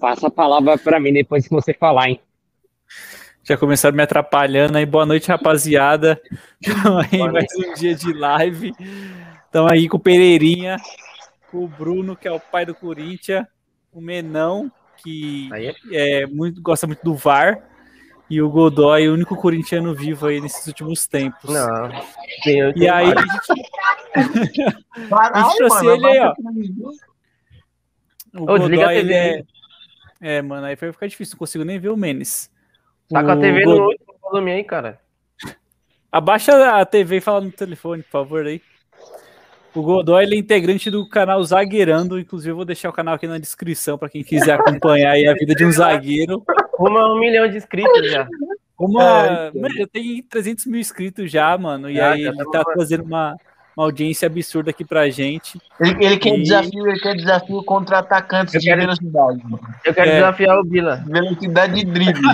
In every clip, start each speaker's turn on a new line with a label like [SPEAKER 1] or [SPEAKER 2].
[SPEAKER 1] Passa a palavra para mim depois que você falar, hein?
[SPEAKER 2] Já começaram me atrapalhando aí. Boa noite, rapaziada. Então aí, Boa mais noite. um dia de live. Estamos aí com o Pereirinha, com o Bruno, que é o pai do Corinthians, o Menão, que é. é muito, gosta muito do VAR, e o Godoy, o único corintiano vivo aí nesses últimos tempos.
[SPEAKER 3] Não.
[SPEAKER 2] E aí a gente. Caralho, a gente ele aí, ó. O
[SPEAKER 3] Ô, desliga a
[SPEAKER 2] Godoy, ele
[SPEAKER 3] TV
[SPEAKER 2] é.
[SPEAKER 3] aí.
[SPEAKER 2] É, mano, aí vai ficar difícil, não consigo nem ver o Menes.
[SPEAKER 3] Tá com a
[SPEAKER 2] O
[SPEAKER 3] TV
[SPEAKER 2] Go-
[SPEAKER 3] no último volume aí, cara.
[SPEAKER 2] Abaixa a TV e fala no telefone, por favor, aí. O Godoy ele é integrante do canal Zagueirando, inclusive eu vou deixar o canal aqui na descrição para quem quiser acompanhar aí a vida de um zagueiro.
[SPEAKER 3] Rumo a um milhão de inscritos já.
[SPEAKER 2] Como mano, eu tenho 300 mil inscritos já, mano, e
[SPEAKER 3] Já,
[SPEAKER 2] aí
[SPEAKER 3] já
[SPEAKER 2] ele
[SPEAKER 3] tá
[SPEAKER 2] tá
[SPEAKER 3] bom.
[SPEAKER 2] trazendo uma, uma audiência absurda aqui pra gente.
[SPEAKER 4] Ele, ele quer
[SPEAKER 2] E-
[SPEAKER 4] desafio, ele quer desafio contra atacantes
[SPEAKER 3] Eu
[SPEAKER 4] de
[SPEAKER 3] quero-
[SPEAKER 4] velocidade.
[SPEAKER 3] Eu quero
[SPEAKER 2] É.
[SPEAKER 3] desafiar o Bila.
[SPEAKER 4] Velocidade de drible.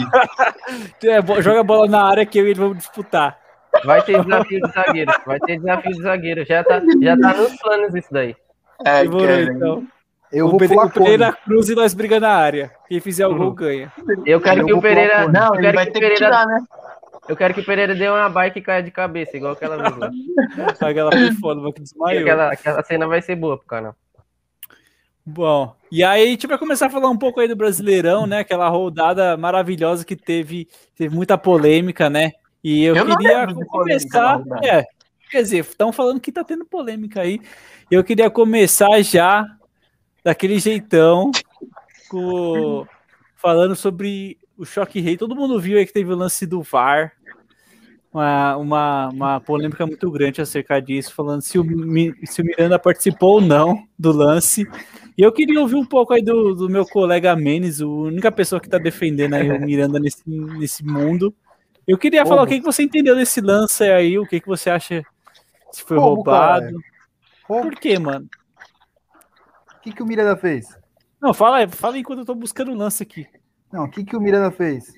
[SPEAKER 2] É, bo- joga a bola na área que eu e ele vamos disputar.
[SPEAKER 3] Vai ter desafio de zagueiro. Vai ter desafio de zagueiro. Já tá, já tá nos planos isso daí.
[SPEAKER 4] É,
[SPEAKER 2] Demorou,
[SPEAKER 4] cara.
[SPEAKER 2] então.
[SPEAKER 5] Eu
[SPEAKER 2] o
[SPEAKER 5] vou
[SPEAKER 2] Pedro-
[SPEAKER 5] pular
[SPEAKER 2] o Pereira
[SPEAKER 5] cone.
[SPEAKER 2] cruz e nós briga na área. Quem fizer o gol
[SPEAKER 3] Uhum.
[SPEAKER 2] ganha.
[SPEAKER 3] Eu quero
[SPEAKER 5] Eu
[SPEAKER 3] que o
[SPEAKER 5] vou pular
[SPEAKER 3] Pereira.
[SPEAKER 5] fora.
[SPEAKER 4] né? Não,
[SPEAKER 3] eu,
[SPEAKER 4] ele
[SPEAKER 3] quero
[SPEAKER 4] vai
[SPEAKER 3] que o
[SPEAKER 4] ter que
[SPEAKER 3] Pereira
[SPEAKER 4] tirar, né?
[SPEAKER 3] eu quero que o Pereira dê uma bike e caia de cabeça, igual aquela vez lá.
[SPEAKER 2] Paga lá por fora, vai que desmaiou.
[SPEAKER 3] Aquela, aquela cena vai ser boa pro canal.
[SPEAKER 2] Bom, e aí a gente vai começar a falar um pouco aí do Brasileirão, né? Aquela rodada maravilhosa que teve, teve muita polêmica, né? E eu,
[SPEAKER 4] Eu não
[SPEAKER 2] queria
[SPEAKER 4] lembro de polêmica na
[SPEAKER 2] começar.
[SPEAKER 4] rodada.
[SPEAKER 2] É, quer dizer, estão falando que tá tendo polêmica aí. Eu queria começar já daquele jeitão, com- falando sobre o choque rei. Todo mundo viu aí que teve o lance do VAR. Uma, uma, uma polêmica muito grande acerca disso, falando se o, Mi- se o Miranda participou ou não do lance. E eu queria ouvir um pouco aí do, do meu colega Menes, a única pessoa que está defendendo aí o Miranda nesse, nesse mundo. Eu queria falar o que, que você entendeu desse lance aí, o que, que você acha se foi
[SPEAKER 5] Como,
[SPEAKER 2] roubado.
[SPEAKER 5] Como?
[SPEAKER 2] Por quê, mano?
[SPEAKER 5] O que, que o Miranda fez?
[SPEAKER 2] Não, fala, aí, fala enquanto eu tô buscando o lance aqui.
[SPEAKER 5] Não, o que, que o Miranda fez?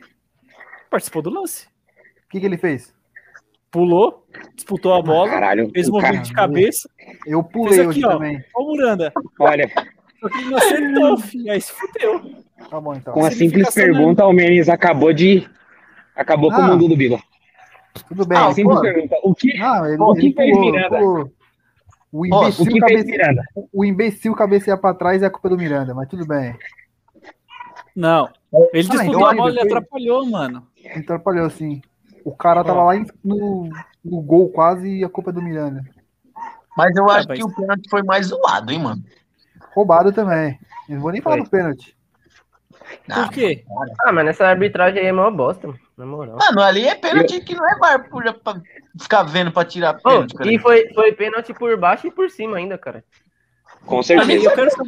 [SPEAKER 5] O
[SPEAKER 2] Participou do lance.
[SPEAKER 5] que, que ele fez?
[SPEAKER 2] Pulou, disputou a bola,
[SPEAKER 1] Caralho,
[SPEAKER 2] fez
[SPEAKER 1] o
[SPEAKER 2] um
[SPEAKER 1] cara-
[SPEAKER 2] movimento de cabeça.
[SPEAKER 5] Eu pulei
[SPEAKER 2] Fez aqui,
[SPEAKER 5] hoje
[SPEAKER 2] ó.
[SPEAKER 5] também.
[SPEAKER 2] Ó o Miranda.
[SPEAKER 1] Olha,
[SPEAKER 2] Só que ele não acertou, filho. Aí se fudeu.
[SPEAKER 5] Tá bom, então.
[SPEAKER 1] com a simples
[SPEAKER 2] Significação, né?
[SPEAKER 1] pergunta, o Menes acabou de. Acabou com o
[SPEAKER 5] Ah.
[SPEAKER 1] mundo do Bila.
[SPEAKER 5] Tudo bem.
[SPEAKER 1] Ah, simples
[SPEAKER 5] pô.
[SPEAKER 1] pergunta. O que,
[SPEAKER 5] Não, ele,
[SPEAKER 1] Pô, o que
[SPEAKER 5] ele
[SPEAKER 1] fez
[SPEAKER 5] pulou,
[SPEAKER 1] Miranda?
[SPEAKER 5] pulou. O
[SPEAKER 4] Pô, o
[SPEAKER 1] o
[SPEAKER 5] imbecil,
[SPEAKER 1] que tá fez
[SPEAKER 5] cabece...
[SPEAKER 1] Miranda?
[SPEAKER 5] o imbecil cabeceia pra trás é a culpa do Miranda, mas tudo bem.
[SPEAKER 2] Não. Ele
[SPEAKER 5] Ah,
[SPEAKER 2] disputou
[SPEAKER 5] então
[SPEAKER 2] a
[SPEAKER 5] ele
[SPEAKER 2] bola e
[SPEAKER 5] fez.
[SPEAKER 2] atrapalhou, mano.
[SPEAKER 5] Atrapalhou assim. O cara tava lá em- no, no gol quase e a culpa é do Miranda.
[SPEAKER 4] Mas eu
[SPEAKER 2] Ah,
[SPEAKER 4] acho
[SPEAKER 2] mas-
[SPEAKER 4] que o pênalti foi mais zoado, hein, mano?
[SPEAKER 5] Roubado também. Eu não vou nem falar do pênalti.
[SPEAKER 4] Ah,
[SPEAKER 2] Por quê?
[SPEAKER 3] Ah, mas essa arbitragem aí é mó bosta, mano. Na moral.
[SPEAKER 4] Mano, ali é pênalti que não é bar pra pra ficar vendo pra tirar
[SPEAKER 3] Ô,
[SPEAKER 4] pênalti, cara.
[SPEAKER 3] e foi, foi pênalti por baixo e por cima ainda, cara.
[SPEAKER 1] Com
[SPEAKER 4] Ali
[SPEAKER 1] certeza.
[SPEAKER 2] Eu quero,
[SPEAKER 4] foi-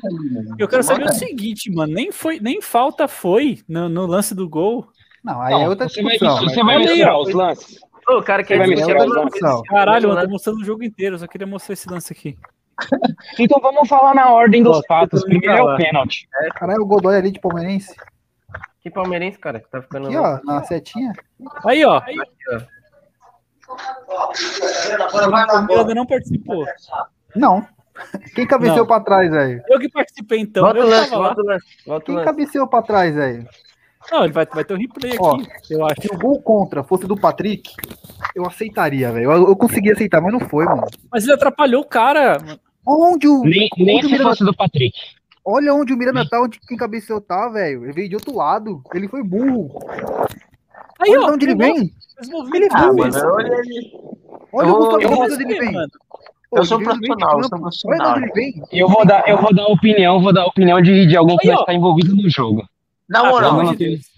[SPEAKER 2] eu quero saber o
[SPEAKER 4] Mano,
[SPEAKER 2] seguinte, mano. Nem, foi, nem falta foi no, no lance do gol.
[SPEAKER 5] Não, aí
[SPEAKER 1] Não,
[SPEAKER 5] é outra
[SPEAKER 1] você vai,
[SPEAKER 5] discussão.
[SPEAKER 1] você
[SPEAKER 5] mas-
[SPEAKER 1] vai
[SPEAKER 2] Olha aí,
[SPEAKER 1] misturar
[SPEAKER 2] ó.
[SPEAKER 1] os lances.
[SPEAKER 3] Ô, o cara tipo
[SPEAKER 1] Você
[SPEAKER 3] quer
[SPEAKER 1] vai
[SPEAKER 5] aí é
[SPEAKER 3] discutir
[SPEAKER 1] misturar
[SPEAKER 3] a
[SPEAKER 5] outra
[SPEAKER 1] os
[SPEAKER 3] mesma
[SPEAKER 1] lances.
[SPEAKER 5] discussão.
[SPEAKER 2] Caralho, mano,
[SPEAKER 3] Vamos lá.
[SPEAKER 2] tô mostrando o jogo inteiro. eu Só queria mostrar esse lance aqui.
[SPEAKER 1] Então vamos falar na ordem dos
[SPEAKER 2] Ó,
[SPEAKER 1] fatos.
[SPEAKER 2] eu tô indo
[SPEAKER 1] Primeiro é
[SPEAKER 3] pra
[SPEAKER 1] o
[SPEAKER 3] lá.
[SPEAKER 1] pênalti.
[SPEAKER 5] Caralho, o Godoy ali de Palmeirense.
[SPEAKER 3] Que palmeirense, cara, que tá ficando.
[SPEAKER 5] Aqui,
[SPEAKER 3] louco.
[SPEAKER 5] ó, na setinha.
[SPEAKER 2] Aí, ó. O
[SPEAKER 4] Agora
[SPEAKER 2] Miranda não participou.
[SPEAKER 5] Não. Quem cabeceou
[SPEAKER 2] Não.
[SPEAKER 5] pra trás, velho?
[SPEAKER 2] Eu que participei, então.
[SPEAKER 3] volta
[SPEAKER 2] eu
[SPEAKER 3] o
[SPEAKER 2] que
[SPEAKER 3] lance,
[SPEAKER 2] tava lá.
[SPEAKER 3] volta o lance, volta o
[SPEAKER 5] Quem
[SPEAKER 3] lance.
[SPEAKER 5] cabeceou pra trás, velho?
[SPEAKER 2] Não, ele vai, vai ter um replay aqui,
[SPEAKER 5] Ó.
[SPEAKER 2] eu acho.
[SPEAKER 5] Se o gol contra fosse do Patrick, eu aceitaria, velho. Eu, eu conseguia aceitar, mas não foi, mano.
[SPEAKER 2] Mas ele atrapalhou o cara. mano.
[SPEAKER 5] Onde o.
[SPEAKER 1] Nem, nem
[SPEAKER 5] onde o
[SPEAKER 1] se
[SPEAKER 5] Miranda,
[SPEAKER 1] fosse do Patrick.
[SPEAKER 5] Olha onde o Miranda tá, onde quem cabeceou tá, velho. Ele veio de outro lado. Ele foi burro.
[SPEAKER 2] Aí,
[SPEAKER 5] olha
[SPEAKER 2] ó.
[SPEAKER 5] de onde ele
[SPEAKER 2] pegou,
[SPEAKER 5] vem.
[SPEAKER 2] fez movimento
[SPEAKER 4] Ah,
[SPEAKER 2] de
[SPEAKER 4] mano,
[SPEAKER 2] cabeça.
[SPEAKER 4] olha ali.
[SPEAKER 5] Olha
[SPEAKER 4] Eu
[SPEAKER 5] o
[SPEAKER 4] vou-
[SPEAKER 5] Gustavo
[SPEAKER 2] Eu
[SPEAKER 5] de
[SPEAKER 2] vou
[SPEAKER 5] onde ele
[SPEAKER 2] saber,
[SPEAKER 5] vem.
[SPEAKER 2] mano.
[SPEAKER 5] Pô,
[SPEAKER 4] Eu sou
[SPEAKER 5] ele veio de
[SPEAKER 4] profissional, eu sou
[SPEAKER 5] campo.
[SPEAKER 4] profissional.
[SPEAKER 5] Olha de onde ele vem.
[SPEAKER 1] Eu vou dar, eu vou dar opinião, vou dar opinião de, de alguém que
[SPEAKER 2] Aí,
[SPEAKER 1] vai
[SPEAKER 2] ó.
[SPEAKER 1] estar envolvido no jogo.
[SPEAKER 4] Na
[SPEAKER 2] Ah, pelo
[SPEAKER 4] moral,
[SPEAKER 2] amor
[SPEAKER 1] não
[SPEAKER 2] de
[SPEAKER 1] tenho-
[SPEAKER 2] Deus.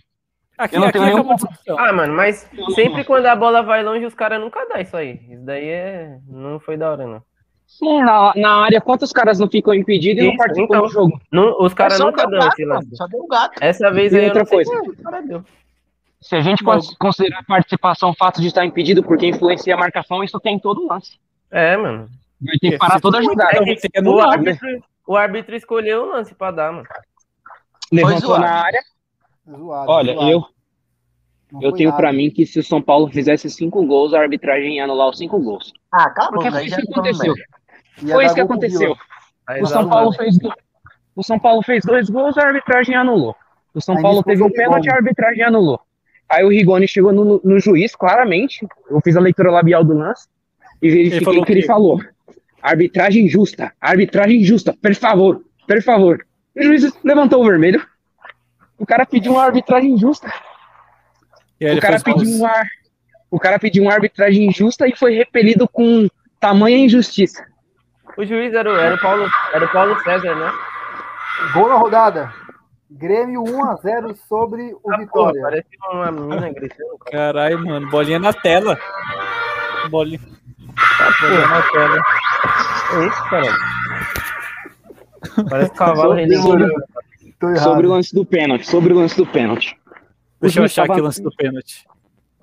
[SPEAKER 2] Aqui,
[SPEAKER 1] eu não
[SPEAKER 2] aqui
[SPEAKER 1] tenho nenhum
[SPEAKER 2] acabou a discussão.
[SPEAKER 3] Ah, mano, mas sempre quando a bola vai longe, os caras nunca dá isso aí. Isso daí é. Não foi da hora, não.
[SPEAKER 1] Não, É, Na, na área, quantos caras não ficam impedidos e não
[SPEAKER 3] Isso,
[SPEAKER 1] participam
[SPEAKER 3] então.
[SPEAKER 1] do jogo?
[SPEAKER 3] Não- os caras
[SPEAKER 4] é só
[SPEAKER 3] nunca
[SPEAKER 4] deu
[SPEAKER 3] dão
[SPEAKER 4] gato,
[SPEAKER 3] esse
[SPEAKER 4] mano,
[SPEAKER 3] lance.
[SPEAKER 4] só deu gato.
[SPEAKER 3] Essa vez
[SPEAKER 1] E
[SPEAKER 3] aí eu
[SPEAKER 1] outra
[SPEAKER 3] não sei
[SPEAKER 1] coisa.
[SPEAKER 3] como o cara deu.
[SPEAKER 1] Se a gente
[SPEAKER 2] Não.
[SPEAKER 1] cons- considerar a participação o fato de estar impedido porque influencia a marcação, isso tem em todo lance.
[SPEAKER 3] É, mano.
[SPEAKER 1] Vai ter que
[SPEAKER 2] É,
[SPEAKER 1] parar
[SPEAKER 2] se
[SPEAKER 1] toda a
[SPEAKER 2] for
[SPEAKER 1] jogada.
[SPEAKER 2] Então vai ter que
[SPEAKER 3] O
[SPEAKER 2] anular, né?
[SPEAKER 3] árbitro, o árbitro escolheu o lance pra dar, mano.
[SPEAKER 1] Levantou
[SPEAKER 4] zoado.
[SPEAKER 1] na área.
[SPEAKER 5] Zoado,
[SPEAKER 1] Olha,
[SPEAKER 5] zoado.
[SPEAKER 1] eu,
[SPEAKER 5] Não
[SPEAKER 1] eu
[SPEAKER 5] foi
[SPEAKER 1] tenho
[SPEAKER 5] nada.
[SPEAKER 1] pra mim que se o São Paulo fizesse cinco gols, a arbitragem ia anular os cinco gols.
[SPEAKER 4] Ah, cala a
[SPEAKER 1] Porque
[SPEAKER 4] boca,
[SPEAKER 1] foi
[SPEAKER 4] aí
[SPEAKER 1] isso
[SPEAKER 4] já
[SPEAKER 1] que
[SPEAKER 4] ficou
[SPEAKER 1] aconteceu.
[SPEAKER 4] velho.
[SPEAKER 5] Ia
[SPEAKER 1] Foi
[SPEAKER 5] dar
[SPEAKER 1] isso que
[SPEAKER 5] gol pro
[SPEAKER 1] aconteceu.
[SPEAKER 5] Vila.
[SPEAKER 3] Aí
[SPEAKER 1] O
[SPEAKER 3] dá
[SPEAKER 1] São
[SPEAKER 3] um
[SPEAKER 1] Paulo
[SPEAKER 3] lance.
[SPEAKER 1] fez, o São Paulo fez dois gols, a arbitragem anulou. O São
[SPEAKER 5] Aí
[SPEAKER 1] Paulo
[SPEAKER 5] discutiu
[SPEAKER 1] teve um
[SPEAKER 5] o Rigoni.
[SPEAKER 1] pênalti, a arbitragem anulou. Aí o Rigoni chegou no, no juiz, claramente. Eu fiz a leitura labial do lance e verifiquei
[SPEAKER 2] falou
[SPEAKER 1] o que ele
[SPEAKER 2] o quê?
[SPEAKER 1] falou. Arbitragem justa, arbitragem justa, por favor, por favor. O juiz levantou o vermelho. O cara pediu uma arbitragem justa.
[SPEAKER 2] E aí
[SPEAKER 1] O
[SPEAKER 2] ele um
[SPEAKER 1] cara,
[SPEAKER 2] foi
[SPEAKER 1] pediu um
[SPEAKER 2] expulso.
[SPEAKER 1] uma, o cara pediu uma arbitragem justa e foi repelido com tamanha injustiça.
[SPEAKER 3] O juiz era, o- era, o Paulo, era o Paulo César, né?
[SPEAKER 5] Gol na rodada. Grêmio 1x0 sobre o
[SPEAKER 4] Tá
[SPEAKER 3] Pô,
[SPEAKER 1] é?
[SPEAKER 5] Vitória.
[SPEAKER 3] parece uma menina gritando. cara.
[SPEAKER 2] Caralho, mano. Bolinha na tela. Bolinha, bolinha na tela.
[SPEAKER 3] É isso, cara. Parece um cavalo
[SPEAKER 1] Sobre-
[SPEAKER 3] religioso.
[SPEAKER 5] Tô errado.
[SPEAKER 1] Sobre o lance do pênalti, sobre o lance do pênalti.
[SPEAKER 2] Deixa eu
[SPEAKER 1] juiz
[SPEAKER 2] achar
[SPEAKER 1] tava-
[SPEAKER 2] aqui o lance do pênalti.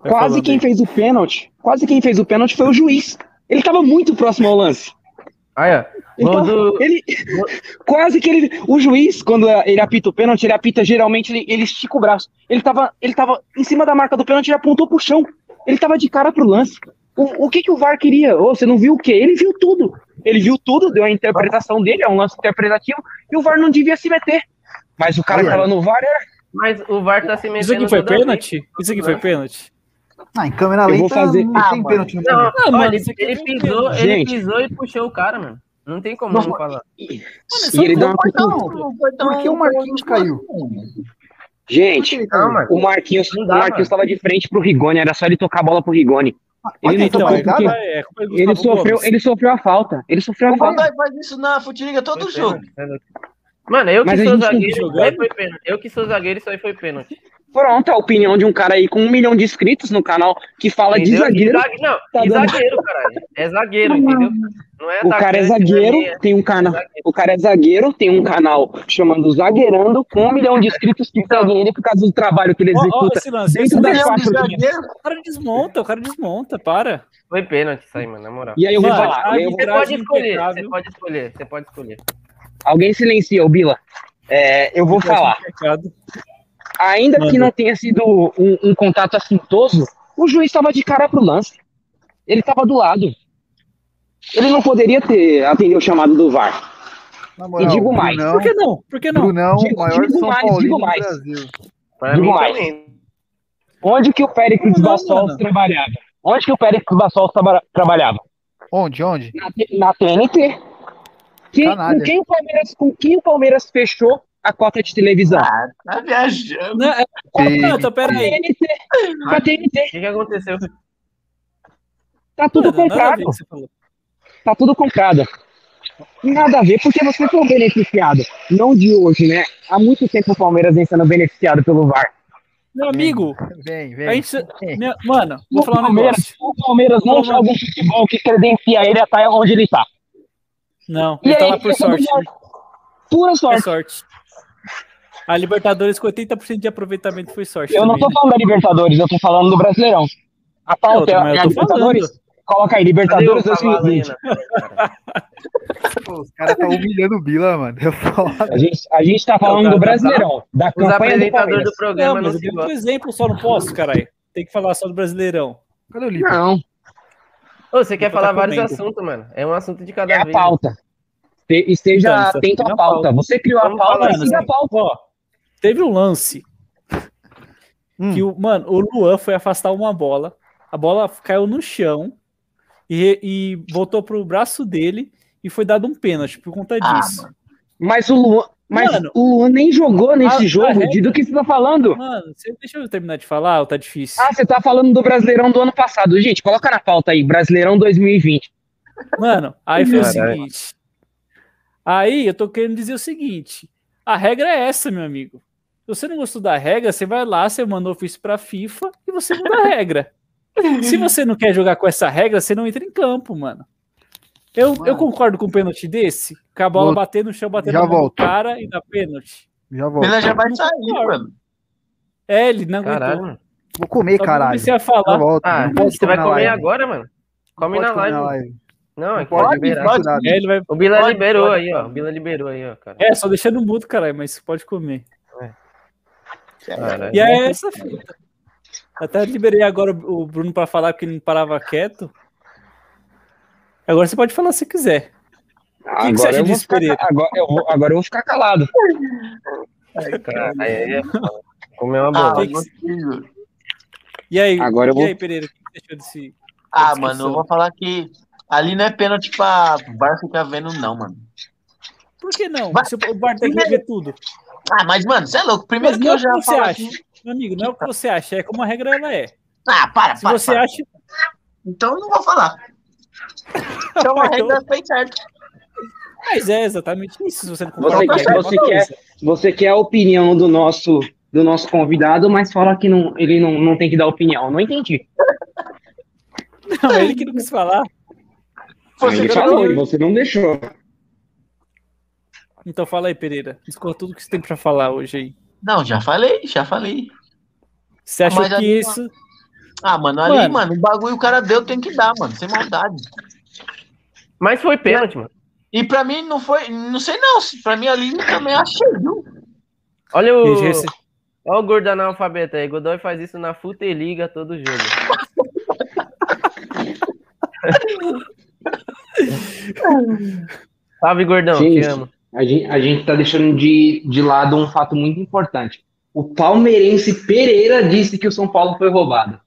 [SPEAKER 2] Vai
[SPEAKER 1] Quase
[SPEAKER 2] falando
[SPEAKER 1] quem
[SPEAKER 2] aí.
[SPEAKER 1] fez o pênalti, quase quem fez o pênalti foi o juiz. Ele tava muito próximo ao lance.
[SPEAKER 3] Aí, ó. Gol
[SPEAKER 1] Então,
[SPEAKER 3] do-
[SPEAKER 1] ele quase que ele, o juiz quando ele apita o pênalti, ele apita geralmente ele, ele estica o braço. Ele tava, ele tava em cima da marca do pênalti, ele apontou pro chão. Ele tava de cara pro lance. O, o que que o VAR queria? Ô, você não viu o quê? Ele viu tudo. Ele viu tudo, deu a interpretação dele, é um lance interpretativo, e o VAR não devia se meter. Mas o cara que tava no VAR era
[SPEAKER 3] Mas o VAR tá se metendo.
[SPEAKER 2] Isso aqui foi
[SPEAKER 3] toda vez.
[SPEAKER 2] pênalti? Isso aqui foi pênalti?
[SPEAKER 5] Ah, em câmera
[SPEAKER 1] Eu vou
[SPEAKER 5] lenta
[SPEAKER 1] fazer-
[SPEAKER 5] não
[SPEAKER 4] Ah,
[SPEAKER 5] tem
[SPEAKER 4] mano.
[SPEAKER 5] pênalti no
[SPEAKER 3] Não,
[SPEAKER 5] Grêmio.
[SPEAKER 2] Não,
[SPEAKER 3] olha,
[SPEAKER 2] mano,
[SPEAKER 3] ele,
[SPEAKER 2] isso aqui
[SPEAKER 3] ele
[SPEAKER 2] não tem
[SPEAKER 3] pisou,
[SPEAKER 1] pênalti.
[SPEAKER 3] ele
[SPEAKER 1] Gente.
[SPEAKER 3] pisou e puxou o cara, mano. Não tem como
[SPEAKER 1] Mas-
[SPEAKER 3] não falar.
[SPEAKER 4] é
[SPEAKER 1] e ele deu uma
[SPEAKER 5] foi tão-
[SPEAKER 1] cutucada.
[SPEAKER 4] Não um foi tão-
[SPEAKER 5] Por que o Marquinhos caiu? Por que
[SPEAKER 1] Gente,
[SPEAKER 5] ele tá caiu?
[SPEAKER 3] Não, mas-
[SPEAKER 1] o Marquinhos,
[SPEAKER 3] Não
[SPEAKER 1] o
[SPEAKER 3] dá,
[SPEAKER 1] Marquinhos tava de frente pro Rigoni, era só ele tocar a bola pro Rigoni. Ele não
[SPEAKER 5] Então,
[SPEAKER 1] tocou
[SPEAKER 5] mas-
[SPEAKER 1] porque
[SPEAKER 2] é, como é
[SPEAKER 1] ele
[SPEAKER 2] Gustavo
[SPEAKER 1] sofreu,
[SPEAKER 2] Gomes?
[SPEAKER 1] ele sofreu a falta. Ele sofreu a
[SPEAKER 4] O Van
[SPEAKER 1] falta.
[SPEAKER 4] Dijk faz isso na Futiliga todo jogo.
[SPEAKER 3] Mano, eu que
[SPEAKER 1] Mas a
[SPEAKER 3] sou
[SPEAKER 1] gente não
[SPEAKER 3] zagueiro, isso
[SPEAKER 2] jogando?
[SPEAKER 1] né?
[SPEAKER 3] aí foi pênalti. Eu que sou zagueiro, isso aí foi pênalti.
[SPEAKER 1] Pronto, a opinião de um cara aí com um milhão de inscritos no canal que fala de
[SPEAKER 3] Entendeu?
[SPEAKER 1] zagueiro.
[SPEAKER 3] zague- Não,
[SPEAKER 1] tá
[SPEAKER 3] e
[SPEAKER 1] dando-
[SPEAKER 3] zagueiro, caralho. É zagueiro, entendeu? Não é
[SPEAKER 1] O cara é
[SPEAKER 3] atacante, nem
[SPEAKER 1] zagueiro,
[SPEAKER 3] é-
[SPEAKER 1] tem um canal. O cara é zagueiro, tem um canal chamando Zagueirando, com um milhão de inscritos que seguem ele por causa do trabalho que ele
[SPEAKER 2] Ó, ó,
[SPEAKER 1] executa.
[SPEAKER 2] esse lance.
[SPEAKER 1] dentro
[SPEAKER 2] esse
[SPEAKER 1] da-
[SPEAKER 2] lance.
[SPEAKER 4] Milhão de
[SPEAKER 1] quatro
[SPEAKER 4] zagueiro,
[SPEAKER 2] O cara desmonta, o cara desmonta, para.
[SPEAKER 3] Foi pênalti isso aí, mano, na moral.
[SPEAKER 1] E aí eu vou
[SPEAKER 2] Mano,
[SPEAKER 1] falar.
[SPEAKER 2] ai,
[SPEAKER 1] eu vou-
[SPEAKER 3] Você pode
[SPEAKER 2] Arbitragem
[SPEAKER 3] escolher,
[SPEAKER 2] impecável.
[SPEAKER 3] você pode escolher, você pode escolher.
[SPEAKER 1] Alguém silencia o Bila. É, eu vou falar.
[SPEAKER 2] Pecado.
[SPEAKER 1] Ainda que
[SPEAKER 2] Manda.
[SPEAKER 1] não tenha sido um, um contato assintoso, o juiz estava de cara pro lance. Ele estava do lado. Ele não poderia ter atendido o chamado do VAR.
[SPEAKER 5] Na moral,
[SPEAKER 1] E digo mais,
[SPEAKER 5] Brunão,
[SPEAKER 2] Por que não? Por que não?
[SPEAKER 5] Brunão,
[SPEAKER 1] Digo-
[SPEAKER 5] maior
[SPEAKER 1] digo
[SPEAKER 5] São
[SPEAKER 1] mais, digo
[SPEAKER 5] Paulino do
[SPEAKER 1] mais.
[SPEAKER 5] Brasil.
[SPEAKER 3] Pra
[SPEAKER 1] Digo
[SPEAKER 3] mim
[SPEAKER 1] mais.
[SPEAKER 3] também.
[SPEAKER 1] Onde que o Péricles
[SPEAKER 2] Não, não,
[SPEAKER 1] Bassols
[SPEAKER 2] mano.
[SPEAKER 1] trabalhava? Onde que o Péricles Bassols traba- trabalhava?
[SPEAKER 5] Onde, onde?
[SPEAKER 1] Na, T- na TNT. Quem,
[SPEAKER 5] Canalha.
[SPEAKER 1] com, quem o Palmeiras, com quem o Palmeiras fechou a cota de televisão?
[SPEAKER 2] Ah.
[SPEAKER 4] tá viajando.
[SPEAKER 2] Não, é-
[SPEAKER 5] Sim.
[SPEAKER 2] Não, então, pera
[SPEAKER 1] Com a
[SPEAKER 2] aí.
[SPEAKER 1] TNT. Com a TNT.
[SPEAKER 3] O que, que aconteceu?
[SPEAKER 1] Tá tudo
[SPEAKER 2] Mano, nada a ver
[SPEAKER 1] comprado.
[SPEAKER 2] o que você falou.
[SPEAKER 1] Tá tudo comprado. Nada a ver, porque você foi beneficiado. Não de hoje, né? Há muito tempo o Palmeiras vem sendo beneficiado pelo VAR.
[SPEAKER 2] Meu amigo,
[SPEAKER 5] Vem,
[SPEAKER 2] a
[SPEAKER 5] vem.
[SPEAKER 2] gente... Minha- Mano, vou
[SPEAKER 1] o,
[SPEAKER 2] falar um
[SPEAKER 1] Palmeiras,
[SPEAKER 2] negócio.
[SPEAKER 1] o Palmeiras não
[SPEAKER 2] Vamos lá.
[SPEAKER 1] joga um futebol que credencia ele a estar onde ele tá.
[SPEAKER 2] Não,
[SPEAKER 1] E
[SPEAKER 2] ele tá
[SPEAKER 1] aí, é
[SPEAKER 2] lá por
[SPEAKER 1] fica
[SPEAKER 2] sorte.
[SPEAKER 1] do VAR.
[SPEAKER 2] né?
[SPEAKER 1] Pura
[SPEAKER 2] Por
[SPEAKER 1] sorte.
[SPEAKER 2] sorte. A Libertadores com 80% de aproveitamento foi sorte.
[SPEAKER 1] Eu não
[SPEAKER 2] também,
[SPEAKER 1] tô falando da Libertadores, eu tô falando do Brasileirão. A pauta
[SPEAKER 2] Eu
[SPEAKER 1] é
[SPEAKER 2] também, eu
[SPEAKER 1] a
[SPEAKER 2] tô
[SPEAKER 1] Libertadores. Coloca aí,
[SPEAKER 3] Cadê o
[SPEAKER 1] Libertadores é
[SPEAKER 3] cavalo aí,
[SPEAKER 1] 2020.
[SPEAKER 3] né?
[SPEAKER 5] Os caras tá humilhando o Bila, mano. Eu falo.
[SPEAKER 1] A gente, a gente tá falando
[SPEAKER 2] Tá,
[SPEAKER 1] do
[SPEAKER 2] tá, tá.
[SPEAKER 1] Brasileirão, da
[SPEAKER 3] Os
[SPEAKER 1] campanha do
[SPEAKER 3] apresentadores
[SPEAKER 1] Palmeiras.
[SPEAKER 3] do programa
[SPEAKER 2] Não,
[SPEAKER 3] não,
[SPEAKER 2] mas eu
[SPEAKER 3] se
[SPEAKER 2] dei um
[SPEAKER 3] gostam.
[SPEAKER 2] exemplo só, não posso, caralho. Tem que falar só do Brasileirão.
[SPEAKER 5] Cadê o Lipe?
[SPEAKER 1] Não,
[SPEAKER 3] Ô, Você quer
[SPEAKER 2] Então
[SPEAKER 3] falar
[SPEAKER 2] tá
[SPEAKER 3] vários
[SPEAKER 2] comendo.
[SPEAKER 3] assuntos, mano. É um assunto de
[SPEAKER 1] é
[SPEAKER 3] cada
[SPEAKER 1] a
[SPEAKER 3] vez.
[SPEAKER 1] pauta. Te-
[SPEAKER 2] Então,
[SPEAKER 1] Esteja
[SPEAKER 2] isso
[SPEAKER 1] atento
[SPEAKER 2] aqui é
[SPEAKER 1] à
[SPEAKER 2] a
[SPEAKER 1] pauta.
[SPEAKER 2] pauta.
[SPEAKER 1] Você criou a
[SPEAKER 3] Vamos
[SPEAKER 1] pauta,
[SPEAKER 3] falar,
[SPEAKER 1] siga a pauta.
[SPEAKER 2] Ó, teve um lance que o, mano, o Luan foi afastar uma bola, a bola caiu no chão e, e voltou pro braço dele e foi dado um pênalti por conta
[SPEAKER 4] Ah,
[SPEAKER 2] disso.
[SPEAKER 1] Mas o Luan, mas
[SPEAKER 2] Mano.
[SPEAKER 1] o Luan nem jogou
[SPEAKER 2] Ah,
[SPEAKER 1] nesse
[SPEAKER 2] tá
[SPEAKER 1] jogo.
[SPEAKER 2] reto.
[SPEAKER 1] de- do que você tá falando?
[SPEAKER 2] Mano, você- deixa eu terminar de falar ou tá difícil?
[SPEAKER 1] Ah, você tá falando do Brasileirão do ano passado. Gente, coloca na pauta aí, Brasileirão 2020.
[SPEAKER 2] Mano, aí foi o
[SPEAKER 3] Caralho.
[SPEAKER 2] seguinte. Aí eu tô querendo dizer o seguinte: a regra é essa, meu amigo. Se você não gostou da regra, você vai lá, você manda ofício pra FIFA e você muda a regra. Se você não quer jogar com essa regra, você não entra em campo, mano. Eu, eu
[SPEAKER 5] Mano.
[SPEAKER 2] concordo com um pênalti desse, com a bola
[SPEAKER 5] Vou-
[SPEAKER 2] bater no chão, bater
[SPEAKER 5] Já
[SPEAKER 2] no
[SPEAKER 5] volto.
[SPEAKER 2] cara e dá pênalti.
[SPEAKER 5] Já volto.
[SPEAKER 4] Pela já vai sair, mano.
[SPEAKER 2] É, ele não aguentou.
[SPEAKER 1] né,
[SPEAKER 3] Caralho, mano.
[SPEAKER 5] Vou comer,
[SPEAKER 2] Só que eu
[SPEAKER 5] caralho. Tá
[SPEAKER 2] comecei a
[SPEAKER 5] Já
[SPEAKER 2] falar.
[SPEAKER 5] volto.
[SPEAKER 3] Ah,
[SPEAKER 5] Não posso
[SPEAKER 3] você vai
[SPEAKER 5] na
[SPEAKER 3] comer
[SPEAKER 5] live.
[SPEAKER 3] agora, mano?
[SPEAKER 5] Não
[SPEAKER 3] Come
[SPEAKER 5] pode
[SPEAKER 3] na
[SPEAKER 5] comer
[SPEAKER 3] live. Não, é que
[SPEAKER 5] Pode,
[SPEAKER 3] pode liberar.
[SPEAKER 5] pode.
[SPEAKER 4] Pode.
[SPEAKER 2] É, ele vai...
[SPEAKER 3] O Bila
[SPEAKER 4] Pode,
[SPEAKER 3] liberou
[SPEAKER 4] pode,
[SPEAKER 3] aí, ó. O Bila liberou aí, ó, cara.
[SPEAKER 2] é, só deixando mudo, caralho, mas pode comer.
[SPEAKER 3] Caralho.
[SPEAKER 2] E é essa fita. Até liberei agora o o Bruno para falar porque ele não parava quieto. Agora você pode falar se quiser. que você acha
[SPEAKER 1] eu vou
[SPEAKER 2] disso,
[SPEAKER 1] ficar,
[SPEAKER 2] Pereira?
[SPEAKER 1] agora, eu vou, agora eu vou ficar calado.
[SPEAKER 3] Caralho, aí é foda. Comer uma
[SPEAKER 4] Ah,
[SPEAKER 3] bola.
[SPEAKER 2] tem que
[SPEAKER 4] não
[SPEAKER 2] ser.
[SPEAKER 4] sei.
[SPEAKER 2] E aí,
[SPEAKER 1] Agora eu
[SPEAKER 2] e
[SPEAKER 1] vou-
[SPEAKER 2] aí, Pereira, o que você achou desse.
[SPEAKER 4] ah
[SPEAKER 2] Esqueci.
[SPEAKER 4] mano, eu vou falar que ali não é pênalti pra VAR ficar vendo, não, mano.
[SPEAKER 2] Por que não?
[SPEAKER 4] Mas-
[SPEAKER 2] Se o Bar tem que ver tudo.
[SPEAKER 4] Ah, mas, mano, você é louco. Primeiro
[SPEAKER 2] Mas
[SPEAKER 4] que
[SPEAKER 2] não é
[SPEAKER 4] eu
[SPEAKER 2] o
[SPEAKER 4] já
[SPEAKER 2] que você
[SPEAKER 4] falo
[SPEAKER 2] acha.
[SPEAKER 4] aqui-
[SPEAKER 2] Meu amigo, não é o que você acha, é como a regra ela é.
[SPEAKER 4] Ah, para,
[SPEAKER 2] Se
[SPEAKER 4] para,
[SPEAKER 2] você
[SPEAKER 4] para.
[SPEAKER 2] acha.
[SPEAKER 4] Então eu não vou falar. Então a regra fez certo.
[SPEAKER 2] Mas é exatamente isso. Se você não
[SPEAKER 1] Você
[SPEAKER 2] concorda,
[SPEAKER 4] quer-
[SPEAKER 2] é uma
[SPEAKER 1] você
[SPEAKER 2] coisa.
[SPEAKER 1] Você quer a opinião do nosso do nosso convidado, mas fala que não, ele não, não tem que dar opinião. Não entendi.
[SPEAKER 2] Não, é ele que não quis falar.
[SPEAKER 4] Pô,
[SPEAKER 1] Ah, ele
[SPEAKER 4] você
[SPEAKER 2] tá
[SPEAKER 1] falou
[SPEAKER 4] falou.
[SPEAKER 1] e você não deixou.
[SPEAKER 2] Então fala aí, Pereira. Discorra tudo que você tem pra falar hoje aí.
[SPEAKER 4] Não, já falei, já falei.
[SPEAKER 2] Você achou
[SPEAKER 4] Mas
[SPEAKER 2] que
[SPEAKER 4] ali-
[SPEAKER 2] isso.
[SPEAKER 4] Ah, mano, ali,
[SPEAKER 2] Mano.
[SPEAKER 4] mano, o bagulho o cara deu tem que dar, mano, sem maldade.
[SPEAKER 3] Mas foi pênalti, mano.
[SPEAKER 4] E pra mim não foi, não sei não, se pra mim ali também é achei, viu?
[SPEAKER 3] Olha o,
[SPEAKER 2] Gente, esse-
[SPEAKER 3] olha o gordo analfabeto aí. Godoy faz isso na Futeliga todo jogo. Salve, gordão.
[SPEAKER 1] Gente.
[SPEAKER 3] Te amo.
[SPEAKER 1] A gente, a gente tá deixando de, de lado um fato muito importante. O palmeirense Pereira disse que o São Paulo foi roubado.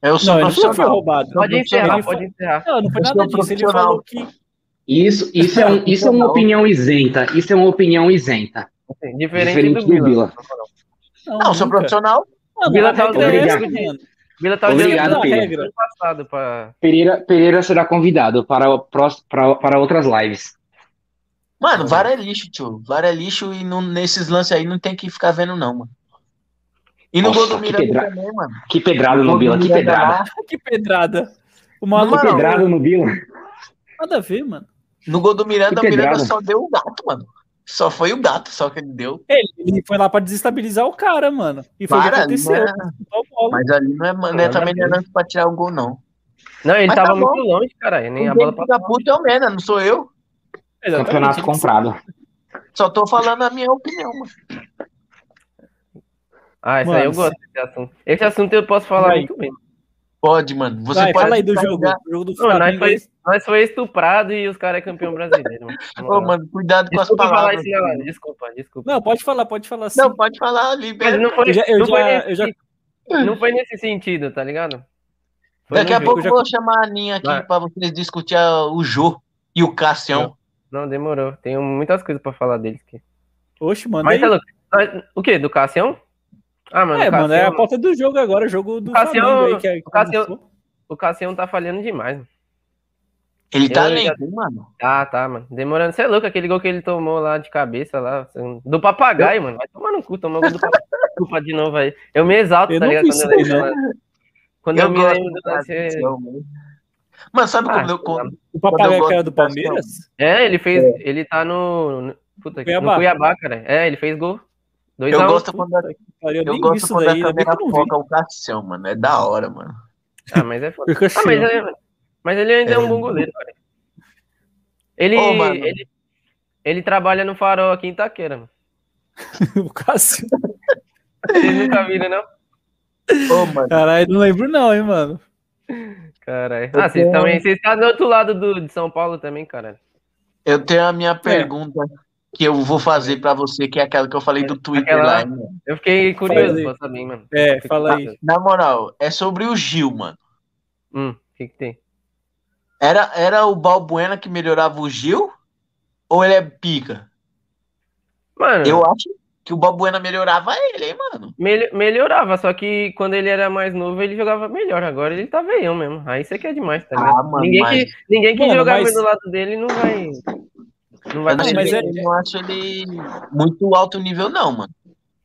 [SPEAKER 4] Eu sou
[SPEAKER 2] Não, ele não foi
[SPEAKER 4] É profissional.
[SPEAKER 2] roubado.
[SPEAKER 3] Pode encerrar,
[SPEAKER 2] Ele foi-
[SPEAKER 3] pode encerrar.
[SPEAKER 2] Não, não foi nada
[SPEAKER 4] Você é
[SPEAKER 2] disso.
[SPEAKER 4] um
[SPEAKER 2] Ele
[SPEAKER 4] profissional.
[SPEAKER 2] falou que.
[SPEAKER 1] Isso, isso, é, um- isso é uma
[SPEAKER 4] Não.
[SPEAKER 1] opinião isenta. Isso é uma opinião isenta.
[SPEAKER 3] Assim, Diferente,
[SPEAKER 1] Diferente
[SPEAKER 3] do
[SPEAKER 1] do
[SPEAKER 3] Bila.
[SPEAKER 1] Bila.
[SPEAKER 2] Não,
[SPEAKER 4] Não, eu sou
[SPEAKER 2] nunca.
[SPEAKER 4] profissional.
[SPEAKER 2] Mano,
[SPEAKER 3] Bila
[SPEAKER 2] a
[SPEAKER 3] tá
[SPEAKER 2] regra é
[SPEAKER 1] obrigado.
[SPEAKER 2] essa, mano.
[SPEAKER 3] Bila tá
[SPEAKER 1] Obrigado,
[SPEAKER 3] olhando
[SPEAKER 1] Pedro.
[SPEAKER 3] regra do passado pra...
[SPEAKER 1] Pereira, Pereira será convidado para, o prós- para, para outras lives.
[SPEAKER 4] Mano, VAR é lixo, tio. VAR é lixo e não, nesses lances aí não tem que ficar vendo, não, mano. E no
[SPEAKER 1] Nossa,
[SPEAKER 4] gol do
[SPEAKER 1] que
[SPEAKER 4] Miranda
[SPEAKER 1] pedra-
[SPEAKER 4] também, mano.
[SPEAKER 1] Que pedrada no
[SPEAKER 4] Gol do
[SPEAKER 1] Bila, que
[SPEAKER 4] Miranda
[SPEAKER 1] pedrada.
[SPEAKER 4] lá.
[SPEAKER 2] Que pedrada. O
[SPEAKER 1] Que
[SPEAKER 2] maluco.
[SPEAKER 4] Mano,
[SPEAKER 1] pedrada no Bila.
[SPEAKER 2] Nada a ver, mano.
[SPEAKER 4] No gol do Miranda, o
[SPEAKER 1] Que
[SPEAKER 4] Miranda
[SPEAKER 1] pedrada.
[SPEAKER 4] só deu o gato, mano. Só foi o gato, só que ele deu.
[SPEAKER 2] Ele foi lá pra desestabilizar o cara, mano. E foi o que
[SPEAKER 4] Para,
[SPEAKER 2] aconteceu.
[SPEAKER 4] né?
[SPEAKER 2] Chutou a bola.
[SPEAKER 4] Mas ali não é, mano, é também não é lance pra tirar o gol, não.
[SPEAKER 3] Não, ele
[SPEAKER 4] Mas
[SPEAKER 3] tava
[SPEAKER 4] tá bom.
[SPEAKER 3] muito longe, caralho. Nem a
[SPEAKER 4] O
[SPEAKER 3] bola
[SPEAKER 4] bola
[SPEAKER 3] passou.
[SPEAKER 4] fica puto é o Mena, não sou eu.
[SPEAKER 2] Exatamente.
[SPEAKER 1] Campeonato comprado.
[SPEAKER 4] Só tô falando a minha opinião, mano.
[SPEAKER 3] Ah, isso aí eu
[SPEAKER 2] Mano,
[SPEAKER 3] gosto desse assunto. Esse assunto eu posso falar
[SPEAKER 2] Vai.
[SPEAKER 3] muito bem.
[SPEAKER 4] Pode, mano. Você
[SPEAKER 2] Vai,
[SPEAKER 4] pode
[SPEAKER 2] fala aí do jogo.
[SPEAKER 4] descarregar.
[SPEAKER 2] O jogo do
[SPEAKER 3] Mano, nós
[SPEAKER 2] Flamengo. é
[SPEAKER 3] foi, nós foi estuprado e os caras é campeão brasileiro. Mano.
[SPEAKER 4] Ô, mano, cuidado com
[SPEAKER 3] desculpa
[SPEAKER 4] as
[SPEAKER 3] falar
[SPEAKER 4] palavras.
[SPEAKER 3] isso, galera. Desculpa, desculpa.
[SPEAKER 2] Não, pode falar, pode falar assim. sim.
[SPEAKER 4] Não, pode falar, libera.
[SPEAKER 3] Mas não foi,
[SPEAKER 2] Eu já- eu
[SPEAKER 3] não, foi
[SPEAKER 2] já-
[SPEAKER 3] nesse,
[SPEAKER 2] eu já-
[SPEAKER 3] não foi nesse sentido, tá ligado? Foi
[SPEAKER 4] Daqui
[SPEAKER 3] no
[SPEAKER 4] a
[SPEAKER 3] jogo.
[SPEAKER 4] pouco eu
[SPEAKER 2] já-
[SPEAKER 4] vou chamar a Aninha aqui
[SPEAKER 3] Vai.
[SPEAKER 4] pra vocês discutir a- o Jô e o Cassião.
[SPEAKER 3] Não, demorou. Tenho muitas coisas pra falar deles aqui.
[SPEAKER 2] Oxe, mano.
[SPEAKER 3] Mas tá louco. Nós- O quê? Do Cassião? Ah, mano,
[SPEAKER 2] É,
[SPEAKER 3] o, Cassião,
[SPEAKER 2] mano, é a
[SPEAKER 3] mano,
[SPEAKER 2] pauta do jogo agora, o jogo do
[SPEAKER 3] O Cassiano-
[SPEAKER 2] Flamengo aí, que é-
[SPEAKER 3] o Cassiano- o Cassião tá falhando demais. Mano.
[SPEAKER 4] Ele tá
[SPEAKER 3] Eu
[SPEAKER 4] lento, hein, mano.
[SPEAKER 3] Tá, tá, mano. Demorando. Você é louco, aquele gol que ele tomou lá de cabeça lá. Do papagaio, mano. Vai tomar no cu, tomar o gol do papagaio. Desculpa de novo aí. Eu me exalto,
[SPEAKER 2] Eu
[SPEAKER 3] tá
[SPEAKER 2] não
[SPEAKER 3] ligado?
[SPEAKER 2] fiz
[SPEAKER 3] Quando eu,
[SPEAKER 2] isso aí,
[SPEAKER 3] lembro, mano. Quando eu,
[SPEAKER 4] né? Eu
[SPEAKER 3] me
[SPEAKER 4] gosto
[SPEAKER 3] lembro
[SPEAKER 4] do
[SPEAKER 3] do lance-
[SPEAKER 4] Cassião, mano. Mano, sabe
[SPEAKER 3] Ah,
[SPEAKER 4] quando eu.
[SPEAKER 3] sei
[SPEAKER 4] quando-
[SPEAKER 3] lá.
[SPEAKER 2] O
[SPEAKER 4] Quando eu
[SPEAKER 2] papagaio
[SPEAKER 4] gosto
[SPEAKER 2] que era do
[SPEAKER 4] do Cassiano.
[SPEAKER 2] Palmeiras?
[SPEAKER 3] É, ele fez. Ele tá no. no- Puta, que no
[SPEAKER 2] Cuiabá.
[SPEAKER 3] Cuiabá, cara. É, ele fez gol. Dois
[SPEAKER 4] Eu
[SPEAKER 3] a um.
[SPEAKER 4] gosto quando, a-
[SPEAKER 2] Pariu,
[SPEAKER 4] eu
[SPEAKER 2] nem
[SPEAKER 4] gosto
[SPEAKER 2] isso
[SPEAKER 4] quando é
[SPEAKER 2] daí,
[SPEAKER 4] a
[SPEAKER 2] ainda bem que
[SPEAKER 4] câmera
[SPEAKER 2] eu não vi.
[SPEAKER 4] foca o Cassião, mano. É da hora, mano.
[SPEAKER 3] Ah, mas é foda.
[SPEAKER 2] Porque
[SPEAKER 3] Ah, mas,
[SPEAKER 2] assim, ó,
[SPEAKER 3] é, mas ele ainda é, um bom goleiro, cara. Ele,
[SPEAKER 4] Ô, mano.
[SPEAKER 3] ele, ele trabalha no farol aqui em Itaquera, mano.
[SPEAKER 2] o Cássio.
[SPEAKER 3] Vocês nunca viram, não?
[SPEAKER 4] Ô, mano.
[SPEAKER 2] Caralho, não lembro não, hein, mano.
[SPEAKER 3] Caralho.
[SPEAKER 4] Eu
[SPEAKER 3] Ah, vocês
[SPEAKER 4] tenho- um-
[SPEAKER 3] também. Vocês estão do outro lado do, de São Paulo também, cara.
[SPEAKER 4] Eu tenho a minha pergunta que eu vou fazer pra você, que é aquela que eu falei do Twitter
[SPEAKER 3] Aquela-
[SPEAKER 4] lá. hein, mano.
[SPEAKER 3] Eu fiquei
[SPEAKER 2] Fala
[SPEAKER 3] curioso
[SPEAKER 2] aí.
[SPEAKER 3] pra saber, mano.
[SPEAKER 2] É, fala aí.
[SPEAKER 4] Na moral, é sobre o Gil, mano.
[SPEAKER 3] Hum, o que, que tem?
[SPEAKER 4] Era, era o Balbuena que melhorava o Gil? Ou ele é pica?
[SPEAKER 2] É.
[SPEAKER 3] Mano,
[SPEAKER 4] Eu acho que o Balbuena melhorava ele, hein, mano.
[SPEAKER 3] mel- melhorava, só que quando ele era mais novo, ele jogava melhor. Agora ele tá veião mesmo. Aí você quer demais, tá ligado?
[SPEAKER 4] Ah, mano,
[SPEAKER 3] ninguém,
[SPEAKER 4] mas-
[SPEAKER 3] que, ninguém que
[SPEAKER 2] Mano,
[SPEAKER 3] jogar
[SPEAKER 2] mas-
[SPEAKER 3] mais do lado dele não vai. Não vai
[SPEAKER 4] Eu não,
[SPEAKER 2] Não,
[SPEAKER 4] sei,
[SPEAKER 3] dar
[SPEAKER 2] mas
[SPEAKER 4] eu
[SPEAKER 2] é-
[SPEAKER 4] não acho ele muito alto nível, não, mano.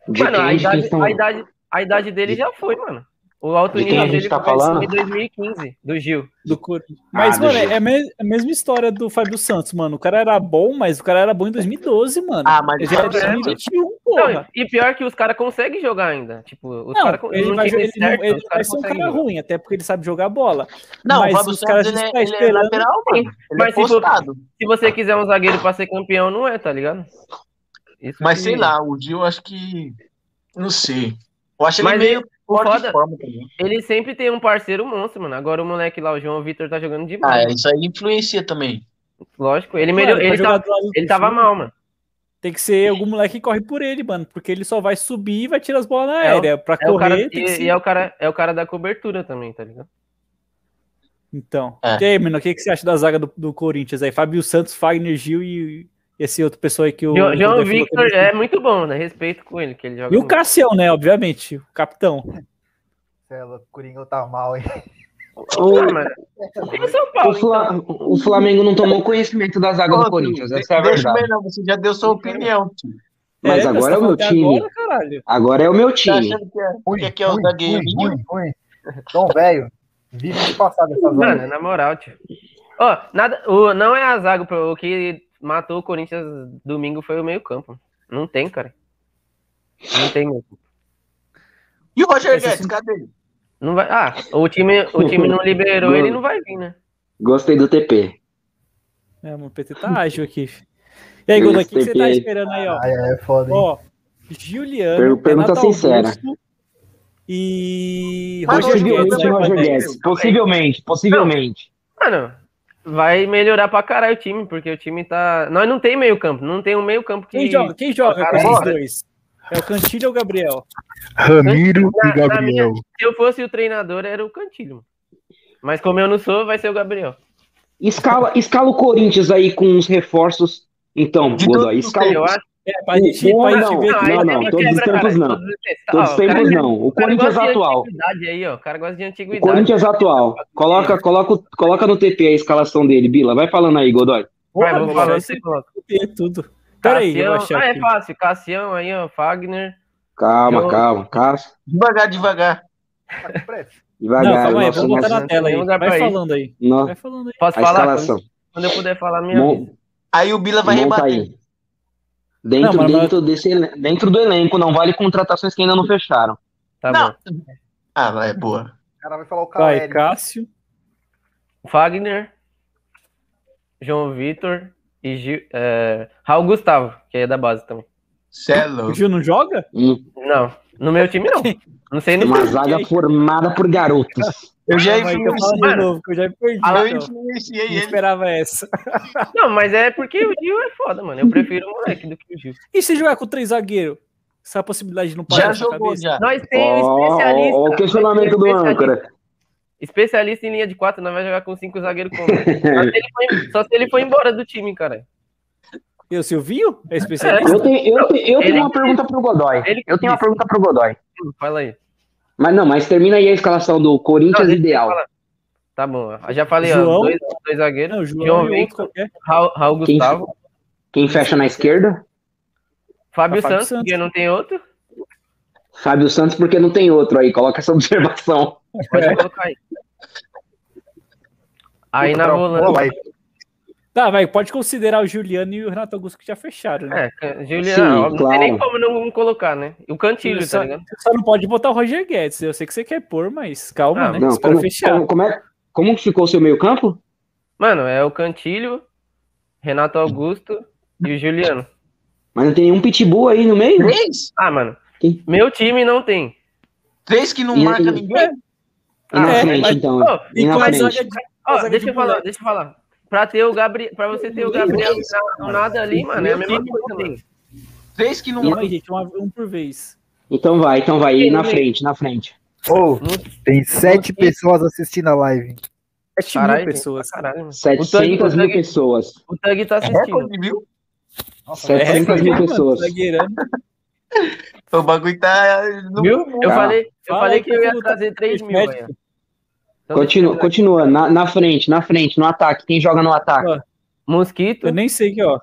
[SPEAKER 3] Mano, a
[SPEAKER 1] Depende de quem
[SPEAKER 3] idade,
[SPEAKER 1] são.
[SPEAKER 3] a, idade, a idade dele já foi, mano. O alto
[SPEAKER 1] De quem
[SPEAKER 3] nível
[SPEAKER 1] a gente
[SPEAKER 3] dele
[SPEAKER 1] tá
[SPEAKER 3] começou
[SPEAKER 1] falando?
[SPEAKER 3] em 2015, do Gil.
[SPEAKER 2] Do Corinthians. Mas,
[SPEAKER 1] Ah,
[SPEAKER 2] mano,
[SPEAKER 1] do
[SPEAKER 2] é a, me- a mesma história do Fábio Santos, mano. O cara era bom, mas o cara era bom em 2012, mano.
[SPEAKER 4] Ah, mas
[SPEAKER 2] Ele já é
[SPEAKER 4] Fábio Santos-
[SPEAKER 2] 2021,
[SPEAKER 3] Não,
[SPEAKER 2] porra.
[SPEAKER 3] e pior que os caras conseguem jogar ainda. Tipo, os
[SPEAKER 2] Não,
[SPEAKER 3] caras con-
[SPEAKER 2] ele,
[SPEAKER 3] não
[SPEAKER 2] vai,
[SPEAKER 3] time
[SPEAKER 2] ele, não-
[SPEAKER 3] certo,
[SPEAKER 2] ele
[SPEAKER 3] os
[SPEAKER 2] vai
[SPEAKER 3] caras
[SPEAKER 2] ser um
[SPEAKER 3] conseguem
[SPEAKER 2] cara
[SPEAKER 3] jogar.
[SPEAKER 2] ruim, até porque ele sabe jogar bola.
[SPEAKER 4] Não,
[SPEAKER 2] mas
[SPEAKER 4] o Fábio
[SPEAKER 2] os caras
[SPEAKER 4] Santos ele é,
[SPEAKER 2] estão
[SPEAKER 4] ele é
[SPEAKER 2] esperando-
[SPEAKER 4] lateral, mano. Ele
[SPEAKER 3] Mas
[SPEAKER 4] é
[SPEAKER 3] se for-
[SPEAKER 4] postado.
[SPEAKER 3] Se você quiser um zagueiro pra ser campeão, não é, tá ligado? Isso
[SPEAKER 4] Mas
[SPEAKER 3] que-
[SPEAKER 4] sei lá, o Gil eu acho que. Não sei. Eu acho ele
[SPEAKER 3] Mas
[SPEAKER 4] meio
[SPEAKER 3] O
[SPEAKER 4] fora de
[SPEAKER 3] foda,
[SPEAKER 4] forma também.
[SPEAKER 3] ele sempre tem um parceiro monstro, mano. Agora o moleque lá, o João Vitor, tá jogando
[SPEAKER 4] Ah,
[SPEAKER 3] demais.
[SPEAKER 4] é, isso aí influencia também.
[SPEAKER 3] Lógico, ele
[SPEAKER 2] Mano,
[SPEAKER 3] melhor.
[SPEAKER 2] pra
[SPEAKER 3] Ele,
[SPEAKER 2] jogar
[SPEAKER 3] tá-
[SPEAKER 2] do lado do
[SPEAKER 3] ele tava
[SPEAKER 2] Sul,
[SPEAKER 3] mal, mano.
[SPEAKER 2] Tem que ser algum moleque que corre por ele, mano. Porque ele só vai subir e vai tirar as bolas na aérea. pra
[SPEAKER 3] É o cara,
[SPEAKER 2] correr, tem que
[SPEAKER 3] e,
[SPEAKER 2] ser-
[SPEAKER 3] e é o cara é o cara da cobertura também, tá ligado?
[SPEAKER 2] Então.
[SPEAKER 4] É.
[SPEAKER 2] E aí, mano, o que, que você acha da zaga do, do Corinthians aí? Fábio Santos, Fagner Gil e e esse outro pessoal aí que o.
[SPEAKER 3] João,
[SPEAKER 2] o
[SPEAKER 3] João
[SPEAKER 2] Rodolfo
[SPEAKER 3] Victor
[SPEAKER 2] colocou.
[SPEAKER 3] é muito bom, né? Respeito com ele, que ele joga.
[SPEAKER 2] E o
[SPEAKER 3] muito.
[SPEAKER 2] Cassião, né? Obviamente, o capitão.
[SPEAKER 5] Cê é louco, o Coringa tá mal, hein?
[SPEAKER 3] Ah, mano, tem o São Paulo,
[SPEAKER 1] O, Fla- o Flamengo não tomou conhecimento da zaga do
[SPEAKER 4] Ô,
[SPEAKER 1] Corinthians,
[SPEAKER 4] tio,
[SPEAKER 1] essa é a
[SPEAKER 4] deixa o
[SPEAKER 1] verdade.
[SPEAKER 4] melhor, você já deu sua opinião, tio.
[SPEAKER 1] Mas
[SPEAKER 2] É,
[SPEAKER 1] agora é o
[SPEAKER 2] você
[SPEAKER 1] meu
[SPEAKER 2] tá falando
[SPEAKER 1] time.
[SPEAKER 2] Agora, caralho.
[SPEAKER 1] Agora é o meu
[SPEAKER 4] Tá
[SPEAKER 1] time.
[SPEAKER 4] achando que é,
[SPEAKER 5] Ruim,
[SPEAKER 4] que aqui é o
[SPEAKER 5] ruim,
[SPEAKER 4] zagueirinho?
[SPEAKER 5] ruim, ruim, ruim. Tom, velho, vive de passar dessa
[SPEAKER 3] Mano, né?
[SPEAKER 5] zona.
[SPEAKER 3] na moral, tio. Ó, nada, o, não é a zaga, pô, o que matou o Corinthians domingo foi o meio-campo. Não tem, cara. Não tem mesmo.
[SPEAKER 4] E o Roger
[SPEAKER 2] Esse
[SPEAKER 4] Guedes,
[SPEAKER 2] sim-
[SPEAKER 4] cadê ele?
[SPEAKER 3] Não vai, ah, o time, o time não liberou, ele não vai vir, né?
[SPEAKER 1] Gostei do TP.
[SPEAKER 2] É, mano, o PT tá ágil aqui. E aí,
[SPEAKER 1] Eu
[SPEAKER 2] Godão, o que, que você tá
[SPEAKER 1] respeitei.
[SPEAKER 2] esperando aí, ó?
[SPEAKER 5] Ai, ai, é foda, hein?
[SPEAKER 2] Ó, Giuliano,
[SPEAKER 1] Per- pergunta
[SPEAKER 2] Renato
[SPEAKER 1] sincera.
[SPEAKER 2] Augusto e
[SPEAKER 4] Mas
[SPEAKER 2] Roger Guedes.
[SPEAKER 1] Possivelmente
[SPEAKER 2] né,
[SPEAKER 1] Roger
[SPEAKER 2] mano?
[SPEAKER 1] Guedes. Possivelmente, possivelmente.
[SPEAKER 3] Mano, vai melhorar pra caralho o time, porque o time tá. Nós não tem meio-campo, não tem um meio-campo que.
[SPEAKER 2] Quem joga? Quem joga com
[SPEAKER 3] Cara,
[SPEAKER 2] esses
[SPEAKER 3] bora.
[SPEAKER 2] dois? É o Cantilho ou o Gabriel?
[SPEAKER 6] Ramiro
[SPEAKER 3] Na-
[SPEAKER 6] e
[SPEAKER 3] na
[SPEAKER 6] Gabriel.
[SPEAKER 3] Se eu fosse o treinador, era o Cantilho. mano. Mas como eu não sou, vai ser o Gabriel.
[SPEAKER 1] Escala, escala o Corinthians aí com uns reforços. Então,
[SPEAKER 4] De
[SPEAKER 1] Godoy,
[SPEAKER 4] todos os
[SPEAKER 1] escala
[SPEAKER 3] Eu acho. ah,
[SPEAKER 2] É, pra gente,
[SPEAKER 1] Não,
[SPEAKER 2] pra gente
[SPEAKER 1] não,
[SPEAKER 2] ver. é
[SPEAKER 1] não,
[SPEAKER 3] aí
[SPEAKER 1] não,
[SPEAKER 3] você me
[SPEAKER 1] todos os
[SPEAKER 3] quebra,
[SPEAKER 1] tempos
[SPEAKER 3] cara,
[SPEAKER 1] não.
[SPEAKER 3] todos os tempos.
[SPEAKER 1] Todos
[SPEAKER 3] Ó,
[SPEAKER 1] os
[SPEAKER 3] o cara
[SPEAKER 1] tempos
[SPEAKER 3] já-
[SPEAKER 1] não. O
[SPEAKER 3] o cara
[SPEAKER 1] Corinthians
[SPEAKER 3] gosta de
[SPEAKER 1] atual.
[SPEAKER 3] antiguidade aí, ó. O cara gosta de
[SPEAKER 1] O
[SPEAKER 3] antiguidade.
[SPEAKER 1] Corinthians atual. Coloca, coloca, o- coloca no TP a escalação dele, Bila. Vai falando aí, Godoy.
[SPEAKER 3] Vai, vou
[SPEAKER 2] Porra,
[SPEAKER 3] falar,
[SPEAKER 2] bicho,
[SPEAKER 3] você coloca.
[SPEAKER 2] Tem tudo. Pera aí, eu
[SPEAKER 3] Cassião-
[SPEAKER 2] vou achar
[SPEAKER 3] Ah, é
[SPEAKER 2] aqui.
[SPEAKER 3] fácil. Cassião aí, ó. Fagner.
[SPEAKER 1] Calma,
[SPEAKER 3] Eu-
[SPEAKER 1] calma, calma.
[SPEAKER 4] Devagar, devagar.
[SPEAKER 5] Tá com pressa.
[SPEAKER 2] Não,
[SPEAKER 1] Devagar.
[SPEAKER 2] calma aí,
[SPEAKER 1] nossa,
[SPEAKER 2] vamos botar
[SPEAKER 1] nossa-
[SPEAKER 2] na tela aí.
[SPEAKER 3] Tem lugar
[SPEAKER 2] Vai
[SPEAKER 3] pra ir.
[SPEAKER 2] falando aí.
[SPEAKER 1] no-
[SPEAKER 2] Vai falando aí.
[SPEAKER 3] Posso
[SPEAKER 1] a
[SPEAKER 3] falar?
[SPEAKER 1] escalação.
[SPEAKER 3] Quando eu puder falar, minha.
[SPEAKER 1] Mon-
[SPEAKER 4] Aí o Bila vai
[SPEAKER 1] monta
[SPEAKER 4] rebater.
[SPEAKER 1] tá aí. Dentro,
[SPEAKER 2] Não, mas-
[SPEAKER 1] dentro, desse, elen- dentro do elenco, não vale contratações que ainda não fecharam.
[SPEAKER 3] Tá
[SPEAKER 4] Não. Ah, vai, boa.
[SPEAKER 5] O cara vai falar o
[SPEAKER 2] Vai,
[SPEAKER 5] Caleri.
[SPEAKER 2] Cássio.
[SPEAKER 3] bom. Fagner. João Vitor. E Gil, é, Raul Gustavo, que é da base também.
[SPEAKER 4] Cê é
[SPEAKER 2] O
[SPEAKER 4] louco.
[SPEAKER 2] Gil não joga?
[SPEAKER 1] Hum,
[SPEAKER 3] Não, no meu time não. Não sei no
[SPEAKER 1] uma zaga formada por garotos.
[SPEAKER 4] Eu já
[SPEAKER 2] Ah, mas então fala
[SPEAKER 4] influenciei.
[SPEAKER 2] de novo, que eu já me perdi.
[SPEAKER 4] Eu
[SPEAKER 2] então.
[SPEAKER 4] influenciei
[SPEAKER 2] Não
[SPEAKER 4] ele.
[SPEAKER 2] esperava essa.
[SPEAKER 3] Não, mas é porque o Gil é foda, mano. Eu prefiro o moleque do que o Gil.
[SPEAKER 2] E se jogar com três zagueiros? Essa possibilidade de não parar
[SPEAKER 4] Já
[SPEAKER 2] na
[SPEAKER 4] jogou,
[SPEAKER 2] cabeça?
[SPEAKER 4] já.
[SPEAKER 3] Nós temos
[SPEAKER 1] Ó,
[SPEAKER 3] um especialista.
[SPEAKER 1] ó, ó o questionamento do
[SPEAKER 3] Especialista.
[SPEAKER 1] âncora.
[SPEAKER 3] Especialista em linha de quatro, não vai jogar com cinco zagueiros como. Só, se ele foi- só se ele foi embora do time, cara.
[SPEAKER 2] E o Silvinho? É especialista?
[SPEAKER 1] Eu tenho, eu tenho, eu tenho
[SPEAKER 3] Ele-
[SPEAKER 1] uma pergunta pro Godoy.
[SPEAKER 3] ele-
[SPEAKER 1] Eu tenho uma pergunta pro Godoy.
[SPEAKER 3] Fala aí.
[SPEAKER 1] Mas não, mas termina aí a escalação do Corinthians
[SPEAKER 3] Não,
[SPEAKER 1] ideal.
[SPEAKER 3] fala. Tá bom, ó. já falei, ó.
[SPEAKER 2] João?
[SPEAKER 3] Dois, dois zagueiros.
[SPEAKER 2] Não, o João,
[SPEAKER 3] João
[SPEAKER 2] e outro
[SPEAKER 3] Victor.
[SPEAKER 2] qualquer.
[SPEAKER 3] Raul, Raul
[SPEAKER 1] Quem,
[SPEAKER 3] Gustavo.
[SPEAKER 1] quem fecha na esquerda?
[SPEAKER 2] Fábio
[SPEAKER 3] Fábio Santos,
[SPEAKER 2] Santos.
[SPEAKER 3] porque não tem outro.
[SPEAKER 1] Fábio Santos, porque não tem outro aí. Coloca essa observação.
[SPEAKER 3] Pode colocar aí. Aí na volante.
[SPEAKER 5] Vai,
[SPEAKER 2] Tá, vai, pode considerar o Juliano e o Renato Augusto que já fecharam, né?
[SPEAKER 3] É, Can- Juliano,
[SPEAKER 1] Sim,
[SPEAKER 3] ó, não
[SPEAKER 1] claro. é-
[SPEAKER 3] tem nem como não colocar, né? E O Cantilho,
[SPEAKER 2] Só-
[SPEAKER 3] tá ligado?
[SPEAKER 2] Só não pode botar o Roger Guedes. Eu sei que você quer pôr, mas calma,
[SPEAKER 3] Ah,
[SPEAKER 2] né?
[SPEAKER 1] não,
[SPEAKER 2] Espera
[SPEAKER 1] como,
[SPEAKER 2] fechar.
[SPEAKER 1] como, como é, como que ficou o seu meio campo?
[SPEAKER 3] Mano, é o Cantilho, Renato Augusto e o Juliano.
[SPEAKER 1] Mas não tem nenhum pitbull aí no meio?
[SPEAKER 4] Três?
[SPEAKER 3] Ah, mano,
[SPEAKER 1] Quem?
[SPEAKER 3] meu time não tem.
[SPEAKER 4] Três que não
[SPEAKER 1] E-
[SPEAKER 4] marca
[SPEAKER 1] e-
[SPEAKER 4] ninguém?
[SPEAKER 1] E na
[SPEAKER 3] Ah, é,
[SPEAKER 1] frente,
[SPEAKER 2] mas-
[SPEAKER 1] então.
[SPEAKER 3] Ó,
[SPEAKER 1] E na
[SPEAKER 2] com a
[SPEAKER 1] frente.
[SPEAKER 2] zaga de-
[SPEAKER 3] ó,
[SPEAKER 2] Mas é
[SPEAKER 3] deixa eu
[SPEAKER 2] muito
[SPEAKER 3] falar,
[SPEAKER 2] moleque.
[SPEAKER 3] deixa eu falar. Pra ter o Gabriel, para você ter o Gabriel na- nada ali, mano, é a mesma coisa, mano.
[SPEAKER 4] Três que não
[SPEAKER 2] Calma
[SPEAKER 4] marca.
[SPEAKER 2] aí, gente, uma- um por vez.
[SPEAKER 1] Então vai, então vai. E na
[SPEAKER 3] Quem?
[SPEAKER 1] frente, na frente.
[SPEAKER 5] Ô, tem sete
[SPEAKER 3] Não-
[SPEAKER 5] pessoas assistindo a live.
[SPEAKER 2] 7
[SPEAKER 3] Caralho,
[SPEAKER 2] mil
[SPEAKER 3] gente,
[SPEAKER 2] pessoas.
[SPEAKER 3] Caralho, mano. O Tug
[SPEAKER 1] 700 mil
[SPEAKER 3] consegue-
[SPEAKER 1] pessoas.
[SPEAKER 3] O Tug tá assistindo.
[SPEAKER 4] Recorde, viu?
[SPEAKER 2] É,
[SPEAKER 1] 700 mil
[SPEAKER 2] mano,
[SPEAKER 1] pessoas.
[SPEAKER 2] zagueirão.
[SPEAKER 4] O bagulho tá. no-
[SPEAKER 3] Viu? Eu
[SPEAKER 1] Tá.
[SPEAKER 3] falei, eu
[SPEAKER 2] Fala
[SPEAKER 3] falei
[SPEAKER 2] aí,
[SPEAKER 3] que eu ia
[SPEAKER 2] como tá
[SPEAKER 3] trazer 3 mil.
[SPEAKER 2] Médico.
[SPEAKER 3] velho. Então,
[SPEAKER 1] Continua,
[SPEAKER 3] deixa eu-
[SPEAKER 1] continua. Na, na frente, na frente, no ataque. Quem joga no ataque?
[SPEAKER 3] Mosquito.
[SPEAKER 2] Eu nem sei que, ó.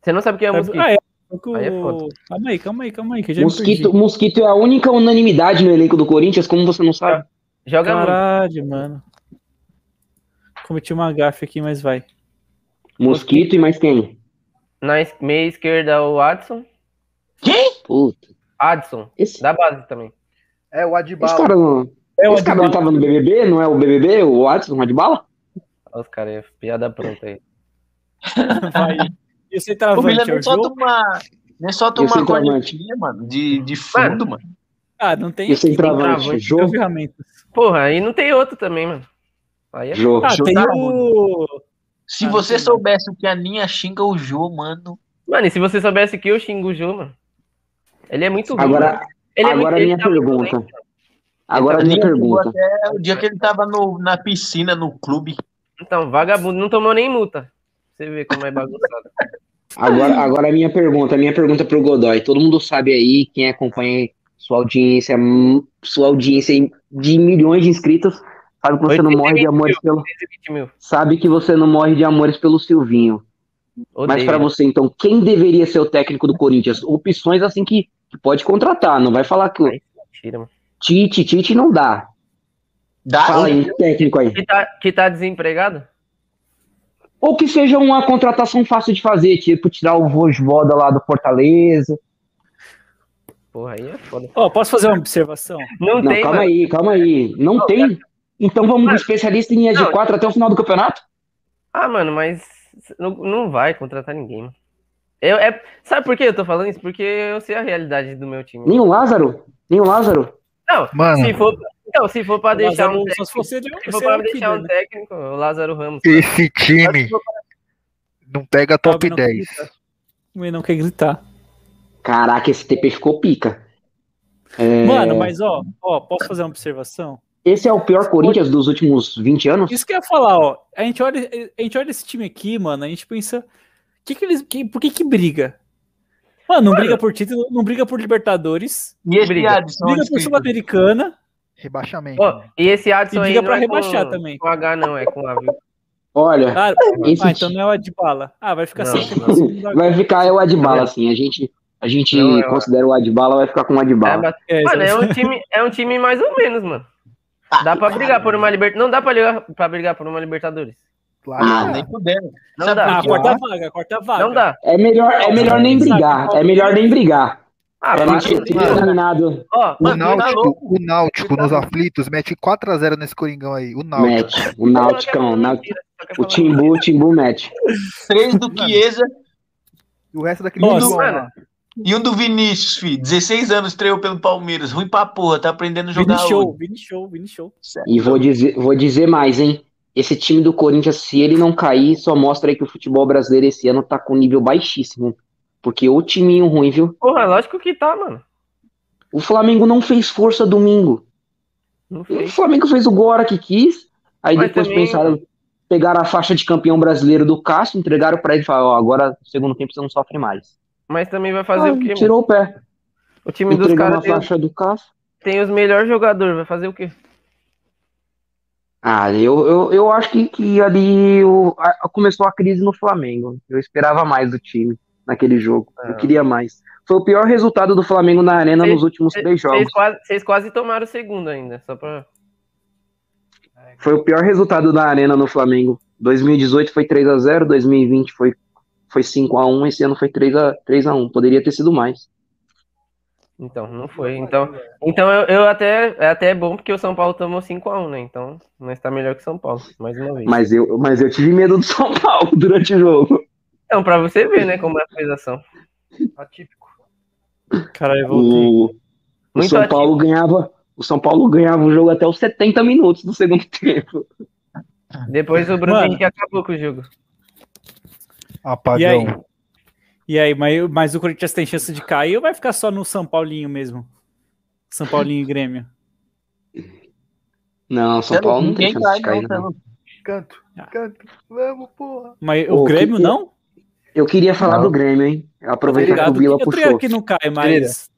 [SPEAKER 3] Você não sabe quem é o mosquito.
[SPEAKER 2] Ah, é. um pouco-
[SPEAKER 3] Aí é foda.
[SPEAKER 2] calma aí, calma aí, calma aí, que eu já me
[SPEAKER 1] Mosquito, mosquito é a única unanimidade no elenco do Corinthians, como você
[SPEAKER 2] É.
[SPEAKER 1] não sabe.
[SPEAKER 2] perdi.
[SPEAKER 3] Joga muito.
[SPEAKER 2] Caralho, mano. Cometi uma gafe aqui, mas vai.
[SPEAKER 1] Mosquito e mais quem?
[SPEAKER 3] Na es- meia esquerda, o Adson.
[SPEAKER 1] Puta.
[SPEAKER 3] Adson,
[SPEAKER 1] Esse,
[SPEAKER 3] da base também.
[SPEAKER 5] É, o
[SPEAKER 1] esse
[SPEAKER 5] Adibala.
[SPEAKER 1] cara não.
[SPEAKER 2] É o
[SPEAKER 1] Esse cara não tava no BBB, não é o BBB, o Watson, o de bala?
[SPEAKER 3] Olha os caras, piada pronta aí.
[SPEAKER 2] vai. E o
[SPEAKER 4] O Bila
[SPEAKER 2] centroavante é
[SPEAKER 4] nem
[SPEAKER 2] o
[SPEAKER 4] solta
[SPEAKER 2] João?
[SPEAKER 4] uma. Nem solta
[SPEAKER 1] E o
[SPEAKER 4] uma
[SPEAKER 1] centroavante?
[SPEAKER 4] cornetinha, mano. De, de fundo, mano.
[SPEAKER 2] Ah, não tem.
[SPEAKER 1] E o centroavante?
[SPEAKER 3] centroavante,
[SPEAKER 1] Jô?
[SPEAKER 2] ferramenta.
[SPEAKER 3] Porra, aí não tem outro também, mano. Aí é
[SPEAKER 1] Jô.
[SPEAKER 2] Ah,
[SPEAKER 4] Jô
[SPEAKER 2] tem
[SPEAKER 4] tá
[SPEAKER 2] o.
[SPEAKER 4] Se
[SPEAKER 2] Ah,
[SPEAKER 4] você
[SPEAKER 2] entendi.
[SPEAKER 4] soubesse o que a Ninha xinga o Jô, mano.
[SPEAKER 3] Mano, e se você soubesse que eu xingo o Jô, mano? Ele é muito ruim.
[SPEAKER 1] Agora,
[SPEAKER 3] mano. Ele é
[SPEAKER 1] agora
[SPEAKER 3] muito-
[SPEAKER 1] a
[SPEAKER 3] ele
[SPEAKER 1] minha
[SPEAKER 3] tá muito
[SPEAKER 1] pergunta.
[SPEAKER 3] lento, mano.
[SPEAKER 1] Agora a minha
[SPEAKER 4] Ele chegou
[SPEAKER 1] pergunta.
[SPEAKER 4] até o dia que ele tava no- na piscina, no clube.
[SPEAKER 3] Então, vagabundo não tomou nem multa. Você vê como é bagunçado.
[SPEAKER 1] Agora, agora a minha pergunta, a minha pergunta pro Godoy. Todo mundo sabe aí, quem acompanha sua audiência, hum, sua audiência de milhões de inscritos, sabe que você não morre de amores pelo,
[SPEAKER 3] 120 mil.
[SPEAKER 1] sabe que você não morre de amores pelo Silvinho. Mas
[SPEAKER 3] Odeio.
[SPEAKER 1] pra você, então, quem deveria ser o técnico do Corinthians? Opções assim que, que pode contratar, não vai falar que o
[SPEAKER 3] Mentira, mano.
[SPEAKER 1] Tite, Tite não dá.
[SPEAKER 4] Dá
[SPEAKER 1] Fala aí, técnico aí.
[SPEAKER 3] Que tá, que tá desempregado?
[SPEAKER 1] Ou que seja uma contratação fácil de fazer, tipo tirar o Vosvoda lá do Fortaleza.
[SPEAKER 3] Porra, aí é foda.
[SPEAKER 2] Ó, posso fazer uma observação?
[SPEAKER 3] Não,
[SPEAKER 1] Não,
[SPEAKER 3] tem,
[SPEAKER 1] calma
[SPEAKER 3] mano.
[SPEAKER 1] aí, calma aí. Não
[SPEAKER 3] Não,
[SPEAKER 1] tem? Então vamos do
[SPEAKER 3] Mas-
[SPEAKER 1] especialista em
[SPEAKER 3] Não.
[SPEAKER 1] EG4 até o final do campeonato?
[SPEAKER 3] Ah, mano, mas não, não vai contratar ninguém, mano. Eu, é, sabe por que eu tô falando isso? Porque eu sei a realidade do meu time. né?
[SPEAKER 1] Nem o Lázaro? Nem o Lázaro?
[SPEAKER 3] Não,
[SPEAKER 7] Mano,
[SPEAKER 3] se for, então, se for pra deixar
[SPEAKER 2] Lázaro,
[SPEAKER 3] um
[SPEAKER 2] só
[SPEAKER 3] técnico,
[SPEAKER 2] se você, de-
[SPEAKER 3] se for
[SPEAKER 2] você
[SPEAKER 3] pra
[SPEAKER 2] é o
[SPEAKER 3] deixar
[SPEAKER 2] Killer,
[SPEAKER 3] um
[SPEAKER 2] né?
[SPEAKER 3] técnico, o Lázaro Ramos.
[SPEAKER 5] Esse time não pega top
[SPEAKER 2] Sobe, não
[SPEAKER 5] 10.
[SPEAKER 2] grita. O Enem não quer gritar.
[SPEAKER 1] Caraca, esse TP ficou pica.
[SPEAKER 3] É.
[SPEAKER 1] É,
[SPEAKER 2] Mano, mas ó, ó, posso fazer uma observação?
[SPEAKER 1] Esse é o pior Corinthians dos últimos 20 anos?
[SPEAKER 2] Isso que eu ia falar, ó. A gente olha, a gente olha esse time aqui, mano, a gente pensa, que que eles, que- por que que briga? Mano, não briga por título, não briga por Libertadores,
[SPEAKER 4] E esse
[SPEAKER 3] Briga.
[SPEAKER 4] Adson?
[SPEAKER 2] briga por
[SPEAKER 4] inscrito?
[SPEAKER 2] Sul-Americana.
[SPEAKER 5] Rebaixamento.
[SPEAKER 3] Ó, e esse Adson
[SPEAKER 2] E
[SPEAKER 3] aí
[SPEAKER 2] diga
[SPEAKER 3] não
[SPEAKER 2] pra
[SPEAKER 3] é
[SPEAKER 2] rebaixar
[SPEAKER 3] com,
[SPEAKER 2] também.
[SPEAKER 3] com H não, é com A, viu?
[SPEAKER 1] Olha,
[SPEAKER 2] Ah,
[SPEAKER 1] esse
[SPEAKER 2] ah, então não é o Adbala. Ah, vai ficar
[SPEAKER 3] Não,
[SPEAKER 2] sempre
[SPEAKER 3] não.
[SPEAKER 2] com o segundo agora.
[SPEAKER 1] vai ficar é o Adbala, assim. A gente, a gente
[SPEAKER 3] Não, eu-
[SPEAKER 1] considera o Adbala, vai ficar com o
[SPEAKER 3] É,
[SPEAKER 1] Adbala.
[SPEAKER 3] mas-
[SPEAKER 2] É,
[SPEAKER 3] mano, é
[SPEAKER 2] exato.
[SPEAKER 3] um, time, é um time mais ou menos, mano. Dá pra brigar por uma Libertadores. Não dá pra ligar- pra brigar por uma Libertadores.
[SPEAKER 1] Ah,
[SPEAKER 4] Ah, nem puderam.
[SPEAKER 3] Não
[SPEAKER 4] Sabe
[SPEAKER 3] dá.
[SPEAKER 2] Ah,
[SPEAKER 4] por
[SPEAKER 2] a
[SPEAKER 4] quê?
[SPEAKER 2] quarta vaga, a quarta vaga.
[SPEAKER 3] Não dá.
[SPEAKER 1] É melhor, é melhor nem brigar. É melhor nem brigar. É
[SPEAKER 3] Ah,
[SPEAKER 1] Pra
[SPEAKER 3] para,
[SPEAKER 1] não ser
[SPEAKER 3] mano.
[SPEAKER 1] eliminado.
[SPEAKER 3] Ó,
[SPEAKER 5] O
[SPEAKER 4] Mano, tá
[SPEAKER 5] Náutico,
[SPEAKER 4] louco.
[SPEAKER 5] o Náutico
[SPEAKER 4] Ele tá
[SPEAKER 5] nos
[SPEAKER 4] louco.
[SPEAKER 5] aflitos mete 4x0 nesse Coringão aí. O Náutico.
[SPEAKER 1] Match. O
[SPEAKER 3] só quer
[SPEAKER 1] Nauticão.
[SPEAKER 3] falar
[SPEAKER 1] Naut-
[SPEAKER 3] mentira, só quer
[SPEAKER 1] O
[SPEAKER 3] falar
[SPEAKER 1] Timbu, o Timbu match.
[SPEAKER 4] Três do Chiesa
[SPEAKER 8] E o resto daquele
[SPEAKER 2] Nossa,
[SPEAKER 8] mundo,
[SPEAKER 3] mano.
[SPEAKER 8] lá.
[SPEAKER 4] e um do Vinícius, filho. 16 anos treinou pelo Palmeiras. Ruim pra porra, tá aprendendo a
[SPEAKER 2] Vini
[SPEAKER 4] jogar hoje.
[SPEAKER 2] show, Vini show, Vini show.
[SPEAKER 1] E vou dizer, vou dizer mais, hein? Esse time do Corinthians, se ele não cair, só mostra aí que o futebol brasileiro esse ano tá com nível baixíssimo. Porque o timinho ruim, viu?
[SPEAKER 3] Porra, lógico que tá, mano.
[SPEAKER 1] O Flamengo não fez força domingo.
[SPEAKER 3] Não sei.
[SPEAKER 1] O Flamengo fez o gol a hora que quis. Aí
[SPEAKER 3] Mas
[SPEAKER 1] depois
[SPEAKER 3] também-
[SPEAKER 1] pensaram, pegaram a faixa de campeão brasileiro do Cássio, entregaram pra ele e falaram, ó, agora no segundo tempo você não sofre mais.
[SPEAKER 3] Mas também vai fazer
[SPEAKER 1] Ah,
[SPEAKER 3] o quê, mano?
[SPEAKER 1] tirou o pé.
[SPEAKER 3] O time dos
[SPEAKER 1] Entregou uma
[SPEAKER 3] caras tem,
[SPEAKER 1] faixa do Cássio.
[SPEAKER 3] tem os melhores jogadores, vai fazer o quê?
[SPEAKER 1] Ah, eu, eu, eu acho que, que ali o- a- começou a crise no Flamengo. Eu esperava mais do time naquele jogo.
[SPEAKER 3] É.
[SPEAKER 1] Eu queria mais. Foi o pior resultado do Flamengo na Arena
[SPEAKER 3] Vocês-
[SPEAKER 1] nos últimos três
[SPEAKER 3] Vocês
[SPEAKER 1] jogos.
[SPEAKER 3] quase, vocês quase tomaram o segundo ainda, só pra.
[SPEAKER 1] Foi o pior resultado na Arena no Flamengo. 2018 foi 3 a 0 2020 foi, foi 5 a 1 esse ano foi 3 a, 3 a 1 Poderia ter sido mais.
[SPEAKER 3] Então, não foi. Então, então eu, eu até é até bom porque o São Paulo tomou 5x1, né? Então, nós tá melhor que o São Paulo, mais uma vez.
[SPEAKER 1] Mas eu, mas eu tive medo do São Paulo durante o jogo.
[SPEAKER 3] Então, pra você ver, né, como é a coisação.
[SPEAKER 7] Atípico.
[SPEAKER 2] Caralho, eu voltei.
[SPEAKER 1] O, o
[SPEAKER 3] Muito
[SPEAKER 1] São
[SPEAKER 3] ativo.
[SPEAKER 1] Paulo ganhava, o São Paulo ganhava o jogo até os 70 minutos do segundo tempo.
[SPEAKER 3] Depois o Bruno
[SPEAKER 2] Mano.
[SPEAKER 3] Henrique acabou com o jogo.
[SPEAKER 2] E aí?
[SPEAKER 5] Apagão.
[SPEAKER 2] E aí, mas, mas o Corinthians tem chance de cair ou vai ficar só no São Paulinho mesmo? São Paulinho e Grêmio.
[SPEAKER 1] Não, São
[SPEAKER 4] Pelo
[SPEAKER 1] Paulo não
[SPEAKER 4] fim,
[SPEAKER 1] tem
[SPEAKER 4] quem
[SPEAKER 1] chance de
[SPEAKER 4] cai,
[SPEAKER 1] cair,
[SPEAKER 4] não,
[SPEAKER 1] não.
[SPEAKER 8] Canto,
[SPEAKER 2] Ah.
[SPEAKER 8] canto. Vamos, porra.
[SPEAKER 2] Mas
[SPEAKER 1] Ô,
[SPEAKER 2] o Grêmio
[SPEAKER 1] que-
[SPEAKER 2] não?
[SPEAKER 1] Eu queria falar do Grêmio, hein? Aproveitar que o Vila
[SPEAKER 2] eu creio
[SPEAKER 1] puxou.
[SPEAKER 2] que não cai, mas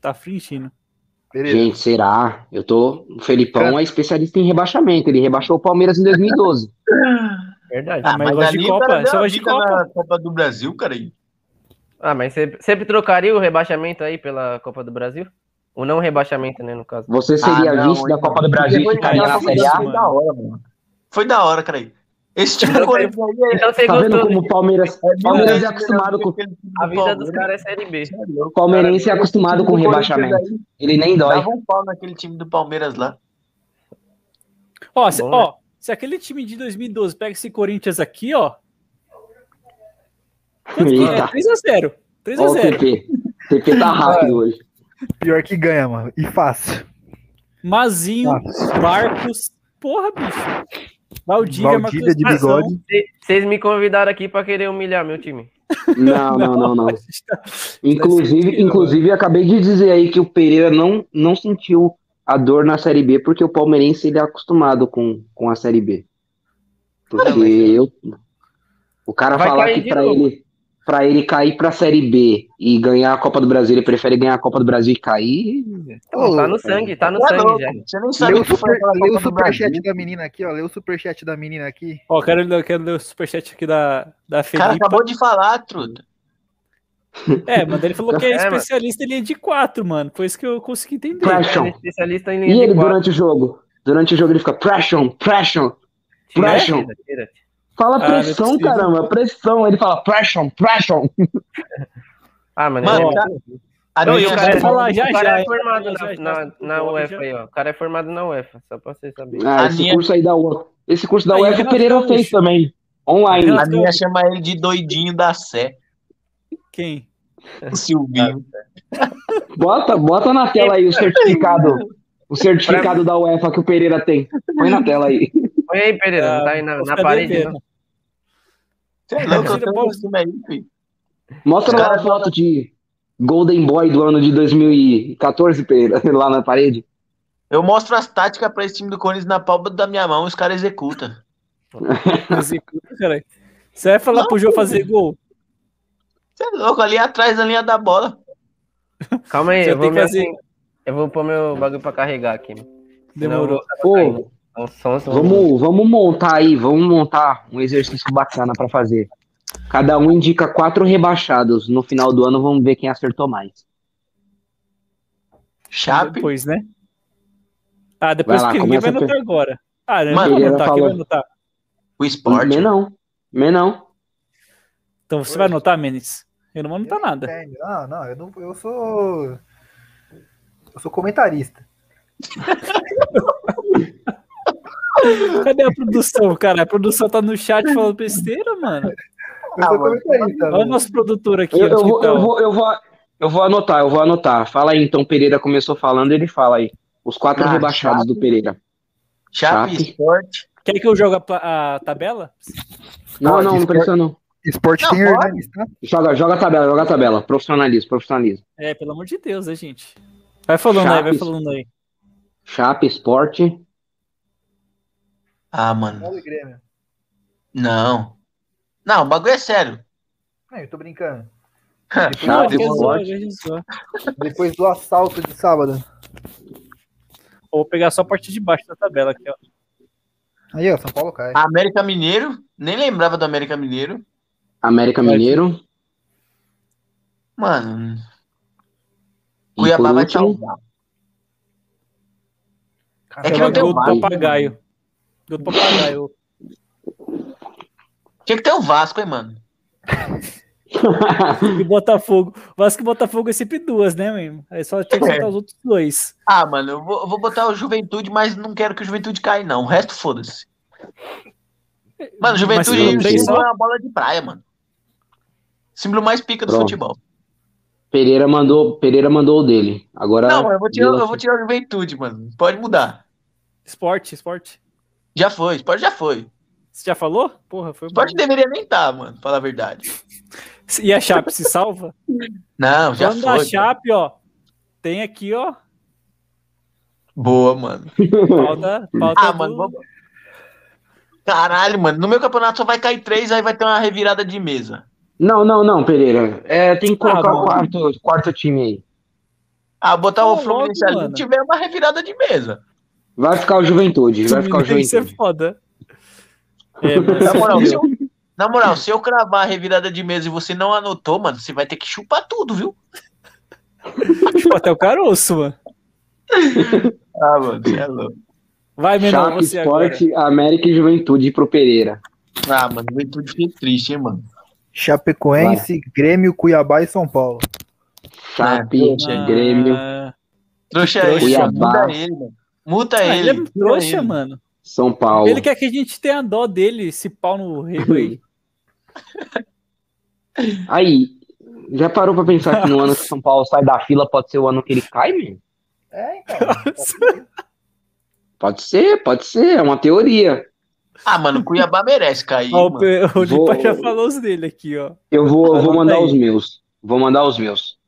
[SPEAKER 2] tá fingindo.
[SPEAKER 8] Beleza.
[SPEAKER 1] Gente, será? Eu tô. O Felipão é especialista em rebaixamento. Ele rebaixou o Palmeiras em 2012.
[SPEAKER 3] Verdade.
[SPEAKER 4] Ah,
[SPEAKER 2] mas eu gosto de
[SPEAKER 4] ali o
[SPEAKER 2] Copa,
[SPEAKER 4] cara deu
[SPEAKER 2] só
[SPEAKER 4] a
[SPEAKER 2] gosto de
[SPEAKER 4] vida
[SPEAKER 2] Copa.
[SPEAKER 4] na Copa do Brasil, cara. aí.
[SPEAKER 3] Ah, mas você sempre trocaria o rebaixamento aí pela Copa do Brasil? Ou não rebaixamento, né, no caso.
[SPEAKER 1] Você seria
[SPEAKER 4] Ah, não,
[SPEAKER 1] vice da
[SPEAKER 4] então.
[SPEAKER 1] Copa do Brasil e
[SPEAKER 4] Depois de
[SPEAKER 1] ficaria
[SPEAKER 4] ganhar
[SPEAKER 1] na
[SPEAKER 4] a Copa
[SPEAKER 1] Série
[SPEAKER 4] do
[SPEAKER 1] A?
[SPEAKER 4] Brasil, Foi da hora, mano. Foi da hora, cara. aí. Esse time do
[SPEAKER 3] Então,
[SPEAKER 4] Corinthians aí
[SPEAKER 3] Então você
[SPEAKER 1] Tá vendo
[SPEAKER 3] gostou. né?
[SPEAKER 1] como né? o Palmeiras.
[SPEAKER 4] é...
[SPEAKER 1] Palmeiras é acostumado com.
[SPEAKER 3] A vida dos caras é Série B.
[SPEAKER 1] O palmeirense é acostumado com rebaixamento. Ele nem dói.
[SPEAKER 4] Dava um pau naquele time do Palmeiras lá.
[SPEAKER 2] Ó, se,
[SPEAKER 3] Bom,
[SPEAKER 2] ó, se aquele time de 2012 pega esse Corinthians aqui, ó. quanto que é?
[SPEAKER 1] Eita.
[SPEAKER 2] 3x0. 3 a
[SPEAKER 9] é
[SPEAKER 1] Ó, o
[SPEAKER 2] 0
[SPEAKER 1] TP. O TP tá rápido hoje.
[SPEAKER 5] Pior que ganha, mano. E fácil.
[SPEAKER 2] Mazinho,
[SPEAKER 5] Fácil.
[SPEAKER 2] Marcos. Porra, bicho. Valdívia,
[SPEAKER 5] Valdívia de
[SPEAKER 10] é
[SPEAKER 2] Marcos Brazão.
[SPEAKER 5] bigode.
[SPEAKER 3] Vocês me convidaram aqui pra querer humilhar meu time.
[SPEAKER 1] Não, não, não, não.
[SPEAKER 9] é
[SPEAKER 2] Está-
[SPEAKER 1] Inclusive,
[SPEAKER 2] sentindo,
[SPEAKER 1] inclusive eu acabei de dizer aí que o Pereira não, não sentiu a dor na Série B porque o palmeirense ele é acostumado com, com a Série B. Porque
[SPEAKER 9] Não, mas- é.
[SPEAKER 1] eu, o cara
[SPEAKER 9] Vai
[SPEAKER 1] falar
[SPEAKER 9] cair
[SPEAKER 1] que
[SPEAKER 9] de
[SPEAKER 1] pra
[SPEAKER 9] novo.
[SPEAKER 1] ele para ele cair pra Série B e ganhar a Copa do Brasil, ele prefere ganhar a Copa do Brasil e cair.
[SPEAKER 3] Então,
[SPEAKER 10] Ô,
[SPEAKER 9] Tá no sangue, tá no
[SPEAKER 4] Tá
[SPEAKER 9] sangue
[SPEAKER 4] louco,
[SPEAKER 9] já.
[SPEAKER 4] Você nem sabe
[SPEAKER 10] Lê
[SPEAKER 4] o
[SPEAKER 10] o,
[SPEAKER 4] que foi
[SPEAKER 10] super,
[SPEAKER 4] aquela
[SPEAKER 10] lê o
[SPEAKER 4] Copa do Brasil.
[SPEAKER 10] superchat da menina aqui, ó. Lê o superchat da menina aqui.
[SPEAKER 2] Ó, quero, ler- quero ler o superchat aqui da, da
[SPEAKER 4] O cara
[SPEAKER 2] Felipe.
[SPEAKER 4] acabou de falar, truta.
[SPEAKER 2] É, mano, ele falou que é,
[SPEAKER 9] É, mano.
[SPEAKER 2] especialista em linha de 4, mano. Foi isso que eu consegui entender.
[SPEAKER 9] Ele
[SPEAKER 1] Pressure.
[SPEAKER 9] é especialista em
[SPEAKER 1] E
[SPEAKER 9] linha
[SPEAKER 1] ele
[SPEAKER 9] de quatro.
[SPEAKER 1] durante o jogo, durante o jogo ele fica pressure, pressure.
[SPEAKER 9] Tira,
[SPEAKER 1] pressure.
[SPEAKER 9] tira, tira.
[SPEAKER 1] Fala
[SPEAKER 2] Ah, não é
[SPEAKER 1] pressão,
[SPEAKER 2] possível.
[SPEAKER 1] caramba, pressão. Ele fala pressure, pressure.
[SPEAKER 9] Ah, mano,
[SPEAKER 3] é
[SPEAKER 4] Mano,
[SPEAKER 9] ele-
[SPEAKER 4] tá- a
[SPEAKER 9] Não, e
[SPEAKER 4] menina
[SPEAKER 9] o
[SPEAKER 2] vai
[SPEAKER 9] cara,
[SPEAKER 4] tá falando-
[SPEAKER 2] falar já,
[SPEAKER 9] o cara
[SPEAKER 2] já,
[SPEAKER 9] é formado
[SPEAKER 2] já,
[SPEAKER 9] na,
[SPEAKER 2] já,
[SPEAKER 9] na,
[SPEAKER 2] já,
[SPEAKER 9] na
[SPEAKER 2] já.
[SPEAKER 9] UEFA aí, ó. O cara é formado na UEFA, só pra vocês saberem.
[SPEAKER 1] Ah,
[SPEAKER 4] A
[SPEAKER 1] esse
[SPEAKER 4] minha-
[SPEAKER 1] curso aí da UF. Esse curso da
[SPEAKER 2] Aí,
[SPEAKER 1] UF o
[SPEAKER 2] Renato
[SPEAKER 1] Pereira
[SPEAKER 2] Gaúcho.
[SPEAKER 1] fez também. Online.
[SPEAKER 2] Renato-
[SPEAKER 4] A minha chama ele de doidinho da Sé,
[SPEAKER 2] Quem?
[SPEAKER 4] o Silvinho.
[SPEAKER 1] Bota, bota na tela aí o certificado. O certificado da UEFA que o Pereira tem. Põe na tela aí.
[SPEAKER 9] Põe aí, Pereira, não tá aí na,
[SPEAKER 2] Ah, Vou
[SPEAKER 9] na
[SPEAKER 2] ficar
[SPEAKER 3] né?
[SPEAKER 9] parede,
[SPEAKER 2] devendo.
[SPEAKER 9] não.
[SPEAKER 4] Você é louco, eu
[SPEAKER 2] Tira a
[SPEAKER 4] tô
[SPEAKER 2] bola.
[SPEAKER 4] em cima aí, filho.
[SPEAKER 1] Mostra
[SPEAKER 4] Os
[SPEAKER 1] lá a
[SPEAKER 4] caras
[SPEAKER 1] foto de Golden Boy do ano de 2014, Pereira, lá na parede.
[SPEAKER 4] Eu mostro as táticas pra esse time do Corinthians na palma da minha mão, os caras executam.
[SPEAKER 2] Executa, caralho. Você vai falar pro João fazer gol?
[SPEAKER 4] Você é louco, ali atrás da linha da bola.
[SPEAKER 9] Calma aí,
[SPEAKER 2] Você
[SPEAKER 9] eu
[SPEAKER 2] tem
[SPEAKER 9] vou,
[SPEAKER 2] que
[SPEAKER 9] me- assim,
[SPEAKER 2] fazer.
[SPEAKER 9] eu vou pôr meu bagulho pra carregar aqui.
[SPEAKER 2] Demorou.
[SPEAKER 1] Pô,
[SPEAKER 9] Senão, som, som,
[SPEAKER 1] vamos, vamos montar aí, vamos montar um exercício bacana pra fazer. Cada um indica quatro rebaixados. No final do ano, vamos ver quem acertou mais.
[SPEAKER 4] Chape.
[SPEAKER 2] Depois, né? Ah, depois
[SPEAKER 1] Vai lá,
[SPEAKER 2] que ninguém
[SPEAKER 1] começa
[SPEAKER 2] vai
[SPEAKER 1] a
[SPEAKER 2] anotar agora. Ah, eu
[SPEAKER 4] Mano,
[SPEAKER 2] não vou
[SPEAKER 1] Pereira
[SPEAKER 2] anotar, quem vai
[SPEAKER 1] falou.
[SPEAKER 2] anotar?
[SPEAKER 4] O esporte.
[SPEAKER 1] Menão. Menão.
[SPEAKER 2] Então você vai anotar, Menes? Eu não vou anotar nada.
[SPEAKER 5] Entende? Não, não, eu não, eu
[SPEAKER 10] Hum.
[SPEAKER 5] sou. Eu sou comentarista.
[SPEAKER 2] Cadê a produção, cara? A produção tá no chat falando besteira, mano.
[SPEAKER 5] Eu sou comentarista.
[SPEAKER 2] Olha o nosso produtor aqui.
[SPEAKER 1] Eu,
[SPEAKER 2] onde
[SPEAKER 1] eu
[SPEAKER 2] que
[SPEAKER 1] vou,
[SPEAKER 2] tá, ó.
[SPEAKER 1] eu, vou, eu, vou, eu vou anotar, eu vou anotar. Fala aí, então, Pereira começou falando, ele fala aí. Os quatro
[SPEAKER 4] Ah,
[SPEAKER 1] rebaixados do Pereira.
[SPEAKER 4] Chape,
[SPEAKER 1] Chape.
[SPEAKER 4] esporte.
[SPEAKER 2] Quer que eu jogue a, pla- a tabela?
[SPEAKER 1] Não,
[SPEAKER 10] Pode,
[SPEAKER 1] não, não
[SPEAKER 10] esporte.
[SPEAKER 1] precisa não.
[SPEAKER 10] Esporte
[SPEAKER 4] Não,
[SPEAKER 10] tem
[SPEAKER 4] pode.
[SPEAKER 10] Hernanes, tá?
[SPEAKER 1] Joga, joga a tabela, joga a tabela. Profissionalismo, profissionalismo.
[SPEAKER 2] É, pelo amor de Deus, né, gente? Vai falando aí, vai
[SPEAKER 1] Chaves.
[SPEAKER 2] falando aí.
[SPEAKER 1] Chape, esporte.
[SPEAKER 4] Ah, mano.
[SPEAKER 5] Bola e Grêmio.
[SPEAKER 4] Não. Não, o bagulho é sério.
[SPEAKER 5] Não, eu tô brincando.
[SPEAKER 2] Não,
[SPEAKER 1] Chape,
[SPEAKER 2] quer zoar,
[SPEAKER 1] esporte.
[SPEAKER 2] quer zoar.
[SPEAKER 5] Depois do assalto de sábado.
[SPEAKER 2] Vou pegar só a parte de baixo da tabela aqui, ó.
[SPEAKER 5] Aí, ó, São Paulo cai.
[SPEAKER 1] Ah, é
[SPEAKER 4] América Mineiro. Nem lembrava do América Mineiro.
[SPEAKER 1] América Mineiro.
[SPEAKER 4] Mano.
[SPEAKER 1] E por
[SPEAKER 4] Cuiabá vai te
[SPEAKER 1] último,
[SPEAKER 4] salvar. É
[SPEAKER 5] Caralho,
[SPEAKER 1] É
[SPEAKER 4] que
[SPEAKER 2] Aquela
[SPEAKER 4] não tem
[SPEAKER 2] gol do
[SPEAKER 4] o VAR. né?
[SPEAKER 2] papagaio. Gol do papagaio.
[SPEAKER 4] Tinha que ter o Vasco, hein, mano. um.
[SPEAKER 2] E Botafogo. Vasco e Botafogo é sempre duas, né, mesmo? Aí só tinha que
[SPEAKER 4] É.
[SPEAKER 2] soltar os outros dois.
[SPEAKER 4] Ah, mano, eu vou, eu vou botar o Juventude, mas não quero que o Juventude caia, não. O resto, foda-se. Mano, Juventude
[SPEAKER 1] foram
[SPEAKER 4] o
[SPEAKER 1] três
[SPEAKER 4] símbolo
[SPEAKER 2] só?
[SPEAKER 4] é uma bola de praia, mano. Símbolo mais pica do
[SPEAKER 1] Pronto.
[SPEAKER 4] futebol.
[SPEAKER 1] Pereira mandou, Pereira mandou o dele. Agora
[SPEAKER 4] Não, eu vou, tirar,
[SPEAKER 1] Deu-
[SPEAKER 4] eu vou tirar o Juventude, mano. Pode mudar.
[SPEAKER 2] Esporte, esporte.
[SPEAKER 4] Já foi, esporte já foi.
[SPEAKER 2] Você já falou? Porra, foi bom.
[SPEAKER 4] Esporte deveria nem estar, mano, falar a verdade.
[SPEAKER 2] E a Chape se salva?
[SPEAKER 4] Não, já
[SPEAKER 2] Falando da
[SPEAKER 4] foi.
[SPEAKER 2] Chape, ó. Tem aqui, ó.
[SPEAKER 4] Boa, mano.
[SPEAKER 2] Falta, falta
[SPEAKER 4] Ah,
[SPEAKER 2] do-
[SPEAKER 4] mano, vamos. Caralho, mano. No meu campeonato só vai cair três, aí vai ter uma revirada de mesa.
[SPEAKER 1] Não, não, não, Pereira. É, tem que colocar
[SPEAKER 2] mano.
[SPEAKER 1] o quarto, quarto time aí.
[SPEAKER 4] Ah, botar
[SPEAKER 2] Fala
[SPEAKER 4] o Fluminense
[SPEAKER 2] logo,
[SPEAKER 4] ali
[SPEAKER 2] mano.
[SPEAKER 4] tiver é uma revirada de mesa.
[SPEAKER 1] Vai ficar o Juventude, vai ficar o
[SPEAKER 2] Isso é
[SPEAKER 1] Juventude.
[SPEAKER 2] foda. É, mas-
[SPEAKER 4] Na moral, se eu, na moral, se eu cravar a revirada de mesa e você não anotou, mano, você vai ter que chupar tudo, viu?
[SPEAKER 2] Tipo, até o caroço, mano.
[SPEAKER 4] Ah, mano, você é louco.
[SPEAKER 2] Vai, Menor,
[SPEAKER 1] Chape,
[SPEAKER 2] você agora.
[SPEAKER 1] esporte, América e Juventude pro Pereira.
[SPEAKER 4] Ah, mano, juventude fiquei triste, hein, mano.
[SPEAKER 11] Chapecoense, Grêmio, Cuiabá e São Paulo.
[SPEAKER 1] Chape,
[SPEAKER 4] é
[SPEAKER 2] Ah,
[SPEAKER 1] Grêmio,
[SPEAKER 4] Trouxa,
[SPEAKER 2] Trouxa,
[SPEAKER 4] ele,
[SPEAKER 1] Cuiabá.
[SPEAKER 4] muda ele, mano. Muta
[SPEAKER 2] Ah,
[SPEAKER 4] ele.
[SPEAKER 2] ele é
[SPEAKER 4] muta
[SPEAKER 2] trouxa,
[SPEAKER 4] ele.
[SPEAKER 2] mano.
[SPEAKER 1] São Paulo.
[SPEAKER 2] Ele quer que a gente tenha dó dele, esse pau no rego aí.
[SPEAKER 1] Aí, já parou pra pensar que no ano que o São Paulo sai da fila pode ser o ano que ele cai, mesmo?
[SPEAKER 5] É, então.
[SPEAKER 1] Pode ser, pode ser, é uma teoria.
[SPEAKER 4] Ah, mano, Cuiabá merece cair.
[SPEAKER 2] Ó, o
[SPEAKER 4] mano.
[SPEAKER 2] Pe- o Lipa
[SPEAKER 1] Vou-
[SPEAKER 2] já falou os dele aqui, ó.
[SPEAKER 1] Eu vou, eu vou
[SPEAKER 2] Anota
[SPEAKER 1] mandar
[SPEAKER 2] aí.
[SPEAKER 1] os meus. Vou mandar os meus.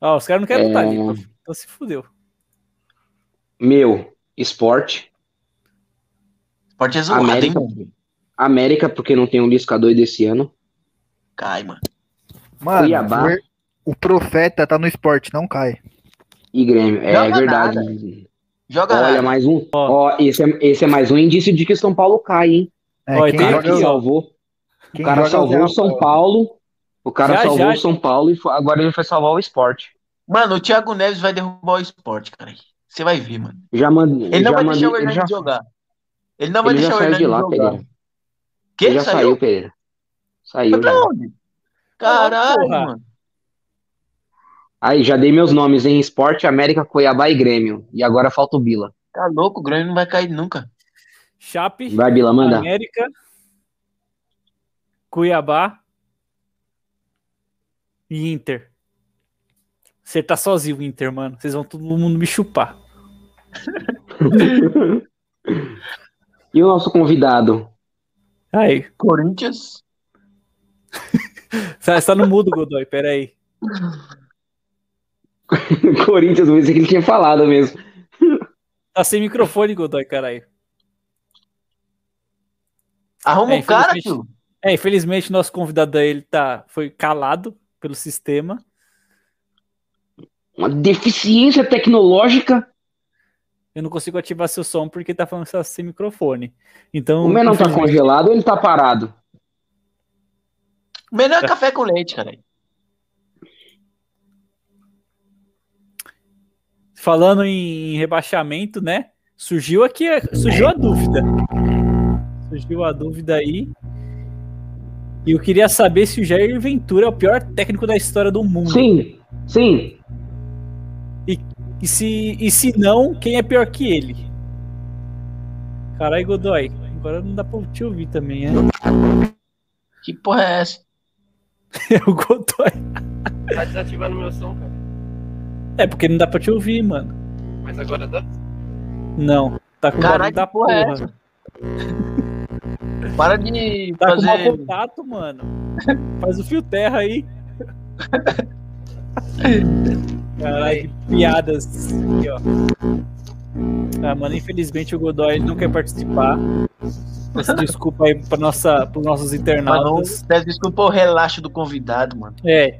[SPEAKER 2] Ó, os caras não querem lutar,
[SPEAKER 1] É.
[SPEAKER 2] Lipa. Então se fudeu.
[SPEAKER 1] Meu, esporte.
[SPEAKER 4] Pode ser é zoado, hein?
[SPEAKER 1] América. América, porque não tem um Lisca doido esse ano.
[SPEAKER 4] Cai, mano.
[SPEAKER 10] Mano,
[SPEAKER 1] Cuiabá.
[SPEAKER 10] o- o profeta tá no esporte, não cai.
[SPEAKER 1] E Grêmio. É
[SPEAKER 4] Joga
[SPEAKER 1] verdade.
[SPEAKER 4] Joga
[SPEAKER 1] Olha, mais um. Ó, esse, é, esse é mais um indício de que São Paulo cai, hein?
[SPEAKER 10] É,
[SPEAKER 2] Ó, e
[SPEAKER 1] O
[SPEAKER 2] tem
[SPEAKER 10] quem
[SPEAKER 1] cara
[SPEAKER 10] joga,
[SPEAKER 2] aqui,
[SPEAKER 1] que
[SPEAKER 2] ó.
[SPEAKER 1] salvou.
[SPEAKER 10] quem
[SPEAKER 1] O cara
[SPEAKER 10] joga é
[SPEAKER 1] salvou
[SPEAKER 10] Zé
[SPEAKER 1] o São Paulo. O cara
[SPEAKER 2] Já,
[SPEAKER 1] salvou
[SPEAKER 2] já.
[SPEAKER 1] o São Paulo e fo- agora ele foi salvar o esporte.
[SPEAKER 4] Mano, o Thiago Neves vai derrubar o esporte, cara. Você vai ver, mano.
[SPEAKER 1] Já mandou.
[SPEAKER 4] Ele não
[SPEAKER 1] já
[SPEAKER 4] vai
[SPEAKER 1] mandei-
[SPEAKER 4] deixar o
[SPEAKER 1] ele já,
[SPEAKER 4] Hernandes jogar. Ele não vai
[SPEAKER 1] ele já
[SPEAKER 4] deixar o
[SPEAKER 1] saiu de
[SPEAKER 4] Hernandes
[SPEAKER 1] lá,
[SPEAKER 4] jogar.
[SPEAKER 1] Pereira.
[SPEAKER 4] Que
[SPEAKER 1] Ele já saiu, Pereira.
[SPEAKER 4] Foi
[SPEAKER 1] Saiu
[SPEAKER 4] pra
[SPEAKER 1] já.
[SPEAKER 4] onde? Caralho,
[SPEAKER 2] Porra.
[SPEAKER 4] mano.
[SPEAKER 1] Aí, já dei meus nomes, hein? Esporte, América, Cuiabá e Grêmio. E agora falta o Bila.
[SPEAKER 4] Tá louco, o Grêmio não vai cair nunca.
[SPEAKER 2] Chape,
[SPEAKER 1] Vai, Bila, manda.
[SPEAKER 2] América, Cuiabá e Inter. Você tá sozinho, Inter, mano. Vocês vão todo mundo me chupar.
[SPEAKER 1] E o nosso convidado?
[SPEAKER 2] Aí,
[SPEAKER 4] Corinthians.
[SPEAKER 2] você tá no mudo, Godoy, peraí.
[SPEAKER 1] Corinthians, mas é que ele tinha falado mesmo.
[SPEAKER 2] Tá sem microfone, Godoy, caralho.
[SPEAKER 4] Arruma
[SPEAKER 2] É,
[SPEAKER 4] o cara,
[SPEAKER 2] infelizmente-
[SPEAKER 4] tio.
[SPEAKER 2] É, infelizmente, nosso convidado aí, ele tá, foi calado pelo sistema.
[SPEAKER 1] Uma deficiência tecnológica.
[SPEAKER 2] Eu não consigo ativar seu som porque tá falando que tá sem microfone. Então,
[SPEAKER 1] O meu não tá
[SPEAKER 2] infelizmente-
[SPEAKER 1] congelado ou ele tá parado?
[SPEAKER 4] O Melhor é café com leite, cara.
[SPEAKER 2] falando em rebaixamento, né? Surgiu aqui, surgiu a dúvida. Surgiu a dúvida aí. E eu queria saber se o Jair Ventura é o pior técnico da história do mundo.
[SPEAKER 1] Sim, sim.
[SPEAKER 2] E se, e se não, quem é pior que ele? Caralho, Godoy. Agora não dá pra te ouvir também, é?
[SPEAKER 4] Que porra é essa?
[SPEAKER 2] É o Godoy.
[SPEAKER 9] Tá desativando meu som, cara.
[SPEAKER 2] É porque não dá pra te ouvir, mano.
[SPEAKER 9] Mas agora dá.
[SPEAKER 2] Não. Tá com barulho
[SPEAKER 4] Caralho,
[SPEAKER 2] da
[SPEAKER 4] que porra é
[SPEAKER 2] porra.
[SPEAKER 4] Para de
[SPEAKER 2] Tá com mau
[SPEAKER 4] fazer.
[SPEAKER 2] contato, mano. Faz o fio terra aí. Caralho, que piadas. Aqui, ó. Ah, mano, infelizmente o Godoy ele não quer participar. Peço desculpa aí para nossa, pros nossos
[SPEAKER 4] Mano,
[SPEAKER 2] internautas.
[SPEAKER 4] peço desculpa o relaxo do convidado, mano.
[SPEAKER 2] É.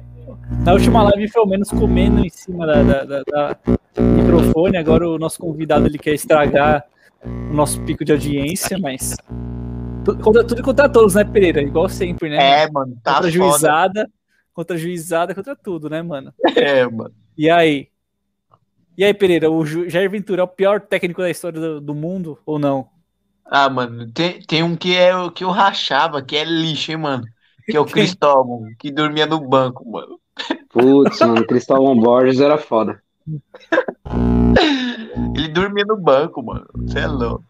[SPEAKER 2] Na última live foi ao menos comendo em cima da, da- da- da microfone. Agora o nosso convidado ele quer estragar o nosso pico de audiência, mas. tu- Contra tudo e contra todos, né, Pereira? Igual sempre, né?
[SPEAKER 4] É, mano, tá
[SPEAKER 2] contra
[SPEAKER 4] foda.
[SPEAKER 2] juizada, contra juizada, contra tudo, né, mano?
[SPEAKER 4] É, mano.
[SPEAKER 2] E aí? E aí, Pereira, o Ju- Jair Ventura é o pior técnico da história do, do mundo ou não?
[SPEAKER 4] Ah, mano, tem, tem um que é o que eu rachava, que é lixo, hein, mano. Que é o Cristóvão, que dormia no banco, mano.
[SPEAKER 1] Putz, mano, Cristóvão Borges era foda.
[SPEAKER 4] Ele dormia no banco, mano. Você é louco.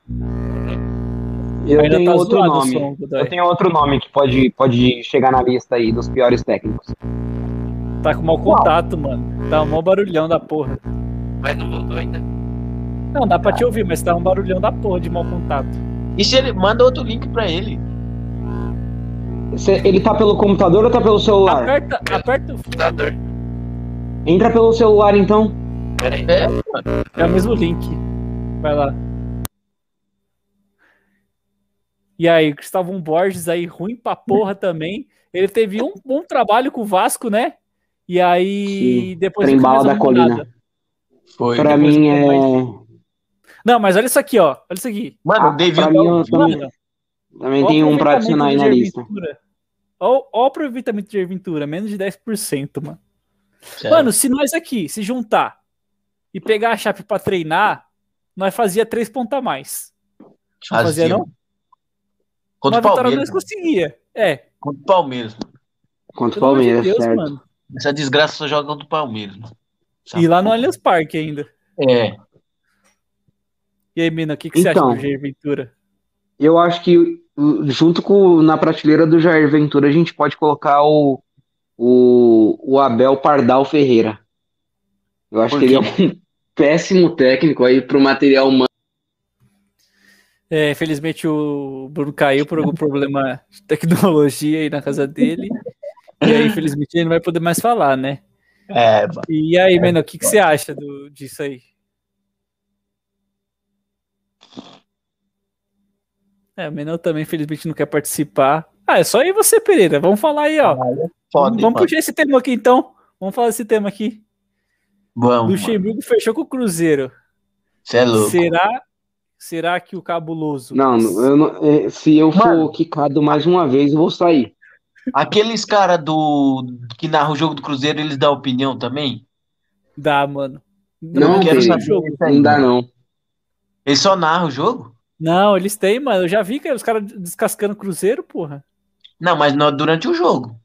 [SPEAKER 1] Eu
[SPEAKER 2] Ainda
[SPEAKER 1] tenho
[SPEAKER 2] tá
[SPEAKER 1] outro
[SPEAKER 2] zoado o
[SPEAKER 1] nome.
[SPEAKER 2] som, Godoy.
[SPEAKER 1] Eu tenho outro nome que pode, pode chegar na lista aí dos piores técnicos.
[SPEAKER 2] Tá com mau contato, mano. Tá um mau barulhão da porra.
[SPEAKER 9] Mas não voltou ainda.
[SPEAKER 2] Não, dá
[SPEAKER 1] Ah.
[SPEAKER 2] pra te ouvir, mas tá um barulhão da porra de mau contato.
[SPEAKER 4] E se ele manda outro link pra ele?
[SPEAKER 1] Cê- Ele tá pelo computador ou tá pelo celular?
[SPEAKER 2] Aperta, aperta o fio,
[SPEAKER 9] Dá dor.
[SPEAKER 1] Entra pelo celular então.
[SPEAKER 9] Pera aí.
[SPEAKER 4] É,
[SPEAKER 2] é o
[SPEAKER 1] Ah.
[SPEAKER 2] mesmo link. Vai lá. E aí, Cristóvão Borges aí, ruim pra porra também. Ele teve um bom trabalho com o Vasco, né? E aí, depois...
[SPEAKER 1] trem
[SPEAKER 2] nunca mais
[SPEAKER 1] bala da
[SPEAKER 2] arrumou
[SPEAKER 1] colina.
[SPEAKER 2] nada.
[SPEAKER 4] foi.
[SPEAKER 1] Pra
[SPEAKER 2] depois
[SPEAKER 1] mim
[SPEAKER 2] eu
[SPEAKER 1] é.
[SPEAKER 2] Não, mas olha isso aqui, ó. Olha isso aqui.
[SPEAKER 4] Mano,
[SPEAKER 1] Ah,
[SPEAKER 4] o David
[SPEAKER 1] pra mim eu também,
[SPEAKER 2] Mano,
[SPEAKER 1] também
[SPEAKER 2] ó o
[SPEAKER 1] tem um pra adicionar
[SPEAKER 2] aproveitamento do
[SPEAKER 1] aí na
[SPEAKER 2] Jair
[SPEAKER 1] lista.
[SPEAKER 2] Ventura. Ó, ó o aproveitamento de Jair Ventura, menos de 10%, mano.
[SPEAKER 4] É.
[SPEAKER 2] Mano, se nós aqui se juntar e pegar a Chape pra treinar, nós fazia três pontos a mais. Não fazia, não?
[SPEAKER 4] Contra o
[SPEAKER 2] mas Vitória nós
[SPEAKER 4] Palmeiras. mano.
[SPEAKER 2] conseguia. É,
[SPEAKER 4] Contra o Palmeiras. mano.
[SPEAKER 1] Contra o
[SPEAKER 2] pelo amor de
[SPEAKER 1] Palmeiras,
[SPEAKER 2] Deus,
[SPEAKER 1] certo.
[SPEAKER 2] mano.
[SPEAKER 4] Essa desgraça só joga contra o Palmeiras, mano.
[SPEAKER 2] E lá no Allianz Parque ainda.
[SPEAKER 4] É.
[SPEAKER 2] E aí, Mina, o que, que você
[SPEAKER 1] Então.
[SPEAKER 2] acha do Jair Ventura?
[SPEAKER 1] Eu acho que uh, junto com na prateleira do Jair Ventura a gente pode colocar o, o, o Abel Pardal Ferreira. Eu acho
[SPEAKER 4] Por
[SPEAKER 1] que ele é um péssimo técnico aí pro material humano.
[SPEAKER 2] É, infelizmente o Bruno caiu por algum problema de tecnologia aí na casa dele. E aí, infelizmente, ele não vai poder mais falar, né?
[SPEAKER 4] É, mano.
[SPEAKER 2] E aí, Menor, o que, que você acha do- disso aí? É, o Menor também, infelizmente, não quer participar. Ah, é só aí você, Pereira. Vamos falar aí, ó.
[SPEAKER 4] foda,
[SPEAKER 2] vamos
[SPEAKER 4] mano.
[SPEAKER 2] puxar esse tema aqui, então. Vamos falar desse tema aqui.
[SPEAKER 4] Vamos, mano.
[SPEAKER 2] Luxemburgo fechou com o Cruzeiro.
[SPEAKER 4] Você é louco.
[SPEAKER 2] Será, será que o cabuloso...
[SPEAKER 1] Não, eu não- eh, se eu for quicado mais uma vez, eu vou sair.
[SPEAKER 4] Aqueles cara do que narra o jogo do Cruzeiro, eles dão opinião também?
[SPEAKER 2] Dá, mano.
[SPEAKER 1] Não,
[SPEAKER 4] Eu quero
[SPEAKER 1] tem.
[SPEAKER 4] saber.
[SPEAKER 2] jogo.
[SPEAKER 4] isso aí,
[SPEAKER 1] Não dá,
[SPEAKER 4] mano.
[SPEAKER 1] não.
[SPEAKER 4] Eles só narram o jogo?
[SPEAKER 2] Não, eles têm, mano. Eu já vi que os caras descascando o Cruzeiro, porra.
[SPEAKER 4] Não, mas não durante o jogo.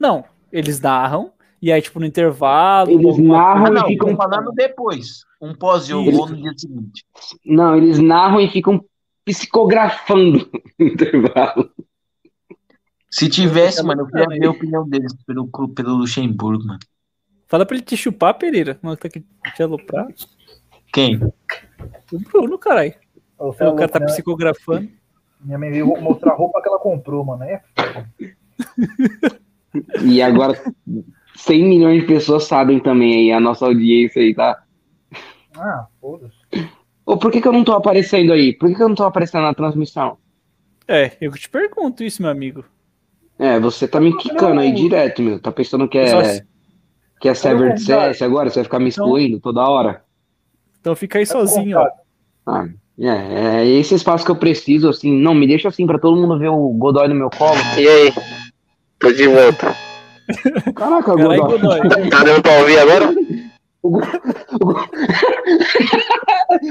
[SPEAKER 2] Não, eles narram. E aí, tipo, no intervalo.
[SPEAKER 1] Eles
[SPEAKER 2] alguma
[SPEAKER 1] narram
[SPEAKER 4] Ah,
[SPEAKER 2] coisa-
[SPEAKER 1] e
[SPEAKER 4] não,
[SPEAKER 1] ficam-
[SPEAKER 4] ficam falando depois. Um pós-jogo
[SPEAKER 1] Isso.
[SPEAKER 4] ou no dia seguinte.
[SPEAKER 1] Não, eles narram e ficam psicografando no intervalo.
[SPEAKER 4] Se tivesse,
[SPEAKER 2] Eu
[SPEAKER 4] mano, eu
[SPEAKER 2] também.
[SPEAKER 4] queria ver a opinião deles pelo, cru- pelo Luxemburgo, mano.
[SPEAKER 2] Fala pra ele te chupar, Pereira. Mano, tá aqui te aloprar.
[SPEAKER 4] Quem?
[SPEAKER 2] O Bruno, caralho.
[SPEAKER 5] Ô, você é
[SPEAKER 2] Aí o cara
[SPEAKER 5] louco,
[SPEAKER 2] tá
[SPEAKER 5] né?
[SPEAKER 2] psicografando.
[SPEAKER 5] Minha mãe veio mostrar a roupa que ela comprou, mano. É,
[SPEAKER 1] E agora 100 milhões de pessoas sabem também aí, a nossa audiência aí, tá?
[SPEAKER 5] ah, foda-se.
[SPEAKER 1] Ô, por que, que eu não tô aparecendo aí? Por que, que eu não tô aparecendo na transmissão?
[SPEAKER 2] É, eu que te pergunto isso, meu amigo.
[SPEAKER 1] É, você tá me quicando aí direto, meu. Tá pensando que
[SPEAKER 2] Só
[SPEAKER 1] é,
[SPEAKER 2] se-
[SPEAKER 1] que é Sever de
[SPEAKER 5] convidado.
[SPEAKER 1] CS agora? Você vai ficar me
[SPEAKER 2] Então-
[SPEAKER 1] excluindo toda hora?
[SPEAKER 2] Então fica aí sozinho, ó.
[SPEAKER 1] Ah, é, é esse espaço que eu preciso, assim. Não, me deixa assim pra todo mundo ver o Godoy no meu colo.
[SPEAKER 3] E aí? Tô de volta.
[SPEAKER 1] Caraca,
[SPEAKER 2] Caralho,
[SPEAKER 1] Godoy.
[SPEAKER 2] Godoy.
[SPEAKER 3] Tá dando pra ouvir agora?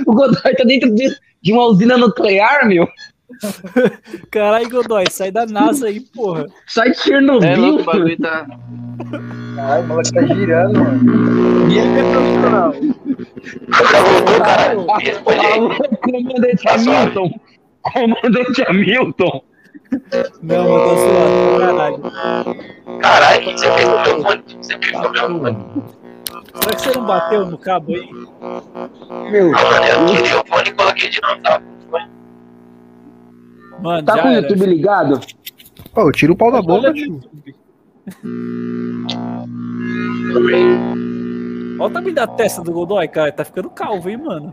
[SPEAKER 1] O Godoy tá dentro de, de uma usina nuclear, meu.
[SPEAKER 2] Caralho, Godoy. Sai da NASA aí, porra.
[SPEAKER 1] Sai de Chernobyl.
[SPEAKER 9] É louco, o
[SPEAKER 1] meu.
[SPEAKER 9] bagulho tá.
[SPEAKER 5] Ai, o moleque tá girando, mano.
[SPEAKER 4] E ele é profissional.
[SPEAKER 1] Tá
[SPEAKER 3] Responde aí.
[SPEAKER 1] Alô, comandante
[SPEAKER 3] Tá suave.
[SPEAKER 1] Hamilton. Comandante Hamilton.
[SPEAKER 2] Não, eu tô zoando. Caralho.
[SPEAKER 3] Caralho, o que você fez com o meu fone? Você fez
[SPEAKER 4] é
[SPEAKER 3] com o meu fone?
[SPEAKER 2] Será que você não bateu no cabo aí?
[SPEAKER 1] Meu,
[SPEAKER 3] Eu tirei o fone e coloquei de novo, tá?
[SPEAKER 2] Mano,
[SPEAKER 1] tá
[SPEAKER 2] já
[SPEAKER 1] com o
[SPEAKER 2] era.
[SPEAKER 1] YouTube ligado?
[SPEAKER 10] Pô, tira o pau da boca,
[SPEAKER 2] Olha no
[SPEAKER 10] tio.
[SPEAKER 2] YouTube. Olha o tamanho da testa do Godoy, cara. Tá ficando calvo, hein, mano.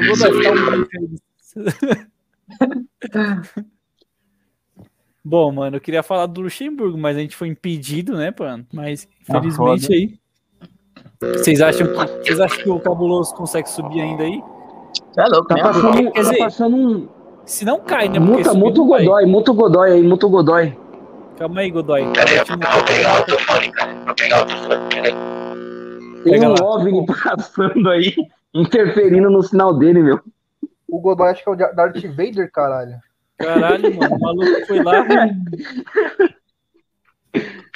[SPEAKER 2] O Godoy um fica um bife aí. Bom, mano, eu queria falar do Luxemburgo, mas a gente foi impedido, né, mano? Mas,
[SPEAKER 4] Tá
[SPEAKER 2] infelizmente, aí. Vocês acham, que, vocês acham que o Cabuloso consegue subir ainda aí?
[SPEAKER 4] Você é louco,
[SPEAKER 1] Tá
[SPEAKER 4] né?
[SPEAKER 1] passando,
[SPEAKER 2] Quer dizer,
[SPEAKER 1] tá passando um.
[SPEAKER 2] Se não cai, né?
[SPEAKER 1] Muta,
[SPEAKER 2] subir
[SPEAKER 1] muta o
[SPEAKER 2] não vai.
[SPEAKER 1] Godoy, muta o Godoy aí, muta o Godoy.
[SPEAKER 2] Calma aí, Godoy.
[SPEAKER 3] Peraí, eu vou pegar outro fone, cara. Vou pegar outro fone. Peraí.
[SPEAKER 1] Tem
[SPEAKER 2] Pega
[SPEAKER 1] um
[SPEAKER 2] lá.
[SPEAKER 1] OVNI passando aí, interferindo no sinal dele, meu.
[SPEAKER 5] O Godoy acho que é o Darth Vader, caralho.
[SPEAKER 2] Caralho, mano, o maluco foi lá.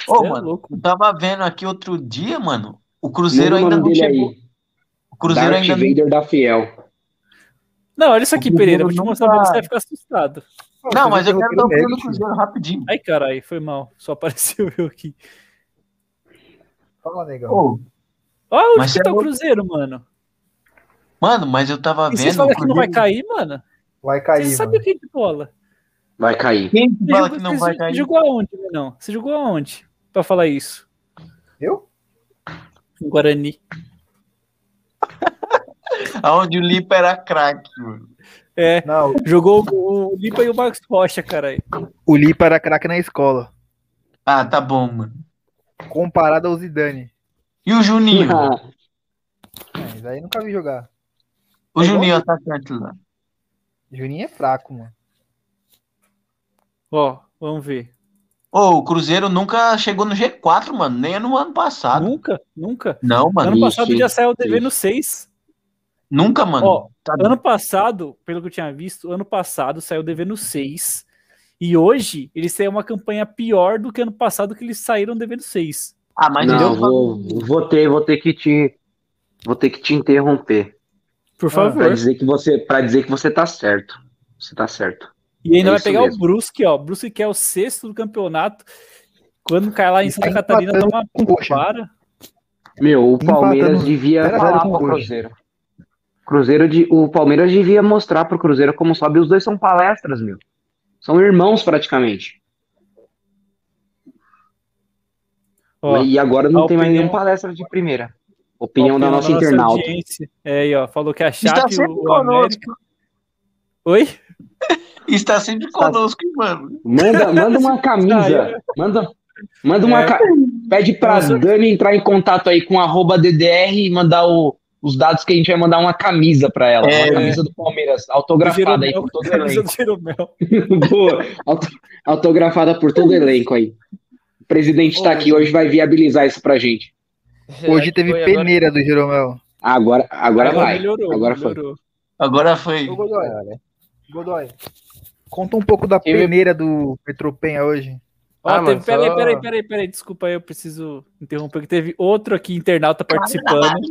[SPEAKER 4] Ô,
[SPEAKER 2] Cê é
[SPEAKER 4] mano.
[SPEAKER 2] louco.
[SPEAKER 4] Eu tava vendo aqui outro dia, mano. O Cruzeiro
[SPEAKER 1] Manda o
[SPEAKER 4] ainda
[SPEAKER 1] nome
[SPEAKER 4] não
[SPEAKER 1] dele
[SPEAKER 4] chegou.
[SPEAKER 1] aí.
[SPEAKER 4] O Cruzeiro
[SPEAKER 1] Darth
[SPEAKER 4] ainda não.
[SPEAKER 1] Vader da Fiel.
[SPEAKER 2] Não, olha isso aqui,
[SPEAKER 4] O
[SPEAKER 2] Pereira. Vou
[SPEAKER 4] Bruno
[SPEAKER 2] te
[SPEAKER 4] não
[SPEAKER 2] mostrar
[SPEAKER 4] tá-
[SPEAKER 2] pra você vai ficar assustado.
[SPEAKER 4] Não, mas eu quero dar o
[SPEAKER 10] Cruzeiro
[SPEAKER 4] prêmio do
[SPEAKER 10] tio.
[SPEAKER 4] Cruzeiro rapidinho.
[SPEAKER 2] Ai, caralho, foi mal. Só apareceu eu aqui.
[SPEAKER 5] Fala, negão.
[SPEAKER 4] Ô,
[SPEAKER 2] Ó, onde
[SPEAKER 4] Mas
[SPEAKER 2] que
[SPEAKER 4] você
[SPEAKER 2] tá
[SPEAKER 4] é
[SPEAKER 2] o
[SPEAKER 4] louco.
[SPEAKER 2] Cruzeiro, mano?
[SPEAKER 4] Mano, mas eu tava
[SPEAKER 2] E vocês
[SPEAKER 4] vendo. é o
[SPEAKER 2] falam que não vai cair,
[SPEAKER 4] Cruzeiro-
[SPEAKER 2] mano?
[SPEAKER 5] Vai
[SPEAKER 2] Você
[SPEAKER 5] cair,
[SPEAKER 2] sabe
[SPEAKER 5] mano.
[SPEAKER 2] o que de bola?
[SPEAKER 1] Vai cair.
[SPEAKER 4] Quem que fala
[SPEAKER 2] Você
[SPEAKER 4] que
[SPEAKER 2] jogou-
[SPEAKER 4] não vai
[SPEAKER 2] você
[SPEAKER 4] cair?
[SPEAKER 2] jogou aonde, não? Você jogou aonde? Pra falar isso.
[SPEAKER 5] Eu?
[SPEAKER 2] No Guarani.
[SPEAKER 4] Aonde o Lipa era craque, mano.
[SPEAKER 2] É,
[SPEAKER 5] Não,
[SPEAKER 2] jogou o o Lipa e o Marcos Rocha, caralho.
[SPEAKER 10] O Lipa era craque na escola.
[SPEAKER 4] Ah, tá bom, mano.
[SPEAKER 10] Comparado ao Zidane.
[SPEAKER 4] E o Juninho?
[SPEAKER 1] Ah,
[SPEAKER 5] É, mas aí nunca vi jogar.
[SPEAKER 2] é
[SPEAKER 4] O Juninho atacante lá.
[SPEAKER 5] Juninho é fraco, mano.
[SPEAKER 2] Ó, vamos ver.
[SPEAKER 4] Ô, o Cruzeiro nunca chegou no G4, mano. Nem no ano passado.
[SPEAKER 2] Nunca, nunca.
[SPEAKER 4] Não, Ah. mano.
[SPEAKER 2] Ano passado
[SPEAKER 1] ixi,
[SPEAKER 2] já saiu devendo 6.
[SPEAKER 4] Nunca, mano.
[SPEAKER 2] Ó,
[SPEAKER 4] Tá-
[SPEAKER 2] Ano passado, pelo que eu tinha visto, ano passado saiu devendo 6. E hoje eles têm uma campanha pior do que ano passado que eles saíram devendo 6.
[SPEAKER 4] Ah, mas
[SPEAKER 1] não,
[SPEAKER 4] deu pra-
[SPEAKER 1] vou, vou ter, vou ter que te. Vou ter que te interromper. Pra
[SPEAKER 2] Por favor.
[SPEAKER 1] dizer que você, pra dizer que você tá certo. Você tá certo.
[SPEAKER 2] e ainda
[SPEAKER 1] é
[SPEAKER 2] vai
[SPEAKER 1] isso
[SPEAKER 2] pegar o
[SPEAKER 1] mesmo.
[SPEAKER 2] Brusque, ó. O Brusque que é o sexto do campeonato. Quando cai lá em Santa Catarina, dá uma
[SPEAKER 10] Poxa.
[SPEAKER 2] para.
[SPEAKER 1] Meu, o
[SPEAKER 10] Empatando.
[SPEAKER 1] Palmeiras devia
[SPEAKER 10] Zero a zero
[SPEAKER 1] falar
[SPEAKER 10] com
[SPEAKER 1] pro
[SPEAKER 10] o Coxa.
[SPEAKER 1] Cruzeiro. Cruzeiro de, o Palmeiras devia mostrar pro Cruzeiro como sobe. Os dois são palestras, meu. São irmãos praticamente.
[SPEAKER 2] Ó,
[SPEAKER 1] e agora não
[SPEAKER 2] a
[SPEAKER 1] tem mais
[SPEAKER 2] opinião-
[SPEAKER 1] nenhum palestra de primeira. Opinião, da nossa,
[SPEAKER 2] nossa
[SPEAKER 1] internauta.
[SPEAKER 2] audiência. É, aí, ó, falou que a
[SPEAKER 4] Está
[SPEAKER 2] Chape,
[SPEAKER 4] sempre
[SPEAKER 2] o, o América...
[SPEAKER 4] conosco.
[SPEAKER 2] Oi?
[SPEAKER 4] Está sempre conosco, mano.
[SPEAKER 1] Manda, manda uma
[SPEAKER 2] Saiu.
[SPEAKER 1] camisa. Manda, manda uma
[SPEAKER 2] É.
[SPEAKER 1] ca- Pede pra
[SPEAKER 2] Nossa.
[SPEAKER 1] Dani entrar em contato aí com arroba DDR e mandar o- os dados que a gente vai mandar uma camisa pra ela.
[SPEAKER 4] É.
[SPEAKER 1] uma camisa do Palmeiras,
[SPEAKER 2] Do
[SPEAKER 1] autografada aí
[SPEAKER 2] Jeromel,
[SPEAKER 1] por todo o
[SPEAKER 2] camisa
[SPEAKER 1] elenco.
[SPEAKER 2] do Jeromel.
[SPEAKER 1] Boa. Auto- Autografada por todo o elenco aí. O presidente tá aqui hoje, vai viabilizar isso pra gente.
[SPEAKER 5] Hoje teve
[SPEAKER 3] Foi agora.
[SPEAKER 5] peneira do Jeromel.
[SPEAKER 1] Agora, agora
[SPEAKER 2] Agora
[SPEAKER 1] vai.
[SPEAKER 2] melhorou,
[SPEAKER 1] agora foi.
[SPEAKER 2] melhorou.
[SPEAKER 4] Agora foi.
[SPEAKER 12] Ô, Godoy, Godoy,
[SPEAKER 5] Conta um pouco da
[SPEAKER 3] Teve-
[SPEAKER 5] peneira do Petropenha hoje.
[SPEAKER 2] Ó,
[SPEAKER 3] Ah,
[SPEAKER 2] teve-
[SPEAKER 3] mano,
[SPEAKER 2] peraí,
[SPEAKER 3] só-
[SPEAKER 2] peraí, peraí, peraí, desculpa aí, eu preciso interromper, que teve outro aqui, internauta participando.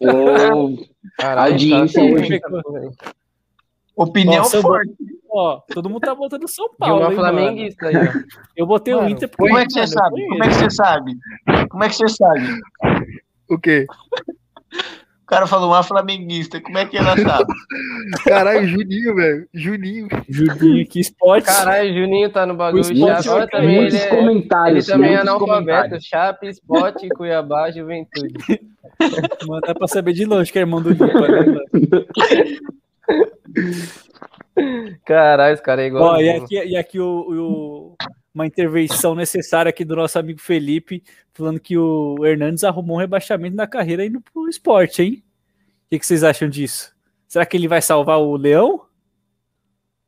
[SPEAKER 1] Ô,
[SPEAKER 3] Caralho,
[SPEAKER 1] Audiência
[SPEAKER 9] assim,
[SPEAKER 3] tá-
[SPEAKER 1] hoje.
[SPEAKER 4] Opinião
[SPEAKER 2] Nossa, eu vou-
[SPEAKER 4] forte.
[SPEAKER 2] Ó, todo mundo tá botando São Paulo,
[SPEAKER 3] Dilma
[SPEAKER 2] hein, mano.
[SPEAKER 3] Flamenguista aí, ó.
[SPEAKER 2] Eu botei o
[SPEAKER 5] Mano,
[SPEAKER 2] Inter porque...
[SPEAKER 4] Como é que você
[SPEAKER 2] mano, eu
[SPEAKER 4] sabe? Como é que você sabe? Como é que você sabe?
[SPEAKER 5] O quê?
[SPEAKER 4] O cara falou uma flamenguista. Como é que ela sabe?
[SPEAKER 5] Caralho, Juninho, velho. Juninho.
[SPEAKER 2] conheço. Juninho, é que esporte.
[SPEAKER 3] Caralho, Juninho tá no bagulho.
[SPEAKER 1] muitos,
[SPEAKER 3] Chape olha também,
[SPEAKER 1] muitos
[SPEAKER 3] ele, é, ele
[SPEAKER 1] comentários.
[SPEAKER 3] também é
[SPEAKER 1] muitos
[SPEAKER 3] analfabeto.
[SPEAKER 1] comentários.
[SPEAKER 3] Chape, Sport, Cuiabá, Juventude.
[SPEAKER 2] Mano, dá pra saber de longe que é irmão do Lipa. Né, mano?
[SPEAKER 3] Caralho, esse cara é igual.
[SPEAKER 2] Ó, e
[SPEAKER 3] mesmo.
[SPEAKER 2] aqui, e aqui o, o- uma intervenção necessária aqui do nosso amigo Felipe, falando que o Hernandes arrumou um rebaixamento na carreira indo pro esporte, hein? O que, que vocês acham disso? Será que ele vai salvar o Leão?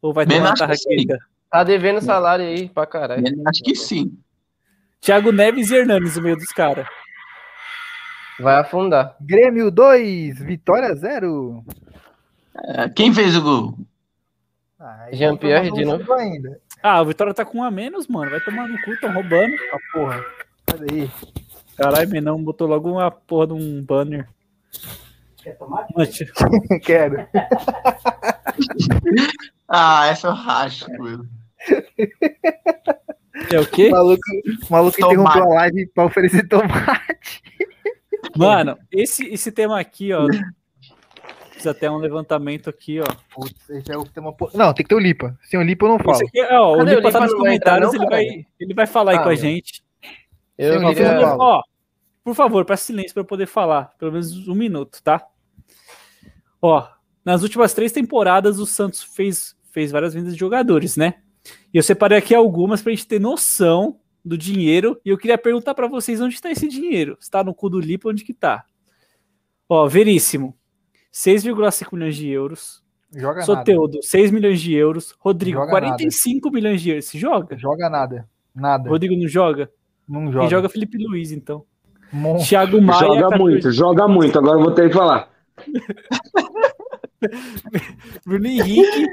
[SPEAKER 2] Ou vai tomar
[SPEAKER 4] Menos
[SPEAKER 2] uma
[SPEAKER 4] que sim.
[SPEAKER 2] tarraqueta?
[SPEAKER 3] Tá devendo salário aí pra caralho.
[SPEAKER 4] Acho que sim.
[SPEAKER 2] Thiago Neves e Hernandes no meio dos caras.
[SPEAKER 3] Vai afundar.
[SPEAKER 12] Grêmio 2, Vitória 0.
[SPEAKER 4] Ah, Quem fez o gol?
[SPEAKER 12] Ah,
[SPEAKER 3] Jean-Pierre
[SPEAKER 5] um
[SPEAKER 3] de novo.
[SPEAKER 12] ainda.
[SPEAKER 2] Ah, o Vitória tá com um a menos, mano. Vai tomar no cu, tão roubando.
[SPEAKER 12] Ah, porra. Olha aí.
[SPEAKER 2] Caralho, Menão botou logo uma porra de um banner. Mano, Thi-
[SPEAKER 12] Quero.
[SPEAKER 4] Ah, essa eu racho, mano.
[SPEAKER 2] É o quê?
[SPEAKER 5] O maluco, o maluco
[SPEAKER 4] Tomate.
[SPEAKER 5] interrompeu a live pra oferecer tomate.
[SPEAKER 2] Mano, esse, esse tema aqui, ó. Fiz até um levantamento aqui, ó.
[SPEAKER 12] Putz, esse é o tema.
[SPEAKER 5] Pô, Não, tem que ter o Lipa. Sem o Lipa eu não
[SPEAKER 2] Esse
[SPEAKER 5] falo.
[SPEAKER 2] aqui, ó o
[SPEAKER 3] Cadê?
[SPEAKER 2] Lipa
[SPEAKER 3] O
[SPEAKER 2] tá
[SPEAKER 3] Lipa
[SPEAKER 2] nos
[SPEAKER 3] não vai entrar,
[SPEAKER 2] comentários,
[SPEAKER 3] não,
[SPEAKER 2] ele, vai, ele vai falar aí
[SPEAKER 3] Ah,
[SPEAKER 2] com a
[SPEAKER 3] meu.
[SPEAKER 2] gente.
[SPEAKER 3] Eu
[SPEAKER 5] Sim, eu
[SPEAKER 12] é
[SPEAKER 3] queria-
[SPEAKER 5] fiz um gol.
[SPEAKER 2] Ó, por favor, peço silêncio pra eu poder falar. Pelo menos um minuto, tá? Ó, nas últimas três temporadas, o Santos fez, fez várias vendas de jogadores, né? E eu separei aqui algumas pra gente ter noção do dinheiro. E eu queria perguntar pra vocês onde tá esse dinheiro. Se tá no cu do Lipa, onde que tá? Ó, Veríssimo, 6,5 milhões de euros.
[SPEAKER 12] Joga
[SPEAKER 2] Soteudo, 6 milhões de euros. Rodrigo,
[SPEAKER 12] Joga
[SPEAKER 2] 45 milhões de euros. Se joga?
[SPEAKER 12] nada. Joga nada. Nada.
[SPEAKER 2] Rodrigo não joga?
[SPEAKER 12] Não
[SPEAKER 2] Quem
[SPEAKER 12] joga.
[SPEAKER 2] joga é Felipe Luiz, então.
[SPEAKER 12] Mon-
[SPEAKER 2] Thiago Maia.
[SPEAKER 1] Joga
[SPEAKER 2] 14
[SPEAKER 1] muito, joga muito. Agora eu vou ter que falar.
[SPEAKER 2] Bruno Henrique.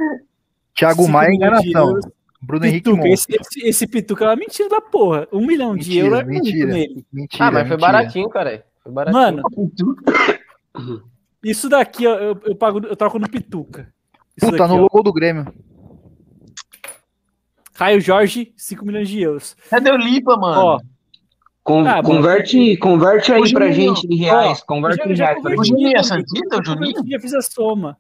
[SPEAKER 5] Thiago
[SPEAKER 2] 5
[SPEAKER 5] Maia, é
[SPEAKER 2] milhões de
[SPEAKER 5] enganação.
[SPEAKER 2] euros.
[SPEAKER 5] Bruno Henrique
[SPEAKER 2] Pituca,
[SPEAKER 5] Monte.
[SPEAKER 2] esse, esse, esse Pituca é uma mentira da porra. Um milhão de
[SPEAKER 5] Mentira,
[SPEAKER 2] euros é muito
[SPEAKER 5] mentira.
[SPEAKER 2] nele.
[SPEAKER 5] Mentira.
[SPEAKER 3] Ah, mas foi
[SPEAKER 5] mentira.
[SPEAKER 3] baratinho, caralho. Foi baratinho.
[SPEAKER 2] Mano, isso daqui ó, eu, eu pago, eu troco no Pituca. Isso
[SPEAKER 5] Puta,
[SPEAKER 2] daqui,
[SPEAKER 5] no
[SPEAKER 2] ó.
[SPEAKER 5] logo do Grêmio.
[SPEAKER 2] Caio Jorge, 5 milhões de euros.
[SPEAKER 4] Cadê o Lipa, mano?
[SPEAKER 2] Ó,
[SPEAKER 1] Con-
[SPEAKER 2] Ah, bom.
[SPEAKER 1] converte, converte aí
[SPEAKER 4] Ô,
[SPEAKER 1] pra
[SPEAKER 4] Juninho,
[SPEAKER 1] gente em reais. converte em reais pra
[SPEAKER 4] O
[SPEAKER 1] gente.
[SPEAKER 4] Juninho é
[SPEAKER 2] converti,
[SPEAKER 4] Santista, o Juninho?
[SPEAKER 2] converti, Já fiz a soma.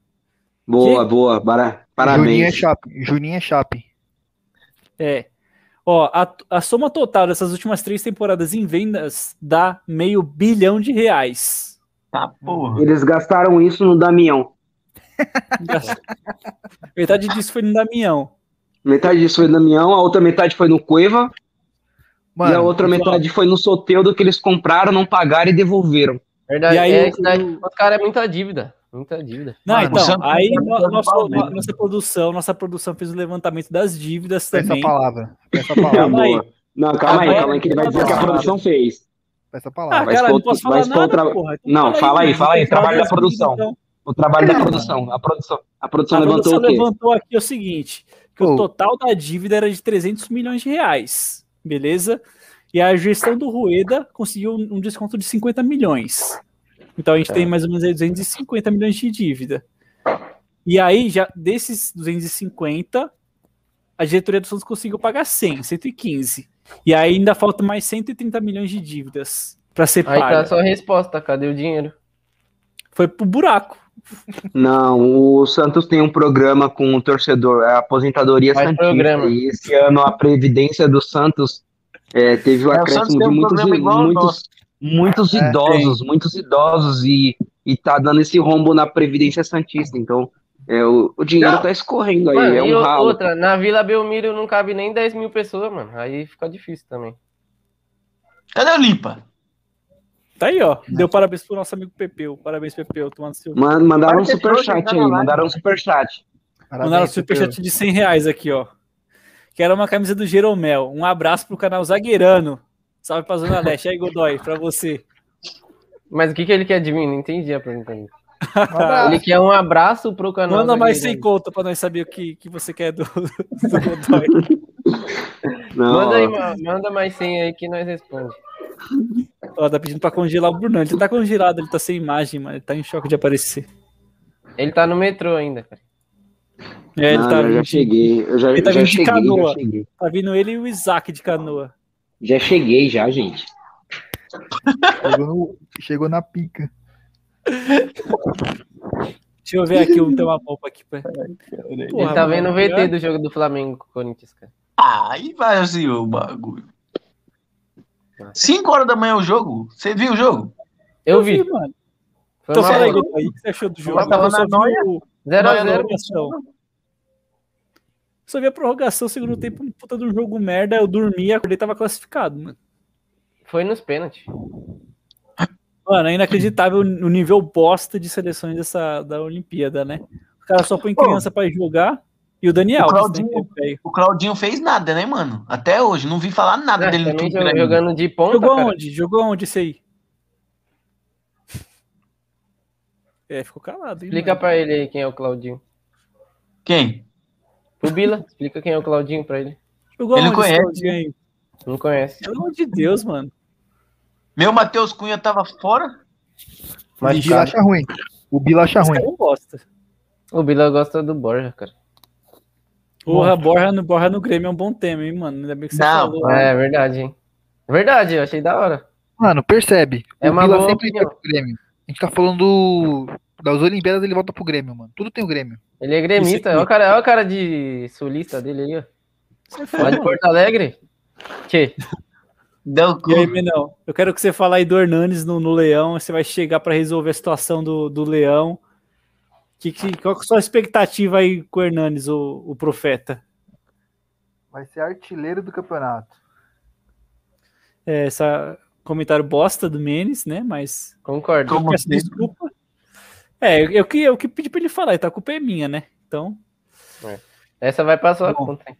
[SPEAKER 1] Boa, boa. bara-
[SPEAKER 5] Juninho é
[SPEAKER 1] Parabéns.
[SPEAKER 5] Chape. Juninho é Chape.
[SPEAKER 2] É. Ó, a, a soma total dessas últimas três temporadas em vendas dá meio bilhão de reais.
[SPEAKER 4] Tá, porra.
[SPEAKER 1] Eles gastaram isso no Damião.
[SPEAKER 2] Metade disso foi no Damião.
[SPEAKER 1] Metade disso foi no Damião, a outra metade foi no Cueva e a
[SPEAKER 5] Mano,
[SPEAKER 1] outra metade foi no Soteudo que eles compraram, não pagaram e devolveram.
[SPEAKER 3] Verdade,
[SPEAKER 2] E aí
[SPEAKER 3] é
[SPEAKER 2] o-
[SPEAKER 3] que daí- os caras é muita dívida. Muita dívida.
[SPEAKER 2] Não,
[SPEAKER 5] Mano,
[SPEAKER 2] então,
[SPEAKER 4] o Santos
[SPEAKER 2] aí
[SPEAKER 4] tá
[SPEAKER 2] no-
[SPEAKER 4] jogando
[SPEAKER 2] nosso-
[SPEAKER 4] Palmeiras.
[SPEAKER 2] nossa produção, nossa produção fez o levantamento das dívidas
[SPEAKER 5] peça
[SPEAKER 2] também.
[SPEAKER 5] a palavra. Peça a palavra.
[SPEAKER 2] Calma aí.
[SPEAKER 1] Boa. Não, calma aí,
[SPEAKER 2] Agora-
[SPEAKER 1] calma aí, que ele vai dizer que a produção fez.
[SPEAKER 5] Peça a
[SPEAKER 2] Ah,
[SPEAKER 5] palavra.
[SPEAKER 1] Vai
[SPEAKER 2] cara, não
[SPEAKER 1] expor-
[SPEAKER 2] posso
[SPEAKER 1] vai
[SPEAKER 2] falar
[SPEAKER 1] expor o
[SPEAKER 2] nada,
[SPEAKER 1] tra-
[SPEAKER 2] porra. Então
[SPEAKER 1] Não, fala aí, fala aí,
[SPEAKER 2] gente,
[SPEAKER 1] trabalho da
[SPEAKER 2] das
[SPEAKER 1] produção.
[SPEAKER 2] dívidas, então.
[SPEAKER 1] O trabalho da produção. A produção, a produção
[SPEAKER 2] A
[SPEAKER 1] levantou
[SPEAKER 2] produção
[SPEAKER 1] o quê?
[SPEAKER 2] levantou aqui o seguinte, que
[SPEAKER 5] Pô.
[SPEAKER 2] o total da dívida era de 300 milhões de reais, beleza? E a gestão do Rueda conseguiu um um desconto de 50 milhões. Então a gente tem mais ou menos aí 250 milhões de dívida. E aí, já desses 250, a diretoria do Santos conseguiu pagar 100, 115. E aí ainda falta mais 130 milhões de dívidas para ser
[SPEAKER 3] Aí
[SPEAKER 2] paga.
[SPEAKER 3] tá só a resposta, cadê o dinheiro?
[SPEAKER 2] Foi pro buraco.
[SPEAKER 1] Não, o Santos tem um programa com o torcedor, a aposentadoria
[SPEAKER 3] Faz
[SPEAKER 1] santista.
[SPEAKER 3] programa.
[SPEAKER 1] E esse ano a previdência do Santos é, teve o
[SPEAKER 4] É, o Santos
[SPEAKER 1] acréscimo
[SPEAKER 4] tem
[SPEAKER 1] de
[SPEAKER 4] um
[SPEAKER 1] muitos,
[SPEAKER 4] programa igual ao
[SPEAKER 1] muitos,
[SPEAKER 4] nosso.
[SPEAKER 1] muitos
[SPEAKER 3] É,
[SPEAKER 1] idosos, muitos idosos e, e tá dando esse rombo na previdência santista. Então, é, o, o dinheiro
[SPEAKER 3] Não.
[SPEAKER 1] tá escorrendo aí,
[SPEAKER 3] Mano,
[SPEAKER 1] é
[SPEAKER 3] e
[SPEAKER 1] um
[SPEAKER 3] o-
[SPEAKER 1] ralo.
[SPEAKER 3] outra, na Vila Belmiro não cabe nem 10 mil pessoas, mano. Aí fica difícil também.
[SPEAKER 4] Cadê o Lipa?
[SPEAKER 2] Tá aí, ó. Deu parabéns pro nosso amigo Pepeu. Parabéns, Pepeu. Tomando seu.
[SPEAKER 1] Man- mandaram um
[SPEAKER 4] Parece que
[SPEAKER 1] superchat
[SPEAKER 4] trouxa,
[SPEAKER 1] aí,
[SPEAKER 4] tá na live.
[SPEAKER 1] mandaram um superchat.
[SPEAKER 2] Mandaram um superchat de 100 reais aqui, ó. Que era uma camisa do Jeromel. Um abraço pro canal Zagueirano. Salve pra Zona Leste. Aí, Godoy, pra você.
[SPEAKER 3] Mas o que, que ele quer de mim? Não entendi a pergunta. dele.
[SPEAKER 13] abraço.
[SPEAKER 3] Ele quer um abraço pro canal.
[SPEAKER 2] Manda
[SPEAKER 3] da
[SPEAKER 2] mais
[SPEAKER 3] Guilherme.
[SPEAKER 2] sem conta pra nós saber o que, que você quer do, do Godoy.
[SPEAKER 1] Não,
[SPEAKER 3] Manda
[SPEAKER 1] ó.
[SPEAKER 3] aí, mano. Manda mais 100 aí que nós respondemos.
[SPEAKER 2] Ó, tá pedindo pra congelar o Brunão. Ele tá congelado, ele tá sem imagem, mas ele tá em choque de aparecer.
[SPEAKER 3] Ele tá no metrô ainda, cara.
[SPEAKER 2] É, ele
[SPEAKER 1] Não,
[SPEAKER 2] tá,
[SPEAKER 1] eu já
[SPEAKER 2] vindo-
[SPEAKER 1] cheguei, eu já,
[SPEAKER 2] Ele tá
[SPEAKER 1] já
[SPEAKER 2] vindo de
[SPEAKER 1] cheguei,
[SPEAKER 2] canoa.
[SPEAKER 1] já cheguei.
[SPEAKER 2] tá vindo ele e o Isaac de canoa.
[SPEAKER 1] Já cheguei já, gente.
[SPEAKER 5] Chegou, no- chegou na pica.
[SPEAKER 2] Deixa eu ver aqui um tema roupa aqui. Pra...
[SPEAKER 3] ele tá vendo o
[SPEAKER 2] é
[SPEAKER 3] VT do jogo do Flamengo com o Corinthians, cara.
[SPEAKER 4] Ah, Aí vaziou o bagulho. 5 horas da manhã o jogo? Você viu o jogo?
[SPEAKER 3] Eu vi.
[SPEAKER 2] mano.
[SPEAKER 3] Foi
[SPEAKER 2] Então
[SPEAKER 3] uma
[SPEAKER 2] fala aí,
[SPEAKER 3] boa.
[SPEAKER 2] Godoy, o que você achou do jogo?
[SPEAKER 4] Tava
[SPEAKER 2] Eu só
[SPEAKER 4] na
[SPEAKER 2] vi
[SPEAKER 4] noia.
[SPEAKER 2] o-
[SPEAKER 3] Zero a
[SPEAKER 2] Mas
[SPEAKER 3] zero.
[SPEAKER 2] prorrogação. Só vi a prorrogação, segundo tempo, um puta de um jogo merda. Eu dormi, acordei tava classificado, mano.
[SPEAKER 3] Foi nos pênaltis.
[SPEAKER 2] Mano, é inacreditável o nível bosta de seleções dessa, da Olimpíada, né? O cara só põe criança pra jogar e o Daniel.
[SPEAKER 4] O
[SPEAKER 2] que
[SPEAKER 4] Claudinho.
[SPEAKER 2] sempre é feio.
[SPEAKER 4] O Claudinho fez nada, né, mano? Até hoje, não vi falar nada
[SPEAKER 3] Ah,
[SPEAKER 4] dele no
[SPEAKER 3] também
[SPEAKER 4] Twitter. ainda.
[SPEAKER 3] jogando de ponta,
[SPEAKER 2] Jogou
[SPEAKER 3] cara.
[SPEAKER 2] onde? Jogou onde esse aí? É, ficou calado. Hein,
[SPEAKER 3] Explica
[SPEAKER 2] mano?
[SPEAKER 3] pra ele aí quem é o Claudinho.
[SPEAKER 4] Quem?
[SPEAKER 3] Pro Bila, explica quem é o Claudinho pra ele.
[SPEAKER 2] Jogou
[SPEAKER 4] Ele
[SPEAKER 2] onde
[SPEAKER 4] conhece.
[SPEAKER 2] esse Claudinho aí?
[SPEAKER 3] Não conhece.
[SPEAKER 2] Pelo amor de Deus, mano.
[SPEAKER 4] Meu Matheus Cunha tava fora?
[SPEAKER 5] Mas o Bila acha ruim. O Bila acha
[SPEAKER 2] Esse
[SPEAKER 5] Tá ruim.
[SPEAKER 2] cara é um não gosta.
[SPEAKER 3] O Bila gosta do Borja, cara.
[SPEAKER 2] Porra, Borra no, Borra no Grêmio é um bom tema, hein, mano? Ainda bem que você
[SPEAKER 4] Não,
[SPEAKER 2] falou.
[SPEAKER 3] É verdade, hein? Verdade, eu achei da hora.
[SPEAKER 5] Mano, percebe.
[SPEAKER 3] É
[SPEAKER 5] o
[SPEAKER 3] uma
[SPEAKER 5] Bila
[SPEAKER 3] boa
[SPEAKER 5] sempre
[SPEAKER 3] opinião.
[SPEAKER 5] vai pro Grêmio. A gente tá falando do- das Olimpíadas, ele volta pro Grêmio, mano. Tudo tem o Grêmio.
[SPEAKER 3] Ele é gremista.
[SPEAKER 2] aqui.
[SPEAKER 3] Olha o cara, olha o cara de sulista dele aí, ó.
[SPEAKER 2] Você é foi,
[SPEAKER 3] Lá de
[SPEAKER 2] mano.
[SPEAKER 3] Porto Alegre. Tchê,
[SPEAKER 4] Deu
[SPEAKER 2] E aí, Menão, eu quero que você fale aí do Hernanes no, no Leão. Você vai chegar para resolver a situação do, do Leão. Que, que- qual que é a sua expectativa aí com o Hernanes, o, o profeta?
[SPEAKER 13] Vai ser artilheiro do campeonato.
[SPEAKER 2] É, essa comentário bosta do Menes, né? Mas
[SPEAKER 3] concordo.
[SPEAKER 4] Como assim?
[SPEAKER 13] assim?
[SPEAKER 2] peço
[SPEAKER 4] sempre.
[SPEAKER 2] desculpa. É, eu, eu que, eu que pedi para ele falar, então a culpa é minha, né? Então,
[SPEAKER 3] Essa vai pra sua
[SPEAKER 2] Bom.
[SPEAKER 3] conta. hein?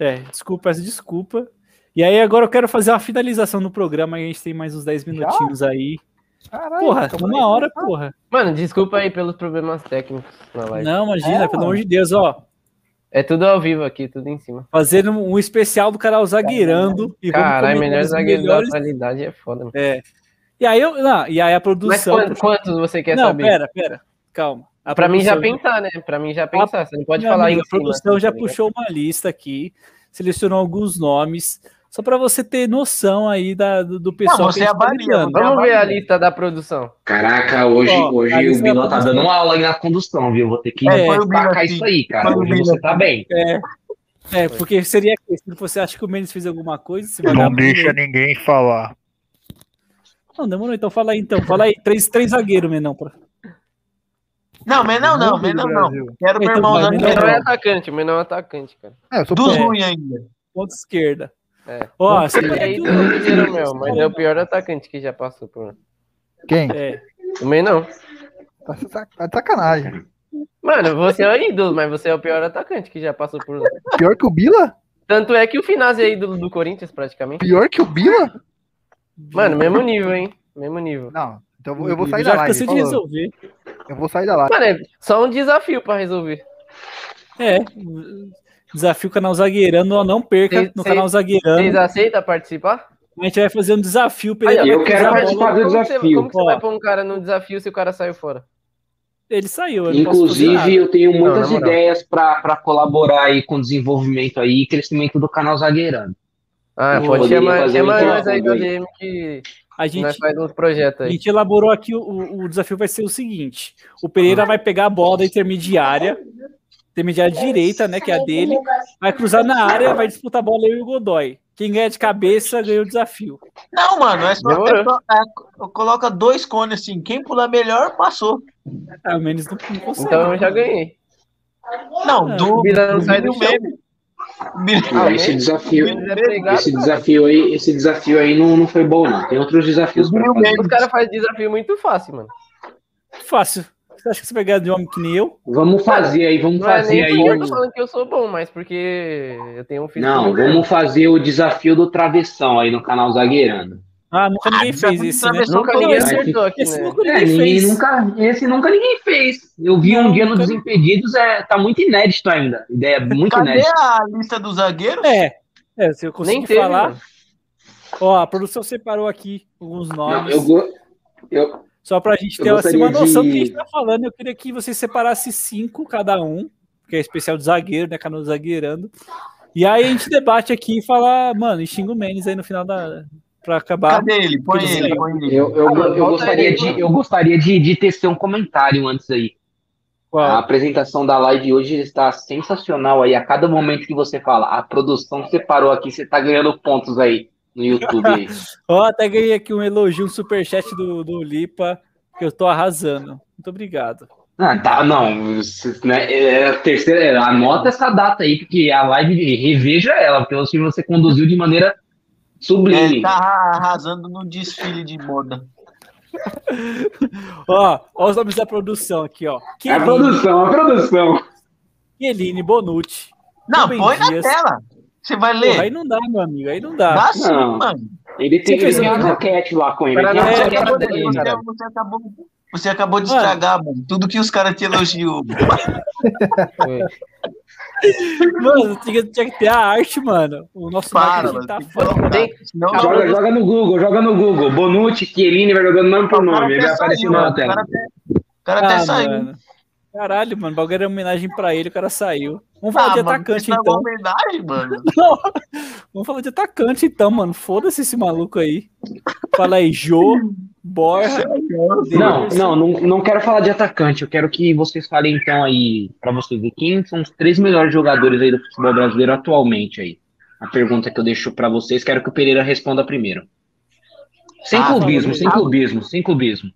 [SPEAKER 2] é, desculpa, peço desculpa. E aí agora eu quero fazer uma finalização do programa, a gente tem mais uns 10 minutinhos aí.
[SPEAKER 13] Caralho,
[SPEAKER 2] Porra,
[SPEAKER 13] calma aí.
[SPEAKER 2] uma hora, porra.
[SPEAKER 3] Mano, desculpa aí pelos problemas técnicos na live.
[SPEAKER 2] Não, imagina,
[SPEAKER 13] É,
[SPEAKER 2] pelo amor de Deus, ó.
[SPEAKER 3] É tudo ao vivo aqui, tudo em cima.
[SPEAKER 2] Fazendo um especial do canal Zagueirando. e vamos
[SPEAKER 3] Caralho,
[SPEAKER 2] comentar
[SPEAKER 3] melhor
[SPEAKER 2] os
[SPEAKER 3] zagueiro
[SPEAKER 2] melhores-
[SPEAKER 3] da atualidade é foda, mano.
[SPEAKER 2] É. E aí, eu, não, e aí a
[SPEAKER 3] Mas
[SPEAKER 2] produção.
[SPEAKER 3] quanto- quantos você quer
[SPEAKER 2] não,
[SPEAKER 3] saber?
[SPEAKER 2] pera, pera. Calma. A
[SPEAKER 3] Pra mim já
[SPEAKER 2] produção-
[SPEAKER 3] pensar, né? Pra mim já pensar. Você não pode
[SPEAKER 2] Meu
[SPEAKER 3] falar
[SPEAKER 2] amigo,
[SPEAKER 3] em
[SPEAKER 2] A
[SPEAKER 3] cima,
[SPEAKER 2] produção
[SPEAKER 3] assim,
[SPEAKER 2] já
[SPEAKER 3] tá ligado?
[SPEAKER 2] puxou uma lista aqui, selecionou alguns nomes, só pra você ter noção aí da, do, do pessoal.
[SPEAKER 4] você
[SPEAKER 2] que a gente tá
[SPEAKER 4] avalia,
[SPEAKER 2] lidando.
[SPEAKER 4] você-
[SPEAKER 3] Vamos ver a lista da produção.
[SPEAKER 1] Caraca, hoje,
[SPEAKER 2] Ó, a
[SPEAKER 1] hoje
[SPEAKER 2] lista
[SPEAKER 1] o Bilão tá
[SPEAKER 2] da produção.
[SPEAKER 1] dando uma aula aí na condução, viu? Vou ter que
[SPEAKER 2] É,
[SPEAKER 4] foi o Bila,
[SPEAKER 1] destacar
[SPEAKER 4] sim.
[SPEAKER 1] isso aí, cara.
[SPEAKER 4] Foi o
[SPEAKER 1] Hoje
[SPEAKER 4] Bila.
[SPEAKER 1] você tá bem.
[SPEAKER 2] É, porque seria que se você acha que o Mendes fez alguma coisa, se
[SPEAKER 5] Não deixa ninguém falar.
[SPEAKER 2] Não, demorou, então fala aí então. Fala aí, três, três zagueiros, Menão. pra-
[SPEAKER 4] Não, Menão não,
[SPEAKER 5] Mundo do
[SPEAKER 4] Menão não.
[SPEAKER 5] Brasil.
[SPEAKER 4] Quero meu
[SPEAKER 2] Então
[SPEAKER 4] irmão
[SPEAKER 2] vai,
[SPEAKER 4] usando
[SPEAKER 3] O
[SPEAKER 2] Menão.
[SPEAKER 3] menor é
[SPEAKER 4] Menão.
[SPEAKER 3] atacante, o menor é atacante, cara.
[SPEAKER 5] É, eu sou
[SPEAKER 4] Dos
[SPEAKER 5] contra.
[SPEAKER 4] ruins ainda.
[SPEAKER 2] Ponta esquerda.
[SPEAKER 3] É.
[SPEAKER 2] Ó,
[SPEAKER 3] Não sei
[SPEAKER 2] você um
[SPEAKER 3] aí
[SPEAKER 2] tem
[SPEAKER 3] do
[SPEAKER 2] aqui o-
[SPEAKER 3] Mineiro, meu, mas é o pior atacante que já passou por.
[SPEAKER 5] Quem?
[SPEAKER 2] É.
[SPEAKER 3] O menor.
[SPEAKER 5] Tá, de sac- tá de sacanagem.
[SPEAKER 3] Mano, você é o ídolo, mas você é o pior atacante que já passou por. lá.
[SPEAKER 5] Pior que o Bila?
[SPEAKER 3] Tanto é que o Finazzi é ídolo do Corinthians, praticamente.
[SPEAKER 5] Pior que o Bila?
[SPEAKER 3] Mano, mesmo nível, hein? Mesmo nível.
[SPEAKER 5] Não, então eu vou- eu vou sair da
[SPEAKER 2] Já
[SPEAKER 5] live.
[SPEAKER 2] cansei de
[SPEAKER 5] falou.
[SPEAKER 2] resolver.
[SPEAKER 5] Eu vou sair da live.
[SPEAKER 3] Mano, é só um desafio pra resolver.
[SPEAKER 2] É. Desafio canal Zagueirando, ó, não perca
[SPEAKER 3] Cês-
[SPEAKER 2] no
[SPEAKER 3] cês-
[SPEAKER 2] canal Zagueirando.
[SPEAKER 3] Vocês aceitam participar?
[SPEAKER 2] A gente vai fazer um desafio.
[SPEAKER 3] Aí,
[SPEAKER 2] Pereira
[SPEAKER 3] ó,
[SPEAKER 2] vai
[SPEAKER 1] eu quero
[SPEAKER 2] cruzar a bola.
[SPEAKER 1] participar do
[SPEAKER 3] como que você-
[SPEAKER 1] desafio,
[SPEAKER 3] como que você
[SPEAKER 2] ó.
[SPEAKER 3] vai pôr um cara no desafio se o cara saiu fora?
[SPEAKER 2] Ele saiu. eu não posso fazer nada.
[SPEAKER 1] Inclusive, eu tenho muitas
[SPEAKER 3] na moral.
[SPEAKER 1] ideias pra pra colaborar aí com o desenvolvimento aí e crescimento do canal Zagueirando.
[SPEAKER 3] Ah,
[SPEAKER 1] Eu
[SPEAKER 3] pode
[SPEAKER 1] poderia
[SPEAKER 3] chamar,
[SPEAKER 1] fazer
[SPEAKER 3] chama
[SPEAKER 1] um
[SPEAKER 3] nós aí do
[SPEAKER 1] intercâmbio aí.
[SPEAKER 3] DM que
[SPEAKER 2] A gente,
[SPEAKER 9] Nós faz uns projetos
[SPEAKER 2] a
[SPEAKER 9] aí.
[SPEAKER 2] gente elaborou aqui o- o, o desafio vai ser o seguinte: o Pereira vai pegar a bola da intermediária, intermediária direita, né, que é a dele, vai cruzar na área, vai disputar a bola eu e o Godoy. Quem ganha de cabeça ganha o desafio.
[SPEAKER 4] Não, mano, é só,
[SPEAKER 9] Demorou.
[SPEAKER 4] é só- é, coloca dois cones assim. Quem pular melhor, passou.
[SPEAKER 2] Ao menos não, não consegue.
[SPEAKER 9] Então eu já ganhei.
[SPEAKER 4] Não,
[SPEAKER 2] Ah,
[SPEAKER 4] do,
[SPEAKER 9] Bira não sai do
[SPEAKER 4] do
[SPEAKER 9] chão.
[SPEAKER 4] meme. Bira-
[SPEAKER 1] Não,
[SPEAKER 9] Ah,
[SPEAKER 1] esse
[SPEAKER 9] bem,
[SPEAKER 1] desafio,
[SPEAKER 9] Bira é pregado,
[SPEAKER 1] esse
[SPEAKER 9] cara.
[SPEAKER 1] desafio aí, esse desafio aí não, não foi bom, não. Tem outros desafios pra
[SPEAKER 3] né?
[SPEAKER 1] fazer.
[SPEAKER 9] Os caras fazem desafio muito fácil, mano.
[SPEAKER 2] Fácil. Você acha que você vai ganhar de homem que nem eu?
[SPEAKER 1] Vamos fazer aí, vamos
[SPEAKER 9] Não é
[SPEAKER 1] fazer
[SPEAKER 9] nem
[SPEAKER 1] aí.
[SPEAKER 9] porque eu tô
[SPEAKER 1] o-
[SPEAKER 9] falando que eu sou bom, mas porque eu tenho um físico.
[SPEAKER 1] Não,
[SPEAKER 9] muito
[SPEAKER 1] vamos fazer o desafio do travessão aí no canal Zagueirando.
[SPEAKER 2] Ah, nunca ninguém fez
[SPEAKER 4] desafio
[SPEAKER 2] esse, né?
[SPEAKER 4] travessão
[SPEAKER 9] Nunca
[SPEAKER 4] todo
[SPEAKER 9] ninguém
[SPEAKER 2] esse-
[SPEAKER 9] acertou aqui,
[SPEAKER 2] Esse
[SPEAKER 9] né?
[SPEAKER 2] nunca
[SPEAKER 1] É,
[SPEAKER 2] ninguém
[SPEAKER 1] ninguém
[SPEAKER 2] fez.
[SPEAKER 1] nunca, esse nunca ninguém fez. Eu vi
[SPEAKER 2] Não,
[SPEAKER 1] um dia no
[SPEAKER 2] nunca.
[SPEAKER 1] Desimpedidos, é, tá muito inédito ainda. Ideia muito
[SPEAKER 4] Cadê
[SPEAKER 1] inédita.
[SPEAKER 4] a lista do zagueiro?
[SPEAKER 2] É, é, se eu
[SPEAKER 9] Nem
[SPEAKER 2] conseguir
[SPEAKER 9] teve,
[SPEAKER 2] falar.
[SPEAKER 9] mano.
[SPEAKER 2] Ó, a produção separou aqui alguns
[SPEAKER 1] Não,
[SPEAKER 2] nomes.
[SPEAKER 1] eu, go- eu,
[SPEAKER 2] Só pra gente
[SPEAKER 1] Eu
[SPEAKER 2] ter assim, uma
[SPEAKER 1] gostaria
[SPEAKER 2] noção do
[SPEAKER 1] de-
[SPEAKER 2] que a gente tá falando, eu queria que você separasse cinco cada um, porque é especial de zagueiro, né? Canal do zagueirando. E aí a gente debate aqui e fala, mano, e xinga o Menes aí no final da. pra acabar.
[SPEAKER 4] Cadê ele? Põe
[SPEAKER 2] Tudo
[SPEAKER 4] ele,
[SPEAKER 2] certo.
[SPEAKER 4] põe ele.
[SPEAKER 1] eu, eu,
[SPEAKER 9] Ah, mano,
[SPEAKER 1] eu
[SPEAKER 9] volta
[SPEAKER 1] gostaria,
[SPEAKER 9] aí,
[SPEAKER 1] de,
[SPEAKER 9] mano.
[SPEAKER 1] eu gostaria de, de tecer um comentário antes aí. A
[SPEAKER 2] Qual?
[SPEAKER 1] apresentação da live hoje está sensacional aí. A cada momento que você fala, a produção separou aqui, você tá ganhando pontos aí no YouTube. aí.
[SPEAKER 2] Ó, até ganhei aqui um elogio, um superchat do, do Lipa, que eu tô arrasando. Muito obrigado.
[SPEAKER 1] Ah, tá, não, c- né, é a terceira, é, anota essa data aí, porque a live, reveja ela, porque você, você conduziu de maneira
[SPEAKER 4] Ele
[SPEAKER 1] sublime.
[SPEAKER 4] tá arrasando no desfile de moda.
[SPEAKER 2] Ó, ó os nomes da produção aqui, ó.
[SPEAKER 1] É a produção, é a produção.
[SPEAKER 2] Kieline Bonucci.
[SPEAKER 4] Não,
[SPEAKER 2] Rubem
[SPEAKER 4] põe na
[SPEAKER 2] Dias.
[SPEAKER 4] tela. Você vai
[SPEAKER 2] Porra,
[SPEAKER 4] ler.
[SPEAKER 2] aí não dá, meu amigo, aí não dá.
[SPEAKER 4] Dá sim,
[SPEAKER 1] Não.
[SPEAKER 4] mano.
[SPEAKER 1] Ele tem, ele
[SPEAKER 2] Você fez
[SPEAKER 1] tem
[SPEAKER 2] um-
[SPEAKER 1] uma raquete lá com ele.
[SPEAKER 9] Pra
[SPEAKER 1] tem uma
[SPEAKER 2] mim,
[SPEAKER 4] Você
[SPEAKER 2] é,
[SPEAKER 1] raquete
[SPEAKER 4] acabou,
[SPEAKER 1] pra ele.
[SPEAKER 4] você-
[SPEAKER 9] cara.
[SPEAKER 4] você acabou- você acabou de
[SPEAKER 2] Mano.
[SPEAKER 4] estragar, mano. Tudo que os caras te elogiam.
[SPEAKER 9] Foi.
[SPEAKER 2] Mano, tinha, tinha que ter a arte, mano. O nosso
[SPEAKER 4] Para,
[SPEAKER 2] marketing
[SPEAKER 4] mano.
[SPEAKER 2] tá
[SPEAKER 4] Tem que colocar.
[SPEAKER 2] foda.
[SPEAKER 4] Senão-
[SPEAKER 1] Joga, joga no Google, joga no Google. Bonucci, Chiellini, vai jogando nome por
[SPEAKER 4] O cara
[SPEAKER 1] nome. Ele
[SPEAKER 4] até
[SPEAKER 1] vai aparecer
[SPEAKER 4] saiu,
[SPEAKER 1] na
[SPEAKER 4] mano. O cara
[SPEAKER 1] tela.
[SPEAKER 4] até- o cara até
[SPEAKER 2] Ah,
[SPEAKER 4] saiu.
[SPEAKER 2] mano. Caralho, mano, o bagulho era homenagem pra ele, o cara saiu. Vamos falar de atacante,
[SPEAKER 4] isso não é
[SPEAKER 2] então.
[SPEAKER 4] uma homenagem, mano.
[SPEAKER 2] Vamos falar de atacante, então, mano. Foda-se esse maluco aí. Fala aí, Jô, Borja.
[SPEAKER 1] Não,
[SPEAKER 2] Davidson.
[SPEAKER 1] não, não, não quero falar de atacante. Eu quero que vocês falem então aí pra vocês ver quem são os três melhores jogadores aí do futebol brasileiro atualmente aí. A pergunta que eu deixo pra vocês, quero que o Pereira responda primeiro. Sem
[SPEAKER 4] Ah,
[SPEAKER 1] clubismo,
[SPEAKER 4] tá.
[SPEAKER 1] sem clubismo, sem clubismo.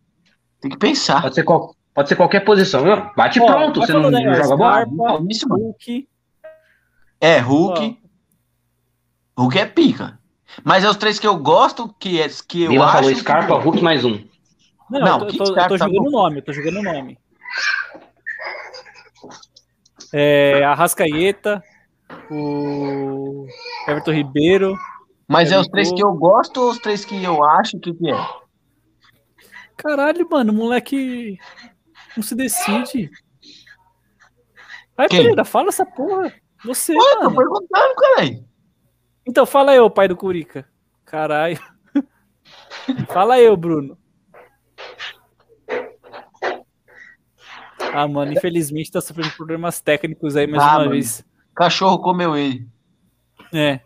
[SPEAKER 4] Tem que pensar.
[SPEAKER 1] Pode ser, qual, pode ser qualquer posição. Não, Bate
[SPEAKER 2] Ó,
[SPEAKER 1] pronto,
[SPEAKER 2] vai
[SPEAKER 1] você não,
[SPEAKER 2] falando
[SPEAKER 1] não
[SPEAKER 2] aí, ó,
[SPEAKER 1] joga bola?
[SPEAKER 2] Scarpa,
[SPEAKER 4] Não, isso, mano.
[SPEAKER 2] Hulk.
[SPEAKER 4] É, Hulk. Hulk é pica. Mas é os três que eu gosto, que, é, que eu
[SPEAKER 1] Vila
[SPEAKER 4] acho.
[SPEAKER 1] falou
[SPEAKER 4] que-
[SPEAKER 1] Scarpa, Hulk mais um.
[SPEAKER 2] Não,
[SPEAKER 4] Não,
[SPEAKER 2] eu
[SPEAKER 4] que
[SPEAKER 2] tô, eu tô- eu
[SPEAKER 4] Scarpa,
[SPEAKER 2] tô
[SPEAKER 4] tá
[SPEAKER 2] jogando o nome, eu tô jogando o nome. É, Arrascaeta, o Everton Ribeiro.
[SPEAKER 4] Mas é, os
[SPEAKER 2] Gabigol.
[SPEAKER 4] três que eu gosto ou os três que eu acho que, que é?
[SPEAKER 2] Caralho, mano, o moleque não se decide. Vai,
[SPEAKER 4] Quem?
[SPEAKER 2] Pereira, fala essa porra. Você,
[SPEAKER 4] Ué, tô
[SPEAKER 2] mano.
[SPEAKER 4] perguntando, caralho.
[SPEAKER 2] Então, fala eu, pai do Curica. Caralho. fala eu, Bruno. Ah, mano, infelizmente tá sofrendo problemas técnicos aí mais
[SPEAKER 4] Ah,
[SPEAKER 2] uma
[SPEAKER 4] mano.
[SPEAKER 2] vez.
[SPEAKER 4] Cachorro comeu ele.
[SPEAKER 2] É.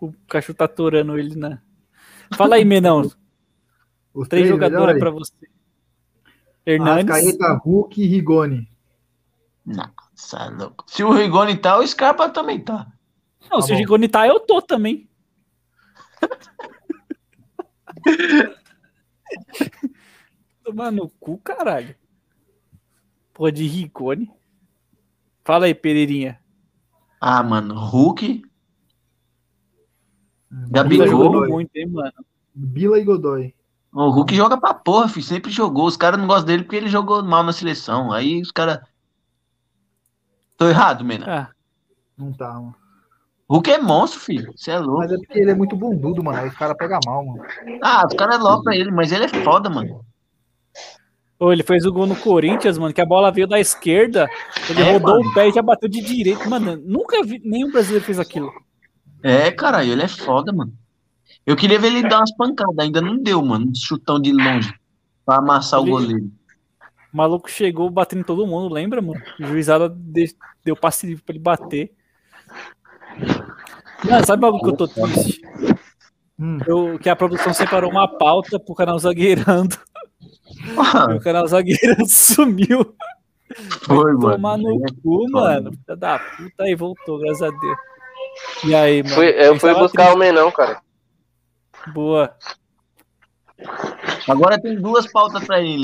[SPEAKER 2] O cachorro tá atorando ele na. Fala aí, Menão.
[SPEAKER 5] Os
[SPEAKER 2] Três jogadores
[SPEAKER 5] melhores.
[SPEAKER 2] pra você. Hernandes.
[SPEAKER 5] Arrascaeta, Hulk e Rigoni.
[SPEAKER 4] Nossa, é louco. Se o Rigoni tá, o Scarpa também tá.
[SPEAKER 2] Não,
[SPEAKER 5] Tá
[SPEAKER 2] se o
[SPEAKER 5] bom.
[SPEAKER 2] Rigoni tá, eu tô também. Tomar no cu, caralho. Porra de Rigoni. Fala aí, Pereirinha.
[SPEAKER 4] Ah, mano, Hulk.
[SPEAKER 2] Bila
[SPEAKER 4] Gabigol.
[SPEAKER 2] jogando muito, hein, mano.
[SPEAKER 5] Bila e Godoy.
[SPEAKER 4] O Hulk joga pra porra, filho. Sempre jogou. Os caras não gostam dele porque ele jogou mal na seleção. Aí os caras. Tô errado, Mena.
[SPEAKER 2] Ah,
[SPEAKER 5] Não tá, mano.
[SPEAKER 4] Hulk é monstro, filho. Você é louco.
[SPEAKER 5] Mas é porque ele é muito bundudo, mano. Aí os caras pegam mal, mano.
[SPEAKER 4] Ah, os caras lopam ele, mas ele é foda, mano.
[SPEAKER 2] Ô, ele fez o gol no Corinthians, mano, que a bola veio da esquerda, ele
[SPEAKER 4] É,
[SPEAKER 2] rodou o pé e já bateu de direito. Mano, nunca vi nenhum brasileiro fez aquilo.
[SPEAKER 4] É, caralho, ele é foda, mano. Eu queria ver ele dar umas pancadas, ainda não deu, mano. Um chutão de longe. Pra amassar o
[SPEAKER 2] Ele-
[SPEAKER 4] goleiro.
[SPEAKER 2] O maluco chegou batendo em todo mundo, lembra, mano? O juizada de- deu passe livre pra ele bater. Mano, sabe o bagulho que eu tô triste?
[SPEAKER 11] Hum.
[SPEAKER 2] eu- que a produção separou uma pauta pro canal Zagueirando.
[SPEAKER 4] Ah.
[SPEAKER 2] E o canal Zagueirando sumiu.
[SPEAKER 4] Foi,
[SPEAKER 2] Tomar
[SPEAKER 4] mano.
[SPEAKER 2] no cu, mano. Filha da puta, aí voltou, graças a Deus. E aí, mano?
[SPEAKER 3] Fui- eu fui
[SPEAKER 2] Tava
[SPEAKER 3] buscar o Menão, cara.
[SPEAKER 2] triste. Boa.
[SPEAKER 4] Agora tem duas pautas pra ele.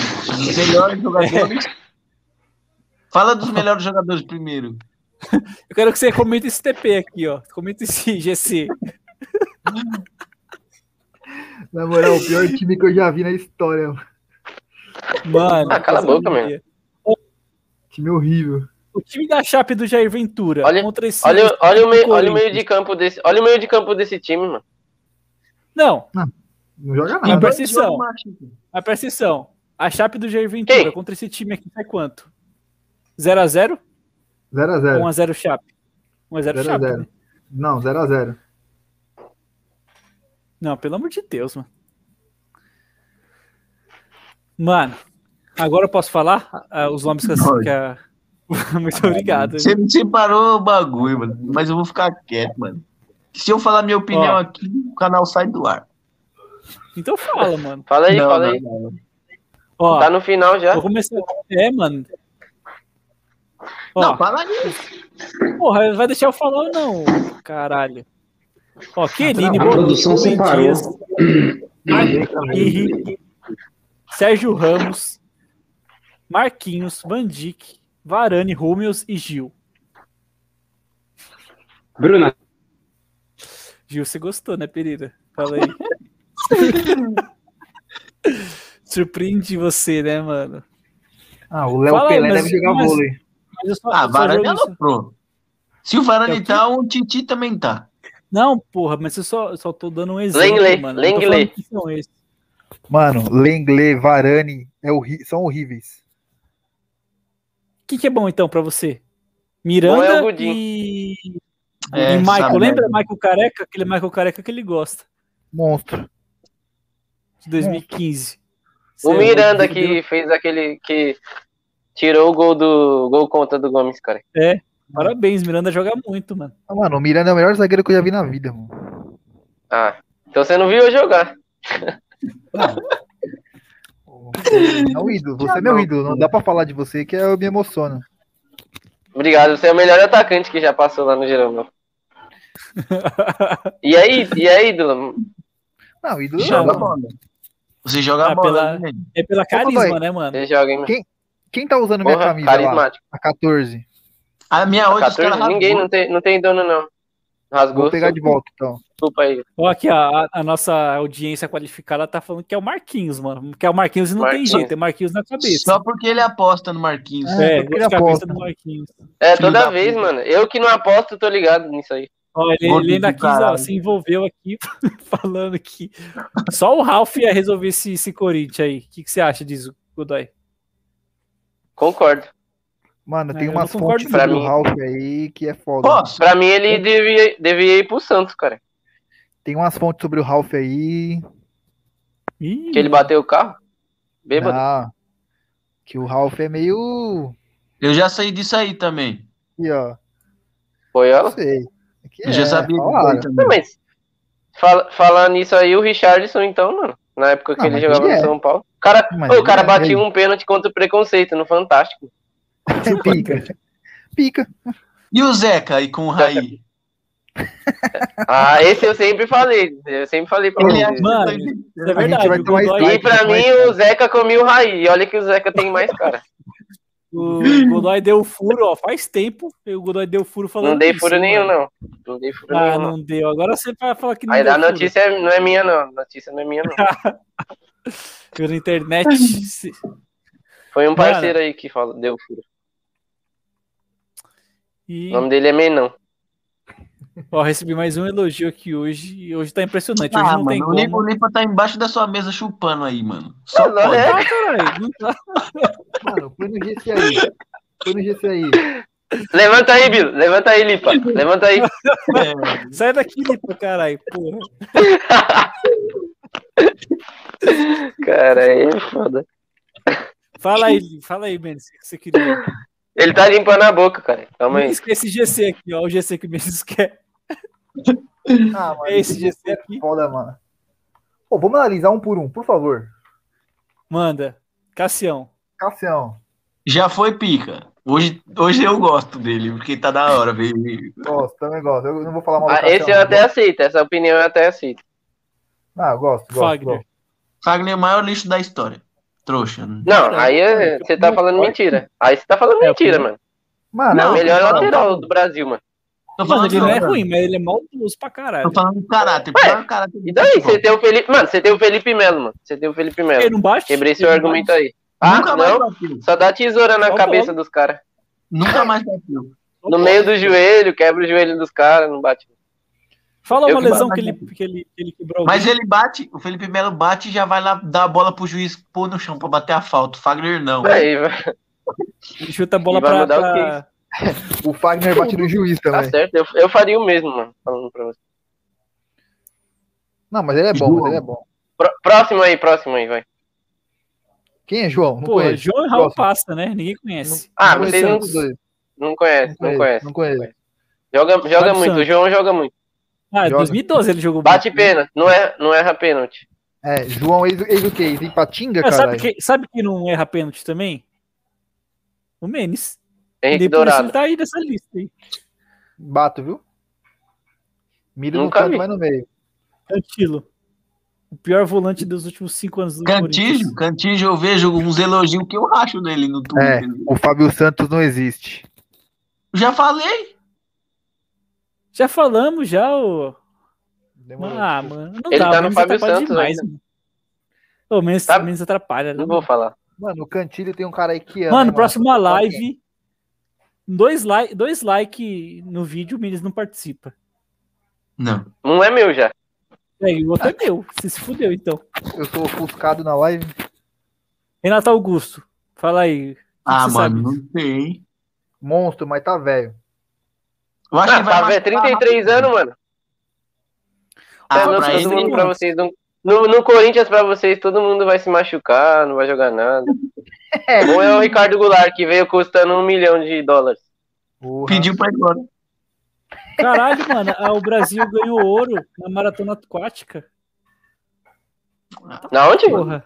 [SPEAKER 4] Os
[SPEAKER 2] É.
[SPEAKER 4] melhores jogadores. Fala dos melhores jogadores primeiro.
[SPEAKER 2] Eu quero que você comente esse TP aqui, ó. Comenta esse GC.
[SPEAKER 11] Na moral, o pior time que eu já vi na história. mano.
[SPEAKER 2] Mano.
[SPEAKER 3] Ah, cala a boca,
[SPEAKER 2] coisa
[SPEAKER 3] meu.
[SPEAKER 2] feia.
[SPEAKER 11] Time horrível.
[SPEAKER 2] O time da Chape do Jair Ventura.
[SPEAKER 3] Olha-
[SPEAKER 2] contra esse
[SPEAKER 3] Olha, olha, o, meio,
[SPEAKER 2] do
[SPEAKER 3] olha o meio
[SPEAKER 2] Corinthians.
[SPEAKER 3] de campo desse. Olha o meio de campo desse time, mano.
[SPEAKER 2] Não,
[SPEAKER 11] Não joga
[SPEAKER 2] mas
[SPEAKER 11] nada.
[SPEAKER 2] presta atenção. Mas presta atenção. A Chape do Jair Ventura
[SPEAKER 3] Ei.
[SPEAKER 2] contra esse time aqui sai quanto? 0x0?
[SPEAKER 5] É.
[SPEAKER 11] 0x0.
[SPEAKER 2] 1x0 Chape. 1x0 Chape. né?
[SPEAKER 11] 0x0. Não, 0x0.
[SPEAKER 2] Não, pelo amor de Deus, mano. Mano, agora eu posso falar ah, os nomes que eu- que a... Muito obrigado.
[SPEAKER 4] Você me separou o bagulho, mano. Mas eu vou ficar quieto, mano. Se eu falar minha opinião
[SPEAKER 2] Ó.
[SPEAKER 4] aqui, o canal sai do ar.
[SPEAKER 2] Então fala, mano.
[SPEAKER 3] Fala aí,
[SPEAKER 4] Não,
[SPEAKER 3] fala
[SPEAKER 4] não,
[SPEAKER 3] aí.
[SPEAKER 4] não.
[SPEAKER 2] Ó,
[SPEAKER 3] Tá no final já.
[SPEAKER 2] vou começar. É, mano. Ó,
[SPEAKER 4] Não, fala aí.
[SPEAKER 2] porra, vai deixar eu falar ou não? Caralho. Ó, Kenine,
[SPEAKER 1] A produção separou.
[SPEAKER 2] Henrique, Sérgio Ramos, Marquinhos, Van Dijk, Varane, Rúmeus e Gil.
[SPEAKER 1] Bruna,
[SPEAKER 2] Gil, você gostou, né, Pereira? Fala aí. Surpreendi você, né, mano?
[SPEAKER 11] Ah, o Léo
[SPEAKER 2] Fala aí,
[SPEAKER 11] Pelé
[SPEAKER 2] mas-
[SPEAKER 11] deve jogar
[SPEAKER 2] mas-
[SPEAKER 11] vôlei.
[SPEAKER 2] Mas eu só-
[SPEAKER 4] Ah,
[SPEAKER 2] eu só
[SPEAKER 4] Varane
[SPEAKER 2] jogo isso-
[SPEAKER 4] aloprou. Se o
[SPEAKER 2] É o
[SPEAKER 4] Varane
[SPEAKER 2] quê?
[SPEAKER 4] tá, o Titi também tá.
[SPEAKER 2] Não, porra, mas eu só, eu só tô dando um exemplo,
[SPEAKER 3] Lenglet,
[SPEAKER 2] mano. Eu não tô falando
[SPEAKER 3] Lenglet.
[SPEAKER 2] que são esses.
[SPEAKER 11] Mano, Lenglet, Varane é horri- são horríveis.
[SPEAKER 2] O que, que é bom, então, pra você?
[SPEAKER 3] Bom é o
[SPEAKER 2] Miranda
[SPEAKER 3] Godin.
[SPEAKER 2] e...
[SPEAKER 4] É,
[SPEAKER 2] e Michael.
[SPEAKER 4] sabe,
[SPEAKER 2] Lembra Michael Careca? Aquele Michael Careca que ele gosta,
[SPEAKER 11] Monstro.
[SPEAKER 2] de 2015. Sei
[SPEAKER 11] é
[SPEAKER 3] O
[SPEAKER 2] lá,
[SPEAKER 3] Miranda
[SPEAKER 2] entendeu?
[SPEAKER 3] que fez aquele que tirou o gol do gol contra do Gomes, cara.
[SPEAKER 2] Parabéns, Miranda joga muito, mano.
[SPEAKER 11] Ah, mano, o Miranda é o melhor zagueiro que eu já vi na vida, mano.
[SPEAKER 3] Ah, então você não viu eu jogar.
[SPEAKER 11] É um ídolo. Você é meu ídolo. Não dá pra falar de você que eu me emociono.
[SPEAKER 3] Obrigado, você é o melhor atacante que já passou lá no Geraldo. E aí, e aí, ídolo?
[SPEAKER 11] Não, ídolo
[SPEAKER 4] Você
[SPEAKER 11] não.
[SPEAKER 4] joga
[SPEAKER 11] mano.
[SPEAKER 4] bola. Você joga
[SPEAKER 2] Ah,
[SPEAKER 4] bola,
[SPEAKER 2] pela-
[SPEAKER 4] né?
[SPEAKER 2] É pela carisma,
[SPEAKER 11] Godoy.
[SPEAKER 2] né, mano?
[SPEAKER 3] Você joga, hein, mano?
[SPEAKER 11] Quem tá usando minha
[SPEAKER 3] Porra,
[SPEAKER 11] camisa lá?
[SPEAKER 3] carismático.
[SPEAKER 11] A 14.
[SPEAKER 4] A minha hoje, os
[SPEAKER 3] 14,
[SPEAKER 4] caras
[SPEAKER 3] Tá ninguém,
[SPEAKER 4] rasgou.
[SPEAKER 3] não tem, não tem dono, não. Rasgou,
[SPEAKER 11] Vou pegar de volta, então.
[SPEAKER 3] desculpa aí.
[SPEAKER 2] Ó, aqui, ó, a, a nossa audiência qualificada tá falando que é o Marquinhos, mano. Que é o Marquinhos e não
[SPEAKER 3] Marquinhos.
[SPEAKER 2] tem jeito, é Marquinhos na cabeça.
[SPEAKER 4] Só porque ele aposta no Marquinhos.
[SPEAKER 2] É,
[SPEAKER 11] porque
[SPEAKER 2] os
[SPEAKER 11] ele
[SPEAKER 2] cabeça
[SPEAKER 11] aposta.
[SPEAKER 2] do Marquinhos.
[SPEAKER 3] É,
[SPEAKER 4] Filho
[SPEAKER 3] toda
[SPEAKER 4] da
[SPEAKER 3] vez,
[SPEAKER 4] puta.
[SPEAKER 3] mano. Eu que não aposto, tô ligado nisso aí.
[SPEAKER 2] Ó, ele,
[SPEAKER 4] Gordo
[SPEAKER 2] ele ainda
[SPEAKER 4] do
[SPEAKER 2] quis, ó,
[SPEAKER 4] caralho.
[SPEAKER 2] se envolveu aqui, falando que só o Ralf ia resolver esse, esse Corinthians aí. O que, que você acha disso, Godoy?
[SPEAKER 3] Concordo.
[SPEAKER 11] Mano,
[SPEAKER 2] É,
[SPEAKER 11] tem
[SPEAKER 2] eu
[SPEAKER 11] umas
[SPEAKER 2] não concordo
[SPEAKER 11] fontes
[SPEAKER 3] pra
[SPEAKER 11] sobre o
[SPEAKER 3] mim.
[SPEAKER 11] Ralf aí que é foda.
[SPEAKER 4] Posso?
[SPEAKER 3] Pra mim, ele devia, devia ir pro Santos, cara.
[SPEAKER 11] Tem umas fontes sobre o Ralf aí.
[SPEAKER 2] Ih,
[SPEAKER 11] Hum.
[SPEAKER 3] Que ele bateu o carro. Bêbado.
[SPEAKER 11] Ah, que o Ralf é meio.
[SPEAKER 4] Eu já saí disso aí também.
[SPEAKER 11] Aqui, ó.
[SPEAKER 3] Foi
[SPEAKER 11] Não
[SPEAKER 3] ela?
[SPEAKER 11] sei. Aqui
[SPEAKER 4] Eu já
[SPEAKER 11] é,
[SPEAKER 4] sabia disso aí
[SPEAKER 11] falaram.
[SPEAKER 3] Não,
[SPEAKER 4] também.
[SPEAKER 3] mas. Fala, falando nisso aí, o Richardson, então, mano. Na época que
[SPEAKER 11] Ah,
[SPEAKER 3] ele
[SPEAKER 11] mas
[SPEAKER 3] jogava
[SPEAKER 11] ele
[SPEAKER 3] no
[SPEAKER 11] é.
[SPEAKER 3] São Paulo. O cara,
[SPEAKER 11] Mas
[SPEAKER 3] ô, o
[SPEAKER 11] ele
[SPEAKER 3] cara
[SPEAKER 11] é,
[SPEAKER 3] batia
[SPEAKER 11] ele.
[SPEAKER 3] um pênalti contra o preconceito no Fantástico.
[SPEAKER 11] né? Pica. Pica.
[SPEAKER 4] E o Zeca aí com o
[SPEAKER 3] Tá
[SPEAKER 4] Raí?
[SPEAKER 3] Ah, esse eu sempre falei. Eu sempre falei pra
[SPEAKER 4] Ele
[SPEAKER 3] vocês.
[SPEAKER 4] acha
[SPEAKER 2] Mano,
[SPEAKER 4] que foi-
[SPEAKER 2] isso é
[SPEAKER 11] a gente
[SPEAKER 2] verdade.
[SPEAKER 11] vai
[SPEAKER 2] o
[SPEAKER 11] tomar
[SPEAKER 2] Godoy-
[SPEAKER 3] E
[SPEAKER 11] strike.
[SPEAKER 3] pra mim, o Zeca comia o Raí. Olha que o Zeca tem mais cara.
[SPEAKER 2] O Godoy deu furo, ó, faz tempo. O Godoy deu furo falando.
[SPEAKER 3] Não dei
[SPEAKER 2] isso,
[SPEAKER 3] furo
[SPEAKER 2] mano.
[SPEAKER 3] nenhum, não. Não dei furo
[SPEAKER 2] Ah,
[SPEAKER 3] nenhum, não.
[SPEAKER 2] não deu. Agora você vai falar que não
[SPEAKER 3] Aí
[SPEAKER 2] deu
[SPEAKER 3] a
[SPEAKER 2] furo.
[SPEAKER 3] notícia é- não é minha, não. A notícia não é minha, não.
[SPEAKER 2] Pela internet. se-
[SPEAKER 3] Foi um
[SPEAKER 2] Cara.
[SPEAKER 3] parceiro aí que falou, deu furo.
[SPEAKER 2] E,
[SPEAKER 3] O nome dele é Menão.
[SPEAKER 2] ó, recebi mais um elogio aqui hoje. E hoje tá impressionante. Hoje
[SPEAKER 4] Ah,
[SPEAKER 2] não tem
[SPEAKER 4] mano, o Nico
[SPEAKER 2] como.
[SPEAKER 4] Lipa tá embaixo da sua mesa chupando aí, mano. Só
[SPEAKER 3] Não,
[SPEAKER 4] pode.
[SPEAKER 3] é.
[SPEAKER 2] Ah, caralho, não tá.
[SPEAKER 11] Mano, põe no GC aí. Põe no GC aí.
[SPEAKER 3] Levanta aí, Bilo. Levanta aí, Lipa. Levanta aí.
[SPEAKER 4] né?
[SPEAKER 2] Sai daqui, Lipa, caralho. Porra.
[SPEAKER 3] Cara, aí é foda.
[SPEAKER 2] Fala aí, Li- fala aí, Menes, o que você queria.
[SPEAKER 3] Ele tá limpando a boca, cara. Calma aí.
[SPEAKER 2] Esse GC aqui, ó. O GC que o Menes quer.
[SPEAKER 11] Ah, mano,
[SPEAKER 2] É esse GC aqui.
[SPEAKER 11] foda, mano.
[SPEAKER 5] Pô, vamos analisar um por um, por favor.
[SPEAKER 2] Manda. Cassião.
[SPEAKER 5] Cassião.
[SPEAKER 4] Já foi pica. Hoje, hoje eu gosto dele, porque tá da hora, velho.
[SPEAKER 5] Gosto, também gosto. Eu não vou falar mal do
[SPEAKER 3] Ah,
[SPEAKER 5] Cassião.
[SPEAKER 3] esse eu
[SPEAKER 5] não.
[SPEAKER 3] até aceito, essa opinião eu até aceito.
[SPEAKER 5] Ah, gosto, gosto,
[SPEAKER 2] Fagner.
[SPEAKER 5] gosto.
[SPEAKER 4] Fagner é o maior lixo da história. Trouxa. né?
[SPEAKER 3] Não, aí é- você tá falando mentira. Aí você tá falando
[SPEAKER 2] É,
[SPEAKER 3] mentira,
[SPEAKER 2] opinião.
[SPEAKER 3] mano.
[SPEAKER 5] Mano,
[SPEAKER 4] Não,
[SPEAKER 3] O melhor
[SPEAKER 4] não,
[SPEAKER 3] lateral do Brasil, mano.
[SPEAKER 4] Tô
[SPEAKER 2] Mano,
[SPEAKER 4] falando,
[SPEAKER 2] ele não é
[SPEAKER 4] não,
[SPEAKER 2] ruim, mas ele é maldoso pra caralho.
[SPEAKER 4] tô falando do caráter.
[SPEAKER 3] Ué,
[SPEAKER 4] Ué, caráter do
[SPEAKER 3] E daí?
[SPEAKER 4] futebol.
[SPEAKER 3] Você tá- tem o Felipe. Mano, você tem o Felipe Melo, mano. Você tem o Felipe
[SPEAKER 2] Ele
[SPEAKER 3] Melo.
[SPEAKER 2] não bate?
[SPEAKER 3] Quebrei seu
[SPEAKER 2] Ele não
[SPEAKER 3] argumento
[SPEAKER 2] bate?
[SPEAKER 3] aí. Ah,
[SPEAKER 4] nunca mais
[SPEAKER 3] não.
[SPEAKER 4] bateu.
[SPEAKER 3] Só dá tesoura na
[SPEAKER 2] Só
[SPEAKER 3] cabeça dos caras.
[SPEAKER 4] Nunca mais bateu.
[SPEAKER 3] No meio do joelho, quebra o joelho dos caras, não bate.
[SPEAKER 2] Fala
[SPEAKER 3] Eu
[SPEAKER 2] uma
[SPEAKER 3] que
[SPEAKER 2] lesão
[SPEAKER 4] bato.
[SPEAKER 2] que ele, que ele, que ele quebrou.
[SPEAKER 4] Mas ele bate, o Felipe Melo bate e já vai lá dar a bola pro juiz pôr no chão pra bater a falta. O Fagner não.
[SPEAKER 3] Aí, vai.
[SPEAKER 2] Ele chuta a bola
[SPEAKER 3] E vai
[SPEAKER 2] pra.
[SPEAKER 3] mudar o
[SPEAKER 2] pra-
[SPEAKER 11] O Fagner bate no juiz
[SPEAKER 3] Tá
[SPEAKER 11] também.
[SPEAKER 3] certo. Eu, eu faria o mesmo, mano. Falando pra você.
[SPEAKER 11] Não, mas ele é bom, mas ele é bom.
[SPEAKER 3] Pró- próximo aí, próximo aí, vai.
[SPEAKER 11] Quem é João? Não
[SPEAKER 2] Pô,
[SPEAKER 11] conheço.
[SPEAKER 2] João e Raul
[SPEAKER 11] Próximo.
[SPEAKER 2] Passa, né? Ninguém conhece.
[SPEAKER 3] Ah,
[SPEAKER 11] Não
[SPEAKER 3] vocês
[SPEAKER 11] conheço
[SPEAKER 3] não,
[SPEAKER 11] os dois.
[SPEAKER 3] não conhecem,
[SPEAKER 5] É.
[SPEAKER 3] não conhecem.
[SPEAKER 11] Não conheço.
[SPEAKER 3] Joga,
[SPEAKER 2] Vai
[SPEAKER 3] joga
[SPEAKER 2] do
[SPEAKER 3] muito, o
[SPEAKER 2] Santos.
[SPEAKER 3] João joga muito.
[SPEAKER 2] Ah,
[SPEAKER 11] Joga.
[SPEAKER 2] 2012 ele jogou
[SPEAKER 3] Bate
[SPEAKER 2] bem.
[SPEAKER 3] pênalti, não, é, não erra pênalti.
[SPEAKER 11] É, João, ex, ex o quê? Ex Ipatinga,
[SPEAKER 2] Ah,
[SPEAKER 11] caralho?
[SPEAKER 2] sabe, quem, sabe quem não erra pênalti também? O Menes.
[SPEAKER 3] Henrique
[SPEAKER 2] E por isso
[SPEAKER 3] Dourado.
[SPEAKER 2] ele tá aí nessa lista aí.
[SPEAKER 11] Bato, viu? Mira no
[SPEAKER 3] Nunca
[SPEAKER 11] canto,
[SPEAKER 3] vi.
[SPEAKER 11] mas no meio.
[SPEAKER 2] Cantilo. O pior volante dos últimos cinco anos do
[SPEAKER 4] Cantígio,
[SPEAKER 2] Corinthians.
[SPEAKER 4] Cantígio, eu vejo uns elogios que eu racho nele no
[SPEAKER 11] É,
[SPEAKER 4] Twitter.
[SPEAKER 11] o Fábio Santos não existe.
[SPEAKER 3] É.
[SPEAKER 4] Já falei.
[SPEAKER 2] Já falamos, já, ô.
[SPEAKER 11] Demorou.
[SPEAKER 2] Ah, mano. Não
[SPEAKER 3] Ele
[SPEAKER 2] dá,
[SPEAKER 3] tá
[SPEAKER 2] o
[SPEAKER 3] no
[SPEAKER 2] Menes
[SPEAKER 3] Fábio
[SPEAKER 2] atrapalha
[SPEAKER 3] Santos
[SPEAKER 2] demais, mano. Ô, O Menes,
[SPEAKER 3] Tá-
[SPEAKER 2] o Menes atrapalha. né?
[SPEAKER 3] Não Tá vou falar.
[SPEAKER 11] Mano, o Cantilho tem um cara aí que ama.
[SPEAKER 2] Mano,
[SPEAKER 11] hein,
[SPEAKER 2] próxima
[SPEAKER 11] Qual que é?
[SPEAKER 2] live. Dois like, dois like no vídeo, o Menes não participa.
[SPEAKER 4] Não.
[SPEAKER 3] Não é meu já.
[SPEAKER 2] É, e o outro é meu. Você se fudeu, então.
[SPEAKER 11] Eu sou ofuscado na live.
[SPEAKER 2] Renato Augusto, fala aí. o que
[SPEAKER 4] Ah,
[SPEAKER 2] você
[SPEAKER 4] mano,
[SPEAKER 2] sabe?
[SPEAKER 4] não sei.
[SPEAKER 11] Monstro, mas tá velho.
[SPEAKER 4] Eu acho
[SPEAKER 3] Ah,
[SPEAKER 4] que vai
[SPEAKER 3] tá,
[SPEAKER 4] machucar
[SPEAKER 3] velho, 33 anos, mano.
[SPEAKER 4] Ah,
[SPEAKER 3] Tá louco,
[SPEAKER 4] pra
[SPEAKER 3] todo
[SPEAKER 4] ele,
[SPEAKER 3] mundo
[SPEAKER 2] mano.
[SPEAKER 3] pra vocês. Não... No, no Corinthians, pra vocês, todo mundo vai se machucar, não vai jogar nada. Ou é o Ricardo Goulart, que veio custando um milhão de dólares.
[SPEAKER 11] Porra.
[SPEAKER 4] pediu pra ir embora.
[SPEAKER 2] Caralho, mano, ah, o Brasil ganhou ouro na maratona aquática.
[SPEAKER 3] Na onde?
[SPEAKER 2] Porra.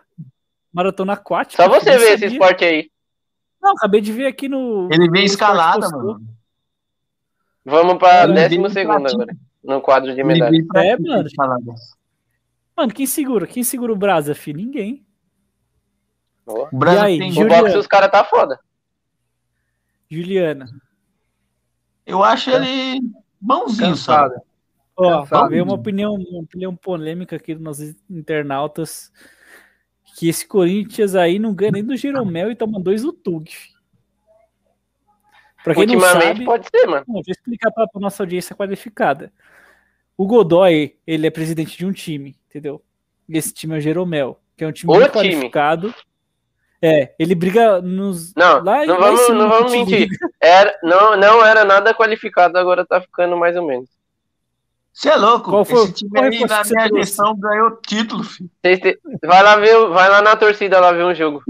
[SPEAKER 2] Maratona aquática.
[SPEAKER 3] Só você
[SPEAKER 2] nem
[SPEAKER 3] vê esse
[SPEAKER 2] sabia.
[SPEAKER 3] esporte aí.
[SPEAKER 2] Não, acabei de ver aqui no.
[SPEAKER 4] Ele
[SPEAKER 2] no
[SPEAKER 4] veio
[SPEAKER 2] Esporte
[SPEAKER 4] escalada,
[SPEAKER 2] Postou.
[SPEAKER 4] mano.
[SPEAKER 3] Vamos pra
[SPEAKER 4] Ele veio
[SPEAKER 3] 12 Tá segundo
[SPEAKER 4] pra-
[SPEAKER 3] agora, no quadro de
[SPEAKER 4] Ele
[SPEAKER 3] medalha.
[SPEAKER 4] veio pra
[SPEAKER 2] É,
[SPEAKER 4] aqui,
[SPEAKER 2] mano.
[SPEAKER 4] escalada.
[SPEAKER 2] Mano, quem segura? Quem segura o Brasa, filho? Ninguém.
[SPEAKER 3] Boa.
[SPEAKER 4] O Brasil
[SPEAKER 2] E aí,
[SPEAKER 4] tem-
[SPEAKER 3] O
[SPEAKER 2] Júlio?
[SPEAKER 3] boxe, os caras tá foda.
[SPEAKER 2] Juliana.
[SPEAKER 4] Eu acho ele bonzinho, um sabe?
[SPEAKER 11] Cansado.
[SPEAKER 2] Ó,
[SPEAKER 11] Cansado.
[SPEAKER 2] veio uma opinião, uma opinião polêmica aqui dos nossos internautas. Que esse Corinthians aí não ganha nem do Jeromel e toma dois do Tug. filho. Pra quem não
[SPEAKER 3] Ultimamente
[SPEAKER 2] sabe.
[SPEAKER 3] pode ser, mano.
[SPEAKER 2] Bom, deixa eu explicar para a nossa audiência qualificada. O Godoy, ele é presidente de um time, entendeu? E esse time é o Jeromel, que é um time
[SPEAKER 3] O
[SPEAKER 2] muito
[SPEAKER 3] time.
[SPEAKER 2] qualificado. É, ele briga nos.
[SPEAKER 3] Não,
[SPEAKER 2] lá,
[SPEAKER 3] não
[SPEAKER 2] lá
[SPEAKER 3] vamos-
[SPEAKER 2] em cima
[SPEAKER 3] não
[SPEAKER 2] do
[SPEAKER 3] vamos
[SPEAKER 2] time.
[SPEAKER 3] mentir. Era, não, não era nada qualificado, agora tá ficando mais ou menos.
[SPEAKER 4] Você é louco.
[SPEAKER 2] Qual foi-
[SPEAKER 4] Esse time
[SPEAKER 2] qual
[SPEAKER 4] aí,
[SPEAKER 2] foi
[SPEAKER 4] na
[SPEAKER 2] que você
[SPEAKER 4] minha
[SPEAKER 2] trouxe?
[SPEAKER 4] gestão, ganhou título, filho.
[SPEAKER 3] Vocês te- Vai lá ver, o- vai lá na torcida lá ver um jogo.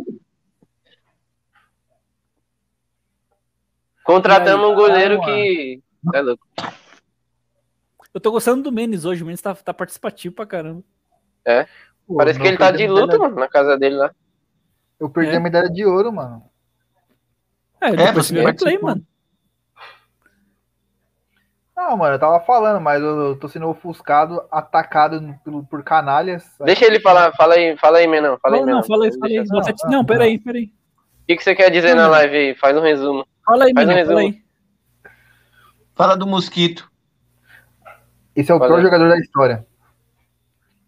[SPEAKER 2] E
[SPEAKER 3] Contratamos
[SPEAKER 2] aí?
[SPEAKER 3] um goleiro que. É louco.
[SPEAKER 2] Eu tô gostando do Menes hoje, o Menes tá, tá participativo pra caramba.
[SPEAKER 11] Pô,
[SPEAKER 3] Parece
[SPEAKER 11] não
[SPEAKER 3] que ele tá de
[SPEAKER 11] perdemos
[SPEAKER 3] luto, mano, na casa dele lá.
[SPEAKER 11] Eu perdi
[SPEAKER 2] É.
[SPEAKER 11] a medalha de ouro, mano.
[SPEAKER 2] É, depois você
[SPEAKER 4] você
[SPEAKER 2] vê o
[SPEAKER 3] tipo,
[SPEAKER 2] replay,
[SPEAKER 4] participou.
[SPEAKER 2] mano.
[SPEAKER 11] Não, mano, eu tava falando, mas eu eu tô sendo ofuscado, atacado no- pelo- por canalhas.
[SPEAKER 3] Deixa ele falar, fala aí, fala aí, Menão. Fala aí,
[SPEAKER 2] Fala,
[SPEAKER 3] Menão.
[SPEAKER 2] não, fala aí,
[SPEAKER 3] Deixa- Ah.
[SPEAKER 2] fala aí.
[SPEAKER 3] deixa-
[SPEAKER 11] não,
[SPEAKER 2] Você-
[SPEAKER 11] não,
[SPEAKER 2] Não,
[SPEAKER 11] não.
[SPEAKER 2] peraí, peraí.
[SPEAKER 3] O que, que você quer dizer
[SPEAKER 2] Não,
[SPEAKER 3] na
[SPEAKER 2] não.
[SPEAKER 3] live aí? Faz um resumo.
[SPEAKER 2] Fala aí,
[SPEAKER 3] Faz um
[SPEAKER 2] Menão, fala
[SPEAKER 3] resumo.
[SPEAKER 2] aí.
[SPEAKER 4] Fala do mosquito.
[SPEAKER 11] Esse é o
[SPEAKER 3] Olha.
[SPEAKER 11] pior jogador da história.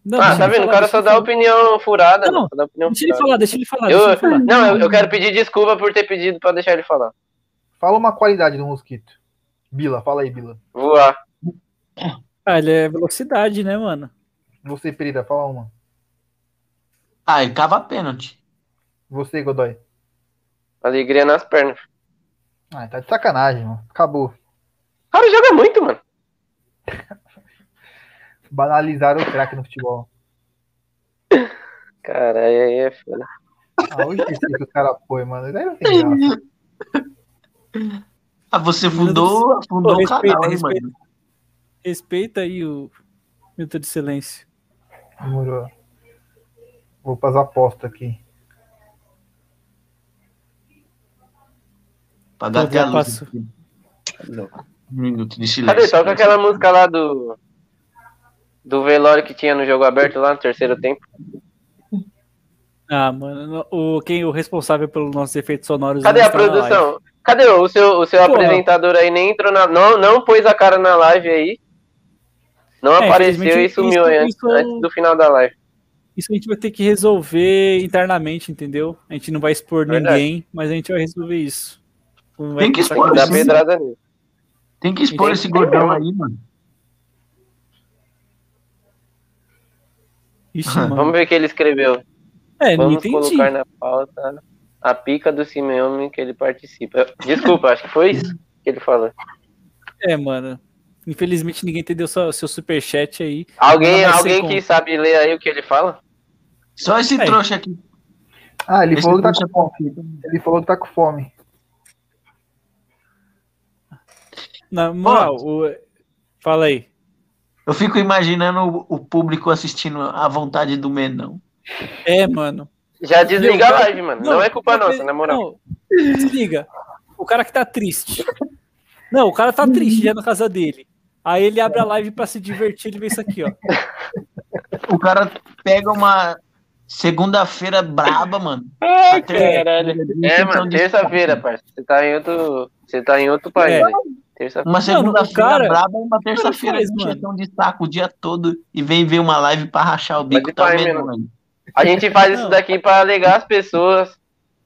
[SPEAKER 2] Não,
[SPEAKER 3] Ah,
[SPEAKER 2] deixa
[SPEAKER 3] tá
[SPEAKER 2] ele
[SPEAKER 3] vendo? O
[SPEAKER 2] falar,
[SPEAKER 3] cara
[SPEAKER 2] deixa
[SPEAKER 3] só
[SPEAKER 2] ele
[SPEAKER 3] dá
[SPEAKER 2] falar.
[SPEAKER 3] opinião furada,
[SPEAKER 2] Não,
[SPEAKER 3] mano. Só dá opinião
[SPEAKER 2] Deixa ele
[SPEAKER 3] furada.
[SPEAKER 2] falar, deixa ele falar, deixa ele
[SPEAKER 3] Eu,
[SPEAKER 2] falar.
[SPEAKER 3] não, eu- eu quero pedir desculpa por ter pedido pra deixar ele falar.
[SPEAKER 11] Fala uma qualidade do mosquito. Bila, fala aí, Bila.
[SPEAKER 3] Voar.
[SPEAKER 2] Ah, ele é velocidade, né, mano?
[SPEAKER 11] Você, Perida, fala uma.
[SPEAKER 4] Ah, ele cava pênalti.
[SPEAKER 11] Você, Godoy.
[SPEAKER 3] Alegria nas pernas.
[SPEAKER 11] Ah, tá de sacanagem, mano. Acabou.
[SPEAKER 3] O cara joga muito, mano.
[SPEAKER 11] Banalizaram o craque no futebol.
[SPEAKER 3] Cara, aí é foda.
[SPEAKER 11] Ah, hoje eu sei que o cara foi, mano. Ele não tem graça.
[SPEAKER 4] Ah, você fundou,
[SPEAKER 2] Pô,
[SPEAKER 4] fundou o
[SPEAKER 2] respeita,
[SPEAKER 4] canal, hein,
[SPEAKER 2] respeita.
[SPEAKER 4] mano?
[SPEAKER 2] Respeita aí o minuto de silêncio.
[SPEAKER 11] Demorou.
[SPEAKER 5] Vou para as apostas aqui.
[SPEAKER 4] Pra dar até a
[SPEAKER 2] já
[SPEAKER 4] luz.
[SPEAKER 2] passou.
[SPEAKER 4] aqui. Um minuto de silêncio.
[SPEAKER 3] Cadê? Toca aquela música lá do. Do velório que tinha no jogo aberto lá no terceiro tempo.
[SPEAKER 2] Ah, mano, no- o, quem, o responsável pelos nossos efeitos sonoros.
[SPEAKER 3] Cadê
[SPEAKER 2] não
[SPEAKER 3] a
[SPEAKER 2] está na live.
[SPEAKER 3] produção? Cadê o seu, o seu
[SPEAKER 2] Pô.
[SPEAKER 3] apresentador aí? Nem entrou na. Não, não pôs a cara na live aí. Não
[SPEAKER 2] É,
[SPEAKER 3] apareceu
[SPEAKER 2] infelizmente,
[SPEAKER 3] e sumiu
[SPEAKER 2] isso-
[SPEAKER 3] aí antes,
[SPEAKER 2] isso- é um
[SPEAKER 3] antes do final da live.
[SPEAKER 2] Isso a gente vai ter que resolver internamente, entendeu? A gente não vai expor
[SPEAKER 3] Verdade.
[SPEAKER 2] ninguém, mas a gente vai resolver isso. Não vai
[SPEAKER 4] Tem que
[SPEAKER 2] começar
[SPEAKER 4] expor,
[SPEAKER 2] com
[SPEAKER 3] Dá
[SPEAKER 4] Sim.
[SPEAKER 3] pedrada nisso.
[SPEAKER 4] Tem que expor
[SPEAKER 3] Tem
[SPEAKER 4] esse
[SPEAKER 3] que ter,
[SPEAKER 4] gordão
[SPEAKER 3] não.
[SPEAKER 4] aí, mano.
[SPEAKER 2] Ixi, mano.
[SPEAKER 3] Vamos ver o que ele escreveu.
[SPEAKER 2] É, não
[SPEAKER 3] Vamos
[SPEAKER 2] entendi.
[SPEAKER 3] colocar na pauta a pica do Simeone que ele participa. Desculpa, acho que foi isso que ele falou.
[SPEAKER 2] É, mano. Infelizmente ninguém entendeu seu, seu superchat aí.
[SPEAKER 3] Alguém,
[SPEAKER 2] Não, mas
[SPEAKER 3] alguém
[SPEAKER 2] sem
[SPEAKER 3] que sabe ler aí o que ele fala?
[SPEAKER 4] Só esse
[SPEAKER 2] Aí.
[SPEAKER 4] trouxa aqui.
[SPEAKER 5] Ah, ele
[SPEAKER 4] Esse
[SPEAKER 5] falou que tá
[SPEAKER 4] trouxa
[SPEAKER 5] com fome. Ele falou que tá com fome.
[SPEAKER 2] Na moral, o- fala aí.
[SPEAKER 4] Eu fico imaginando o, o público assistindo à vontade do Menão.
[SPEAKER 2] É, mano.
[SPEAKER 3] Já desliga
[SPEAKER 2] Meu,
[SPEAKER 3] a live, mano. Não, é culpa
[SPEAKER 2] não,
[SPEAKER 3] nossa, na moral.
[SPEAKER 2] não, desliga. O cara que tá triste. Não, o cara tá triste já na casa dele. Aí ele abre a live pra se divertir, ele vê isso aqui, ó.
[SPEAKER 4] O cara pega uma segunda-feira braba, mano.
[SPEAKER 14] Ai,
[SPEAKER 4] Até-
[SPEAKER 3] É, mano, terça-feira, parceiro. Você tá em outro. Você tá em outro país.
[SPEAKER 2] É.
[SPEAKER 3] velho. Terça-feira.
[SPEAKER 4] Uma segunda-feira
[SPEAKER 2] cara-
[SPEAKER 4] braba e uma
[SPEAKER 2] cara
[SPEAKER 4] terça-feira
[SPEAKER 2] faz,
[SPEAKER 4] com
[SPEAKER 2] mano?
[SPEAKER 4] questão de saco o dia todo e vem ver uma live pra rachar o bico,
[SPEAKER 3] de
[SPEAKER 4] tá o
[SPEAKER 3] pai,
[SPEAKER 4] Menão.
[SPEAKER 3] Menão.
[SPEAKER 4] aí.
[SPEAKER 3] A gente faz isso
[SPEAKER 2] Não.
[SPEAKER 3] daqui pra alegar as pessoas.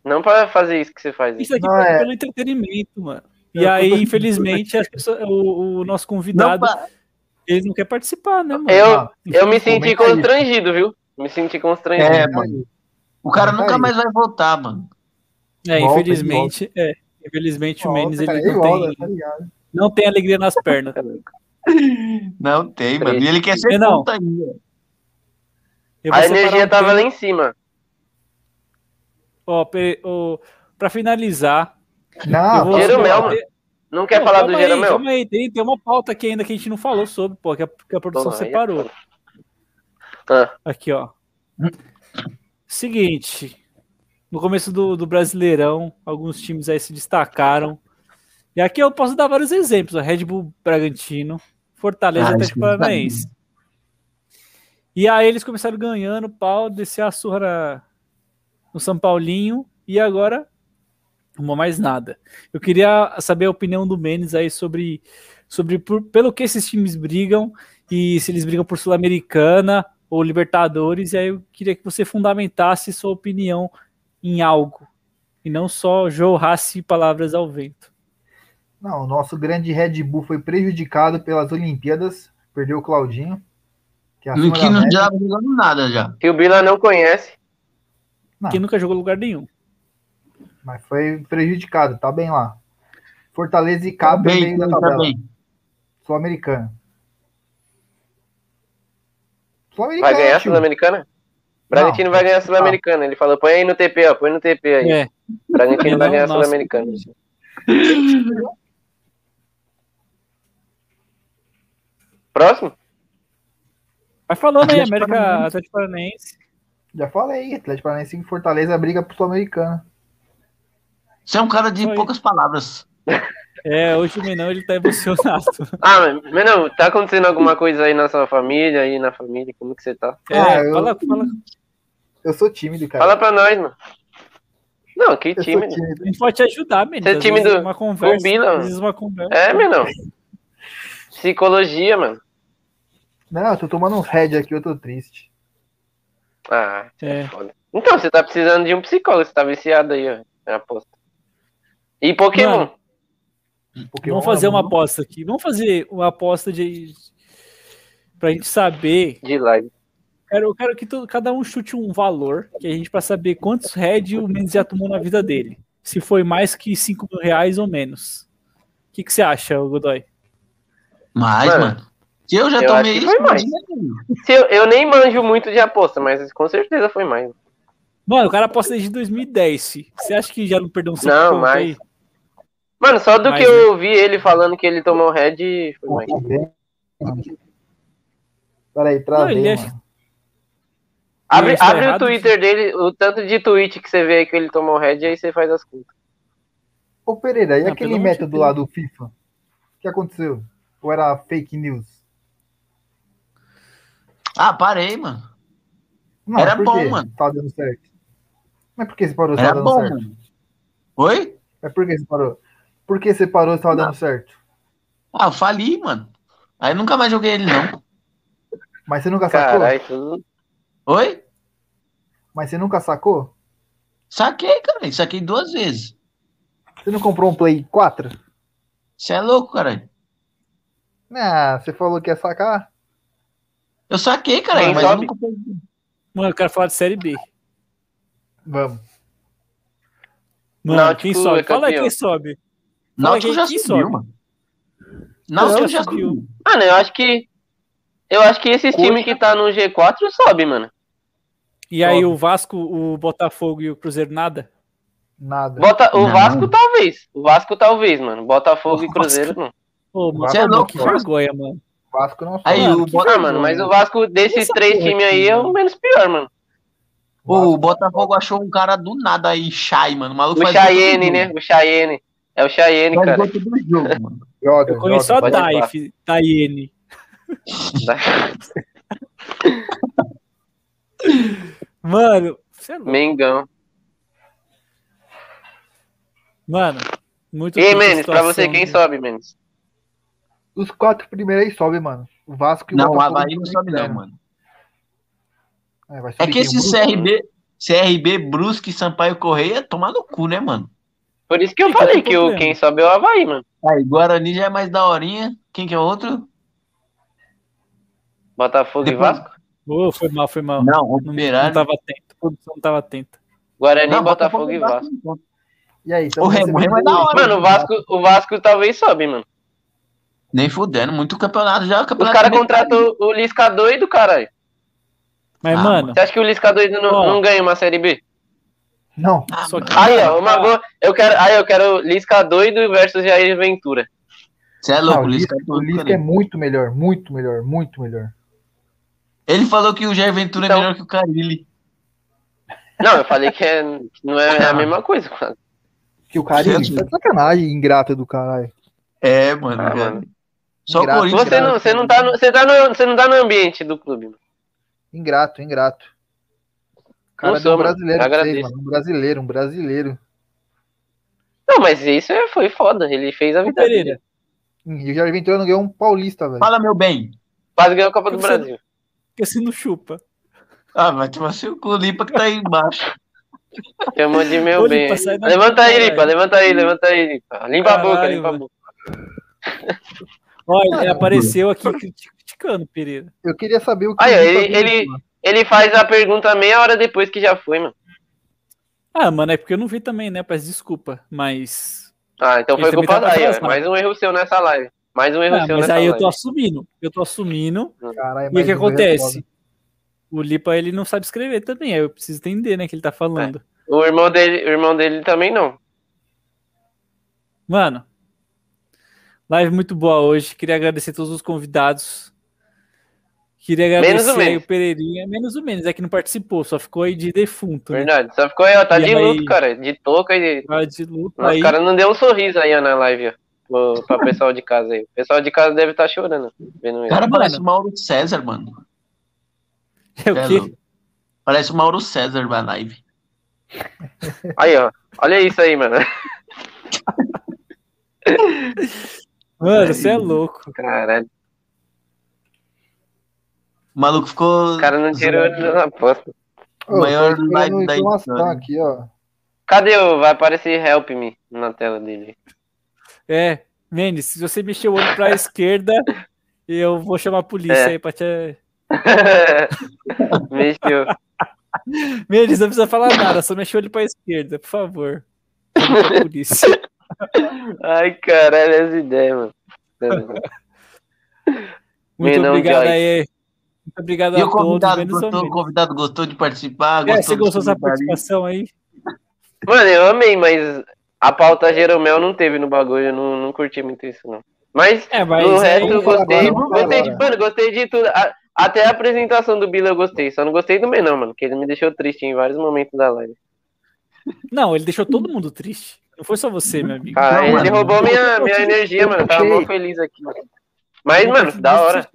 [SPEAKER 3] Não pra fazer isso que você faz.
[SPEAKER 2] Isso aqui
[SPEAKER 5] Não,
[SPEAKER 2] foi
[SPEAKER 5] é.
[SPEAKER 2] pelo entretenimento, mano. E aí, infelizmente, as pessoas- o, o nosso
[SPEAKER 4] Não,
[SPEAKER 2] convidado,
[SPEAKER 4] pra-
[SPEAKER 2] ele não quer participar, né, mano?
[SPEAKER 3] Eu, eu me senti
[SPEAKER 5] comenta aí.
[SPEAKER 3] constrangido, viu? Me senti constrangido.
[SPEAKER 4] É, mano. O cara
[SPEAKER 5] Comenta
[SPEAKER 4] nunca
[SPEAKER 5] aí.
[SPEAKER 4] mais vai voltar, mano.
[SPEAKER 2] É,
[SPEAKER 5] Volta,
[SPEAKER 2] infelizmente, é. Infelizmente, o Menes
[SPEAKER 5] Nossa, cara,
[SPEAKER 2] ele
[SPEAKER 5] ele
[SPEAKER 2] não
[SPEAKER 5] rola,
[SPEAKER 2] tem,
[SPEAKER 5] tá ligado?
[SPEAKER 2] não tem alegria nas pernas.
[SPEAKER 4] Não tem, mano. E ele quer ser
[SPEAKER 2] Menão.
[SPEAKER 4] puta ainda.
[SPEAKER 2] Eu vou
[SPEAKER 3] A
[SPEAKER 2] separar
[SPEAKER 3] energia
[SPEAKER 2] um
[SPEAKER 3] tava
[SPEAKER 2] tema-
[SPEAKER 3] lá em cima.
[SPEAKER 2] Ó, pe- ó, pra finalizar,
[SPEAKER 5] Não,
[SPEAKER 2] eu vou. um
[SPEAKER 3] Jeromel, mano. Não quer
[SPEAKER 2] Não,
[SPEAKER 3] falar
[SPEAKER 2] calma
[SPEAKER 3] do
[SPEAKER 2] aí,
[SPEAKER 3] Jeromel?
[SPEAKER 2] Calma aí, tem, tem uma pauta aqui ainda que a gente não falou sobre, pô, que a, que a produção
[SPEAKER 3] Porra, aí é
[SPEAKER 2] separou.
[SPEAKER 3] Ah.
[SPEAKER 2] Aqui, ó. Seguinte. No começo do, do Brasileirão, alguns times aí se destacaram. E aqui eu posso dar vários exemplos. ó, Red Bull Bragantino, Fortaleza e
[SPEAKER 4] Ah, isso
[SPEAKER 2] Atlético
[SPEAKER 4] não sabia.
[SPEAKER 2] Paranaense. E aí eles começaram ganhando, pau, descer a surra na- no São Paulinho. E agora, não mais nada. Eu queria saber a opinião do Menes aí sobre, sobre por- pelo que esses times brigam e se eles brigam por Sul-Americana ou Libertadores, e aí eu queria que você fundamentasse sua opinião em algo, e não só jorrasse palavras ao vento.
[SPEAKER 5] Não, o nosso grande Red Bull foi prejudicado pelas Olimpíadas. Perdeu o Claudinho. Que é acima
[SPEAKER 4] Que
[SPEAKER 5] da
[SPEAKER 4] não
[SPEAKER 5] média.
[SPEAKER 4] já tá jogando nada já.
[SPEAKER 3] Que o Bila não conhece.
[SPEAKER 5] Ah.
[SPEAKER 2] Quem nunca jogou em lugar nenhum.
[SPEAKER 5] Mas foi prejudicado, tá bem lá. Fortaleza e Cabo no meio
[SPEAKER 4] Bem,
[SPEAKER 5] da
[SPEAKER 4] tá
[SPEAKER 5] tabela.
[SPEAKER 4] bem.
[SPEAKER 5] Sul-Americana.
[SPEAKER 3] Vai
[SPEAKER 5] Sul-Americana.
[SPEAKER 3] ganhar a
[SPEAKER 5] tio.
[SPEAKER 3] Sul-Americana? Bragantino vai ganhar a Sul-Americana. Ele falou, põe aí no TP, ó. Põe no TP aí.
[SPEAKER 2] É,
[SPEAKER 3] Bragantino
[SPEAKER 2] Não,
[SPEAKER 3] vai ganhar a
[SPEAKER 2] nossa.
[SPEAKER 3] Sul-Americana. Próximo?
[SPEAKER 2] vai falando aí,
[SPEAKER 4] Atlético
[SPEAKER 2] América
[SPEAKER 4] Paranaense.
[SPEAKER 2] Atlético Paranaense.
[SPEAKER 5] Já falei, Atlético Paranaense e Fortaleza briga pro Sul-Americana.
[SPEAKER 4] Você é um cara de
[SPEAKER 2] Foi.
[SPEAKER 4] poucas palavras.
[SPEAKER 2] É, hoje o Menão ele tá emocionado.
[SPEAKER 3] Ah, mas- mas não, tá acontecendo alguma coisa aí na sua família, aí na família, como que você tá?
[SPEAKER 2] É,
[SPEAKER 5] Ah, eu-
[SPEAKER 2] fala, fala,
[SPEAKER 5] Eu sou tímido, cara.
[SPEAKER 3] Fala pra nós, mano. Não, que
[SPEAKER 5] É. eu
[SPEAKER 3] time.
[SPEAKER 5] sou tímido.
[SPEAKER 2] a gente pode te ajudar, Menino.
[SPEAKER 3] Você é
[SPEAKER 2] às
[SPEAKER 3] time
[SPEAKER 2] vezes
[SPEAKER 3] do-
[SPEAKER 2] uma conversa,
[SPEAKER 3] Bila,
[SPEAKER 2] às vezes uma conversa.
[SPEAKER 3] É, meu não. Psicologia, mano.
[SPEAKER 5] Não, eu tô tomando um head aqui, eu tô triste.
[SPEAKER 3] Ah,
[SPEAKER 2] É.
[SPEAKER 3] foda. Então, você tá precisando de um psicólogo, você tá viciado aí, ó. Eu aposto. E Pokémon?
[SPEAKER 2] Mano,
[SPEAKER 5] Pokémon
[SPEAKER 2] Vamos fazer
[SPEAKER 5] é
[SPEAKER 2] uma
[SPEAKER 5] bom.
[SPEAKER 2] aposta aqui. Vamos fazer uma aposta de pra gente saber
[SPEAKER 3] De live.
[SPEAKER 2] Quero, eu quero que todo- cada um chute um valor que a gente para saber quantos head o Mendes já tomou na vida dele. Se foi mais que 5 mil reais ou menos. O que, que você acha, ô Godoy?
[SPEAKER 4] Mas,
[SPEAKER 3] Mano,
[SPEAKER 4] mano, se eu já
[SPEAKER 3] eu acho
[SPEAKER 4] tomei
[SPEAKER 3] que
[SPEAKER 4] isso, um
[SPEAKER 3] foi mais.
[SPEAKER 4] imagina.
[SPEAKER 3] Se eu, eu nem manjo muito de aposta, mas com certeza foi mais.
[SPEAKER 2] Mano, o cara aposta desde 2010. fi. Você acha que já não perdeu um cinco
[SPEAKER 3] Não,
[SPEAKER 2] conto
[SPEAKER 3] mas-
[SPEAKER 2] aí?
[SPEAKER 3] Mano, só do
[SPEAKER 2] Mais,
[SPEAKER 3] que
[SPEAKER 2] né?
[SPEAKER 3] eu ouvi ele falando que ele tomou red, foi mais.
[SPEAKER 5] Peraí,
[SPEAKER 2] Não, ele
[SPEAKER 5] travei,
[SPEAKER 2] é-
[SPEAKER 5] mano.
[SPEAKER 3] Abre,
[SPEAKER 2] Isso tá
[SPEAKER 3] abre o
[SPEAKER 2] errado,
[SPEAKER 3] Twitter dele, o tanto de tweet que você vê aí que ele tomou red, aí você faz as contas.
[SPEAKER 5] Ô Pereira, e
[SPEAKER 2] Ah, pelo
[SPEAKER 5] aquele
[SPEAKER 2] amor de
[SPEAKER 5] método
[SPEAKER 2] Deus.
[SPEAKER 5] lá do FIFA? O que aconteceu? Ou era fake news?
[SPEAKER 4] Ah, parei, mano.
[SPEAKER 5] Não,
[SPEAKER 4] Era
[SPEAKER 5] por
[SPEAKER 4] bom,
[SPEAKER 5] quê?
[SPEAKER 4] mano.
[SPEAKER 5] Tá dando certo. Mas por que você parou se
[SPEAKER 4] Era
[SPEAKER 5] tava Tá
[SPEAKER 4] bom,
[SPEAKER 5] dando certo?
[SPEAKER 4] mano. Oi?
[SPEAKER 5] Mas por que você parou? Por que você parou se tava dando certo?
[SPEAKER 4] Ah, eu fali, mano. Aí eu nunca mais joguei ele, não.
[SPEAKER 5] Mas você nunca sacou?
[SPEAKER 3] Caralho, tudo.
[SPEAKER 4] Oi?
[SPEAKER 5] Mas você nunca sacou?
[SPEAKER 4] Saquei, cara. Saquei duas vezes.
[SPEAKER 5] Você não comprou um Play 4?
[SPEAKER 4] Você é louco, cara.
[SPEAKER 5] Ah, você falou que ia sacar?
[SPEAKER 4] Eu saquei, cara,
[SPEAKER 3] Quem
[SPEAKER 4] mas eu
[SPEAKER 3] sabe?
[SPEAKER 4] nunca peguei.
[SPEAKER 2] Mano, eu quero falar de Série B.
[SPEAKER 5] Vamos.
[SPEAKER 2] Mano,
[SPEAKER 3] Náutico
[SPEAKER 2] quem sobe?
[SPEAKER 3] é
[SPEAKER 2] Fala aí
[SPEAKER 3] campeão.
[SPEAKER 2] quem sobe.
[SPEAKER 4] Náutico
[SPEAKER 2] quem-
[SPEAKER 4] já
[SPEAKER 2] quem
[SPEAKER 4] subiu,
[SPEAKER 2] sobe?
[SPEAKER 4] mano. Náutico
[SPEAKER 2] Não,
[SPEAKER 4] já
[SPEAKER 2] já subiu.
[SPEAKER 4] subiu.
[SPEAKER 3] Mano, eu acho que. Eu acho que esses times que tá no G4 sobe, mano.
[SPEAKER 2] E aí o Vasco, o Botafogo e o Cruzeiro nada?
[SPEAKER 5] Nada.
[SPEAKER 3] Bota, o
[SPEAKER 4] Não.
[SPEAKER 3] Vasco talvez. O Vasco talvez, mano. Botafogo e Cruzeiro não.
[SPEAKER 2] Pô, mano,
[SPEAKER 4] Você é
[SPEAKER 2] mano,
[SPEAKER 4] louco,
[SPEAKER 2] que
[SPEAKER 4] mano.
[SPEAKER 2] vergonha, mano.
[SPEAKER 5] O Vasco não sobe.
[SPEAKER 4] Aí
[SPEAKER 2] Mano,
[SPEAKER 4] o,
[SPEAKER 2] que
[SPEAKER 4] Bo-
[SPEAKER 3] Ah, mano, mas o Vasco desses
[SPEAKER 2] Essa
[SPEAKER 3] três
[SPEAKER 2] porra
[SPEAKER 3] times aí
[SPEAKER 2] aqui,
[SPEAKER 3] é o menos pior, mano.
[SPEAKER 4] o Botafogo achou um cara do nada aí, Shai, mano. O maluco
[SPEAKER 3] O
[SPEAKER 4] faz
[SPEAKER 3] Chayenne,
[SPEAKER 4] gol
[SPEAKER 3] né? O Chayenne. É o Chayenne,
[SPEAKER 4] todo
[SPEAKER 3] cara.
[SPEAKER 4] jogo. Faz gol todo jogo, mano.
[SPEAKER 5] Joga,
[SPEAKER 2] Eu conheço só a
[SPEAKER 3] pode falar.
[SPEAKER 2] Daif, Daiane. Mano, você é louco.
[SPEAKER 3] Mengão.
[SPEAKER 2] Mano, muito
[SPEAKER 3] E aí,
[SPEAKER 2] triste a
[SPEAKER 3] Menes, pra
[SPEAKER 2] tipo situação,
[SPEAKER 3] você, quem
[SPEAKER 2] né?
[SPEAKER 3] sobe, Menes?
[SPEAKER 5] Os quatro primeiros aí sobem, mano. O Vasco e o
[SPEAKER 4] Não, o
[SPEAKER 5] Botafogo
[SPEAKER 4] Havaí não sobe, não, mano.
[SPEAKER 5] É, vai subir
[SPEAKER 4] É que
[SPEAKER 5] quem?
[SPEAKER 4] esse
[SPEAKER 5] O Brusque?
[SPEAKER 4] CRB, CRB, Brusque, Sampaio Correia, tomar no cu, né, mano?
[SPEAKER 3] Por isso que eu
[SPEAKER 2] Então,
[SPEAKER 3] falei
[SPEAKER 2] tem
[SPEAKER 3] que o,
[SPEAKER 2] problema.
[SPEAKER 3] quem sobe é o Havaí, mano.
[SPEAKER 4] Aí, Guarani já é mais daorinha. Quem que é o outro?
[SPEAKER 3] Botafogo e
[SPEAKER 4] Depois-
[SPEAKER 3] Vasco.
[SPEAKER 2] Ô, foi mal, foi mal.
[SPEAKER 4] Não, né?
[SPEAKER 2] Não,
[SPEAKER 4] Operário.
[SPEAKER 2] não tava atento, a produção não tava atenta.
[SPEAKER 3] Guarani,
[SPEAKER 4] Não, tá
[SPEAKER 3] Botafogo e Vasco.
[SPEAKER 5] E aí? então
[SPEAKER 4] O
[SPEAKER 5] vai
[SPEAKER 4] Remo, o
[SPEAKER 5] ser
[SPEAKER 4] Remo é da hora.
[SPEAKER 3] Mano, o Vasco, o Vasco talvez sobe, mano.
[SPEAKER 4] Nem fudendo, muito campeonato já.
[SPEAKER 3] Os
[SPEAKER 4] Campeonato é
[SPEAKER 3] caras
[SPEAKER 4] metade.
[SPEAKER 3] contratou o Lisca doido, caralho.
[SPEAKER 2] Mas,
[SPEAKER 4] Ah,
[SPEAKER 2] mano,
[SPEAKER 3] Você acha que o Lisca doido não,
[SPEAKER 2] Ó.
[SPEAKER 3] não ganha uma Série B?
[SPEAKER 5] Não,
[SPEAKER 4] Ah,
[SPEAKER 2] só que.
[SPEAKER 3] Aí, ó, uma boa. Eu quero, aí eu quero Lisca doido versus Jair Ventura.
[SPEAKER 4] Você é
[SPEAKER 5] não,
[SPEAKER 4] louco,
[SPEAKER 5] o
[SPEAKER 4] Lisca.
[SPEAKER 5] Lisca, o Lisca é muito melhor, muito melhor, muito melhor.
[SPEAKER 2] é-
[SPEAKER 4] Ele falou que o Jair Ventura
[SPEAKER 3] Então-
[SPEAKER 4] é melhor que o Carilli.
[SPEAKER 3] Não, eu falei que é- não é
[SPEAKER 2] Ah.
[SPEAKER 3] a mesma coisa, mano.
[SPEAKER 5] Que o Carilli,
[SPEAKER 4] Sim.
[SPEAKER 5] isso é sacanagem, ingrata do caralho.
[SPEAKER 4] É, mano.
[SPEAKER 3] Ah,
[SPEAKER 4] cara.
[SPEAKER 3] mano.
[SPEAKER 4] Só o
[SPEAKER 5] Ingrato.
[SPEAKER 4] Corinthians.
[SPEAKER 3] Você não, você não tá no, você tá no, você não tá no ambiente do clube, mano.
[SPEAKER 5] Ingrato, ingrato. O
[SPEAKER 3] Não
[SPEAKER 5] cara deu
[SPEAKER 3] sou,
[SPEAKER 5] um
[SPEAKER 3] mano.
[SPEAKER 5] brasileiro,
[SPEAKER 3] Eu
[SPEAKER 5] pra vocês,
[SPEAKER 3] agradeço.
[SPEAKER 5] mano. Um brasileiro, um brasileiro.
[SPEAKER 3] Não, mas isso é- foi foda. Ele fez a
[SPEAKER 2] Ô,
[SPEAKER 3] vida. dele.
[SPEAKER 2] Pereira,
[SPEAKER 5] Hum, E o Jair Ventura não ganhou um paulista, velho.
[SPEAKER 4] Fala, meu bem.
[SPEAKER 3] Quase ganhou a Copa do
[SPEAKER 2] Você-
[SPEAKER 3] Brasil.
[SPEAKER 2] que assim não chupa.
[SPEAKER 4] Ah, vai tomar seu cu, Lipa que tá aí embaixo.
[SPEAKER 3] Chamou de meu
[SPEAKER 2] Ô,
[SPEAKER 3] bem.
[SPEAKER 2] Lipa, sai daqui,
[SPEAKER 3] Levanta aí,
[SPEAKER 2] caralho.
[SPEAKER 3] Lipa, levanta aí, levanta aí, Lipa. Limpa a boca,
[SPEAKER 2] Caralho,
[SPEAKER 3] limpa a
[SPEAKER 2] mano.
[SPEAKER 3] boca.
[SPEAKER 2] Olha, ele apareceu aqui criti- criticando, Pereira.
[SPEAKER 5] Eu queria saber o que.
[SPEAKER 3] Aí, ó,
[SPEAKER 5] o Lisca
[SPEAKER 3] ele,
[SPEAKER 5] fez,
[SPEAKER 3] ele,
[SPEAKER 5] mano.
[SPEAKER 3] ele faz a pergunta meia hora depois que já foi, mano.
[SPEAKER 2] Ah, mano, é porque eu não vi também, né? Peço desculpa. Mas.
[SPEAKER 3] Ah, então
[SPEAKER 2] Ele
[SPEAKER 3] foi
[SPEAKER 2] também
[SPEAKER 3] culpa
[SPEAKER 2] tá
[SPEAKER 3] da aí, ó.
[SPEAKER 2] atrasado.
[SPEAKER 3] Mais um erro seu nessa live. Mais um erro
[SPEAKER 2] Ah,
[SPEAKER 3] seu
[SPEAKER 2] mas
[SPEAKER 3] nessa
[SPEAKER 2] aí eu
[SPEAKER 3] live.
[SPEAKER 2] tô assumindo. Eu tô assumindo.
[SPEAKER 5] Caralho,
[SPEAKER 2] E o
[SPEAKER 5] mas
[SPEAKER 2] que
[SPEAKER 5] não ganhou
[SPEAKER 2] acontece?
[SPEAKER 5] foda.
[SPEAKER 2] O Lipa, ele não sabe escrever também. Aí eu preciso entender, né? que ele tá falando.
[SPEAKER 3] O irmão dele, o irmão dele também não.
[SPEAKER 2] Mano, live muito boa hoje. Queria agradecer todos os convidados. Queria
[SPEAKER 3] Menos o
[SPEAKER 2] agradecer aí
[SPEAKER 3] Menes.
[SPEAKER 2] o Pereirinha. Menos o menos, é que não participou, só ficou aí de defunto. Né?
[SPEAKER 3] Verdade. Só ficou aí, ó. Tá
[SPEAKER 2] E
[SPEAKER 3] de luto,
[SPEAKER 2] aí?
[SPEAKER 3] cara. De touca e de.
[SPEAKER 2] Tava De luto
[SPEAKER 3] Nossa,
[SPEAKER 2] aí.
[SPEAKER 3] O cara não deu um sorriso aí, ó, na live, ó. Pro, pra pessoal de casa aí. O pessoal de casa deve estar chorando. Vendo
[SPEAKER 4] O
[SPEAKER 3] isso.
[SPEAKER 4] cara
[SPEAKER 2] Mano.
[SPEAKER 4] parece o Mauro César, mano.
[SPEAKER 2] É o
[SPEAKER 4] Cê é
[SPEAKER 2] quê?
[SPEAKER 4] louco. Parece o Mauro César na live.
[SPEAKER 3] Aí, ó. Olha isso aí, mano.
[SPEAKER 2] Mano, você é louco.
[SPEAKER 3] Caralho.
[SPEAKER 4] O maluco ficou.
[SPEAKER 3] O cara não tirou na aposta.
[SPEAKER 5] Ô,
[SPEAKER 4] maior
[SPEAKER 5] tô esperando
[SPEAKER 4] live da
[SPEAKER 5] informação
[SPEAKER 4] história.
[SPEAKER 5] aqui, ó.
[SPEAKER 3] Cadê o. Vai aparecer Help Me na tela dele.
[SPEAKER 2] É, Mendes, se você mexer o olho pra esquerda, eu vou chamar a polícia
[SPEAKER 3] É.
[SPEAKER 2] aí pra te.
[SPEAKER 3] Mexeu.
[SPEAKER 2] Mendes, não precisa falar nada, só mexe o olho pra esquerda, por favor. A polícia.
[SPEAKER 3] Ai, caralho, as ideias, mano.
[SPEAKER 2] Muito
[SPEAKER 3] Menão
[SPEAKER 2] obrigado
[SPEAKER 3] Joyce.
[SPEAKER 2] aí. Muito obrigado
[SPEAKER 4] E
[SPEAKER 2] a
[SPEAKER 4] o
[SPEAKER 2] todos.
[SPEAKER 4] convidado
[SPEAKER 2] Menos ou
[SPEAKER 4] gostou, o
[SPEAKER 2] menos.
[SPEAKER 4] convidado gostou de participar.
[SPEAKER 2] É, você
[SPEAKER 4] do
[SPEAKER 2] gostou dessa
[SPEAKER 4] comentário.
[SPEAKER 2] participação aí?
[SPEAKER 3] Mano, eu amei, mas a pauta Jeromel não teve no bagulho, eu não, não curti muito isso, não. Mas
[SPEAKER 2] É, mas
[SPEAKER 3] no
[SPEAKER 2] aí-
[SPEAKER 3] resto eu
[SPEAKER 5] vamos falar
[SPEAKER 3] gostei.
[SPEAKER 5] agora, vamos falar
[SPEAKER 3] gostei de,
[SPEAKER 5] agora.
[SPEAKER 3] mano, gostei de tudo. A- Até a apresentação do Bila eu gostei, só não gostei do Menão, mano, que ele me deixou triste em vários momentos da live.
[SPEAKER 2] Não, ele deixou todo mundo triste. Não foi só você, meu amigo.
[SPEAKER 3] Ah,
[SPEAKER 4] Não,
[SPEAKER 3] ele
[SPEAKER 4] Então, mano.
[SPEAKER 3] roubou minha, minha energia, mano. Eu tava mó feliz aqui, mano. Mas, mano, da hora.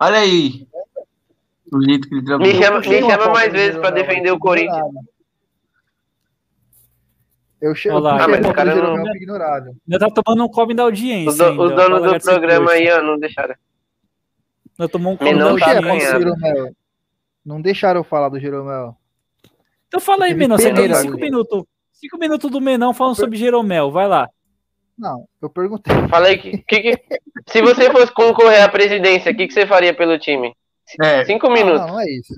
[SPEAKER 4] Olha aí. O jeito que ele trabalhou.
[SPEAKER 3] Me chama, me chama mais vezes pra defender o Corinthians.
[SPEAKER 5] Eu chego
[SPEAKER 2] Olha lá,
[SPEAKER 3] Ah, mas o cara não-
[SPEAKER 5] ignorado.
[SPEAKER 2] Ainda tá tomando um come da
[SPEAKER 3] Os,
[SPEAKER 2] audiência. ainda,
[SPEAKER 3] do- os donos
[SPEAKER 2] Fala,
[SPEAKER 3] do
[SPEAKER 2] Gato Sem
[SPEAKER 3] programa
[SPEAKER 2] Gosto.
[SPEAKER 3] aí, ó, não deixaram.
[SPEAKER 2] Ainda tomou um come da
[SPEAKER 3] Menão
[SPEAKER 5] Não,
[SPEAKER 3] tá
[SPEAKER 5] é,
[SPEAKER 2] audiência.
[SPEAKER 3] apanhando.
[SPEAKER 5] parceiro, Mel. Não deixaram eu falar do Jeromel.
[SPEAKER 2] Então fala aí,
[SPEAKER 5] Teve
[SPEAKER 2] Menão. Você tem
[SPEAKER 5] peneira,
[SPEAKER 2] cinco
[SPEAKER 5] gente.
[SPEAKER 2] minutos. Cinco minutos do Menão falando sobre Jeromel. Vai lá.
[SPEAKER 5] Não, eu perguntei.
[SPEAKER 3] Falei que, que, que- Se você fosse concorrer à presidência, o que, que você faria pelo time?
[SPEAKER 4] É,
[SPEAKER 3] Cinco
[SPEAKER 5] Não,
[SPEAKER 3] minutos.
[SPEAKER 5] não é isso.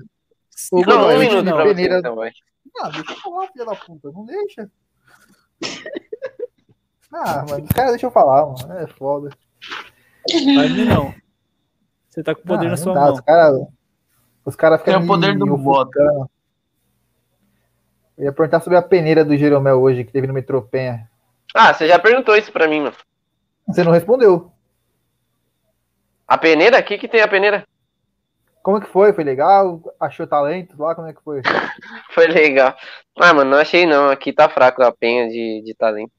[SPEAKER 3] Não,
[SPEAKER 5] Godoy,
[SPEAKER 3] um
[SPEAKER 5] gente,
[SPEAKER 3] minuto
[SPEAKER 5] não,
[SPEAKER 3] pra você,
[SPEAKER 5] peneira-
[SPEAKER 3] então, vai.
[SPEAKER 5] Ah, deixa eu falar, filha da puta. Não deixa. Ah, mano, os caras deixam eu falar, mano. É foda.
[SPEAKER 2] Vai, Menão. Você tá com o poder na
[SPEAKER 5] Ah, não
[SPEAKER 2] sua
[SPEAKER 5] dá,
[SPEAKER 2] mão.
[SPEAKER 5] Os caras os cara
[SPEAKER 4] tem
[SPEAKER 5] ficam
[SPEAKER 4] é o
[SPEAKER 5] me-
[SPEAKER 4] poder do
[SPEAKER 5] me
[SPEAKER 4] voto.
[SPEAKER 5] ofuscando. Eu ia perguntar sobre a peneira do Jeromel hoje, que teve no Metropenha.
[SPEAKER 3] Ah, você já perguntou isso pra mim, mano.
[SPEAKER 5] Você não respondeu.
[SPEAKER 3] A peneira? O que, que tem a peneira?
[SPEAKER 5] Como é que foi? Foi legal? Achou talento lá? Como é que foi?
[SPEAKER 3] Foi legal. Ah, mano, não achei não. Aqui tá fraco a penha de, de talento.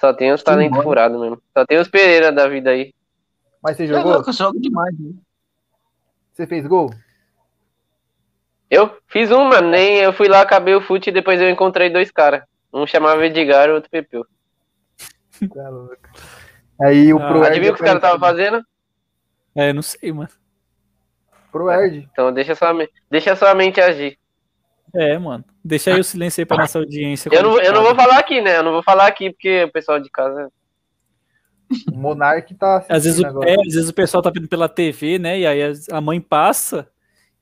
[SPEAKER 3] Só tem os talentos furados mesmo. Só tem os Pereira da vida aí.
[SPEAKER 5] Mas você
[SPEAKER 4] É
[SPEAKER 5] jogou?
[SPEAKER 4] louco, eu jogo demais. né?
[SPEAKER 5] Você fez gol?
[SPEAKER 3] Eu fiz um, mano. Nem eu fui lá, acabei o fute e depois eu encontrei dois caras. Um chamava Edgar e o outro Pepeu.
[SPEAKER 5] Tá louco. Aí o
[SPEAKER 2] Ah,
[SPEAKER 5] Proerd.
[SPEAKER 3] Adivinha o que os caras estavam fazendo?
[SPEAKER 2] É, não sei, mano.
[SPEAKER 5] Proerd.
[SPEAKER 3] Então deixa sua, me- deixa sua mente agir.
[SPEAKER 2] É, mano. Deixa aí o silêncio aí pra nossa audiência.
[SPEAKER 3] Ah. Eu não, eu não vou falar aqui, né? Eu não vou falar aqui porque o pessoal de casa.
[SPEAKER 5] O Monark tá assistindo
[SPEAKER 2] Às vezes, o,
[SPEAKER 5] agora.
[SPEAKER 2] é, às vezes o pessoal tá vendo pela TV, né? E aí as- a mãe passa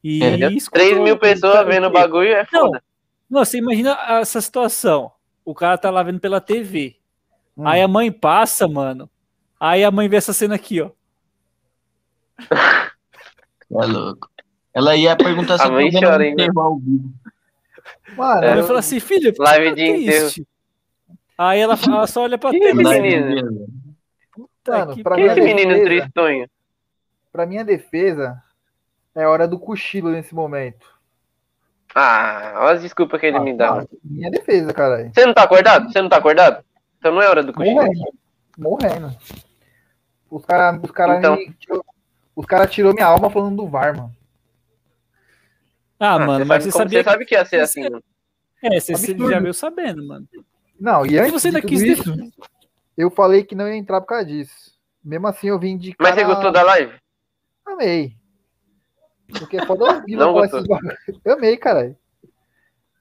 [SPEAKER 2] e.
[SPEAKER 4] É,
[SPEAKER 3] 3 mil pessoas vendo o
[SPEAKER 2] bagulho.
[SPEAKER 3] bagulho é
[SPEAKER 2] Não,
[SPEAKER 3] foda.
[SPEAKER 2] Não, você imagina essa situação. O cara tá lá vendo pela TV.
[SPEAKER 5] Hum.
[SPEAKER 2] Aí a mãe passa, mano. Aí a mãe vê essa cena aqui, ó.
[SPEAKER 4] É louco. Ela ia perguntar se
[SPEAKER 3] A
[SPEAKER 4] eu tô
[SPEAKER 3] mãe
[SPEAKER 4] vendo
[SPEAKER 3] chora,
[SPEAKER 4] um
[SPEAKER 3] hein, né?
[SPEAKER 4] enterro ao vivo.
[SPEAKER 5] Mano,
[SPEAKER 2] A mãe
[SPEAKER 3] eu-
[SPEAKER 2] fala assim, filho, por que
[SPEAKER 3] É, Live
[SPEAKER 2] tá
[SPEAKER 3] de
[SPEAKER 2] triste? Aí ela, fala- ela só olha pra
[SPEAKER 3] Ih,
[SPEAKER 2] tela.
[SPEAKER 3] menino.
[SPEAKER 2] assim, "Tá
[SPEAKER 4] Maravilha.
[SPEAKER 5] mano,
[SPEAKER 2] que-
[SPEAKER 5] pra, é
[SPEAKER 3] Que
[SPEAKER 5] minha
[SPEAKER 3] esse menino
[SPEAKER 5] defesa,
[SPEAKER 3] tristonho?
[SPEAKER 5] pra minha defesa, é hora do cochilo nesse momento. Ah,
[SPEAKER 3] Ah, olha as desculpas que ele me
[SPEAKER 5] tá.
[SPEAKER 3] dá. mano.
[SPEAKER 5] Minha defesa, caralho.
[SPEAKER 3] Você não tá acordado? Você não tá acordado? Então não é hora do cochilo.
[SPEAKER 5] Morrendo. Morrendo. Os caras os cara
[SPEAKER 3] Então.
[SPEAKER 5] me tirou, os cara tirou minha alma falando do VAR, mano.
[SPEAKER 2] Ah,
[SPEAKER 3] Ah,
[SPEAKER 2] mano,
[SPEAKER 3] você
[SPEAKER 2] mas
[SPEAKER 3] sabe
[SPEAKER 2] você
[SPEAKER 3] como-
[SPEAKER 2] sabia
[SPEAKER 3] você
[SPEAKER 2] que...
[SPEAKER 3] sabe que ia ser
[SPEAKER 2] você
[SPEAKER 3] assim,
[SPEAKER 2] sabe-
[SPEAKER 3] mano.
[SPEAKER 2] É, você você
[SPEAKER 5] Absurdo.
[SPEAKER 2] já veio sabendo, mano.
[SPEAKER 5] Não, e
[SPEAKER 2] Mas
[SPEAKER 5] antes
[SPEAKER 2] você ainda
[SPEAKER 5] de
[SPEAKER 2] quis
[SPEAKER 5] tudo isso, eu falei que não ia entrar por causa disso. Mesmo assim, eu vim de
[SPEAKER 3] Mas
[SPEAKER 2] Ah.
[SPEAKER 5] cara-
[SPEAKER 3] você gostou da live?
[SPEAKER 5] Amei. Porque é foda ouvir
[SPEAKER 3] Não
[SPEAKER 5] falar
[SPEAKER 3] gostou.
[SPEAKER 5] esses bagulho. Eu amei, caralho.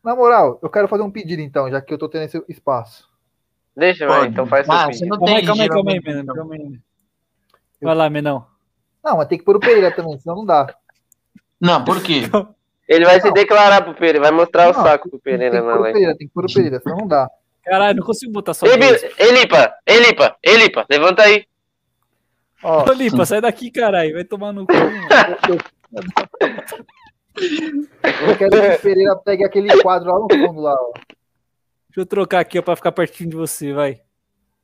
[SPEAKER 5] Na moral, eu quero fazer um pedido então, já que eu tô tendo esse espaço.
[SPEAKER 3] Deixa, vai, então faz seu
[SPEAKER 4] Ah,
[SPEAKER 3] vídeo.
[SPEAKER 4] você não
[SPEAKER 2] Calma
[SPEAKER 4] tem
[SPEAKER 2] aí, calma aí, calma aí,
[SPEAKER 4] geralmente,
[SPEAKER 2] menino.
[SPEAKER 4] então.
[SPEAKER 2] Calma aí. Vai lá, Menão.
[SPEAKER 5] Não, mas tem que pôr o Pereira também, senão não dá.
[SPEAKER 3] é
[SPEAKER 4] Não, por quê?
[SPEAKER 3] Ele vai se
[SPEAKER 5] Não.
[SPEAKER 3] declarar pro Pereira, vai mostrar o
[SPEAKER 5] Não,
[SPEAKER 3] saco pro né,
[SPEAKER 5] Tem
[SPEAKER 3] Pereira
[SPEAKER 5] que
[SPEAKER 3] na
[SPEAKER 5] pôr o
[SPEAKER 3] live.
[SPEAKER 5] Pereira, tem que pôr o Pereira, senão não dá.
[SPEAKER 2] Caralho, não consigo botar só
[SPEAKER 3] Ei,
[SPEAKER 2] dois.
[SPEAKER 3] Bi- Elipa, Elipa, Elipa, levanta aí.
[SPEAKER 5] Ó,
[SPEAKER 2] Ô, Lipa, sai daqui, caralho. Vai tomar no cu. mano.
[SPEAKER 5] eu quero que o Pereira pegue aquele quadro lá no fundo lá, ó.
[SPEAKER 2] Deixa eu trocar aqui ó, pra ficar pertinho de você, vai.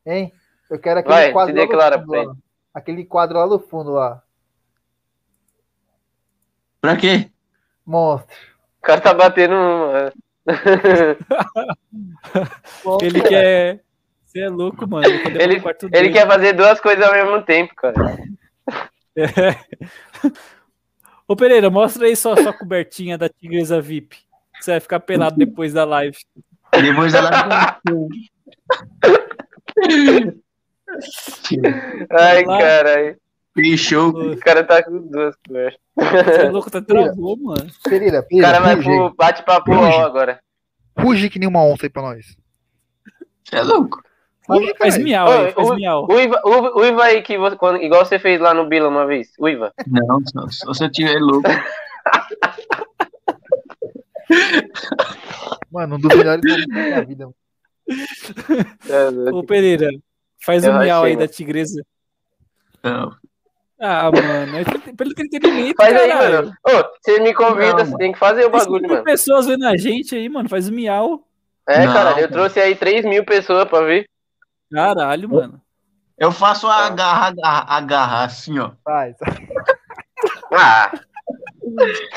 [SPEAKER 5] Hein? Eu quero aquele
[SPEAKER 3] Vai,
[SPEAKER 5] quadro
[SPEAKER 3] se
[SPEAKER 5] lá
[SPEAKER 3] declara,
[SPEAKER 5] no fundo lá. Aquele quadro lá no fundo lá.
[SPEAKER 4] Pra quê?
[SPEAKER 5] Monstro.
[SPEAKER 3] O cara tá batendo. uma-
[SPEAKER 5] Monstro.
[SPEAKER 2] Ele quer. Você é louco, mano. Ele quer, derrubar o quarto
[SPEAKER 3] Ele
[SPEAKER 2] dele.
[SPEAKER 3] quer fazer duas coisas ao mesmo tempo, cara.
[SPEAKER 2] Ô, Pereira, mostra aí só sua cobertinha da Tigresa VIP. Você vai ficar pelado depois da live.
[SPEAKER 4] Depois ela.
[SPEAKER 3] Ai,
[SPEAKER 2] Lá.
[SPEAKER 3] caralho.
[SPEAKER 4] Fechou.
[SPEAKER 3] O cara tá com duas conversas.
[SPEAKER 2] Você é louco, tá travou, mano.
[SPEAKER 5] Pereira,
[SPEAKER 3] O
[SPEAKER 5] Pereira.
[SPEAKER 3] cara vai
[SPEAKER 5] ruge.
[SPEAKER 3] pro bate-papo
[SPEAKER 10] Ruge.
[SPEAKER 3] UOL agora.
[SPEAKER 10] Ruge que nem uma onça aí pra nós.
[SPEAKER 4] Você é louco.
[SPEAKER 10] Ruge,
[SPEAKER 2] Faz
[SPEAKER 10] caralho.
[SPEAKER 2] miau aí,
[SPEAKER 3] Ô,
[SPEAKER 2] faz
[SPEAKER 3] ô,
[SPEAKER 2] miau.
[SPEAKER 3] Uiva, uiva, uiva aí, que você, quando- igual você fez lá no Bila uma vez. Uiva.
[SPEAKER 4] Não, só, só se eu tiver louco.
[SPEAKER 5] Mano, um dos melhores momentos da minha vida. mano.
[SPEAKER 2] Ô, Pereira, faz
[SPEAKER 3] Eu
[SPEAKER 2] um miau
[SPEAKER 3] achei,
[SPEAKER 2] aí da
[SPEAKER 3] mano.
[SPEAKER 2] Tigresa.
[SPEAKER 4] Não.
[SPEAKER 2] Ah, mano, é que- pelo entretenimento,
[SPEAKER 3] Faz aí,
[SPEAKER 2] caralho.
[SPEAKER 3] mano. Ô, você me convida,
[SPEAKER 4] Não,
[SPEAKER 3] você tem que fazer o
[SPEAKER 2] Tem
[SPEAKER 3] bagulho,
[SPEAKER 2] 50
[SPEAKER 3] mano.
[SPEAKER 2] pessoas vendo a gente aí, mano. Faz um miau.
[SPEAKER 3] É,
[SPEAKER 4] Não,
[SPEAKER 3] cara, eu
[SPEAKER 4] cara.
[SPEAKER 3] trouxe aí 3 mil pessoas pra ver.
[SPEAKER 2] Caralho, mano.
[SPEAKER 3] Tá.
[SPEAKER 4] Eu faço a agarra, agarra, agarra assim, ó.
[SPEAKER 5] Vai,
[SPEAKER 3] Ah,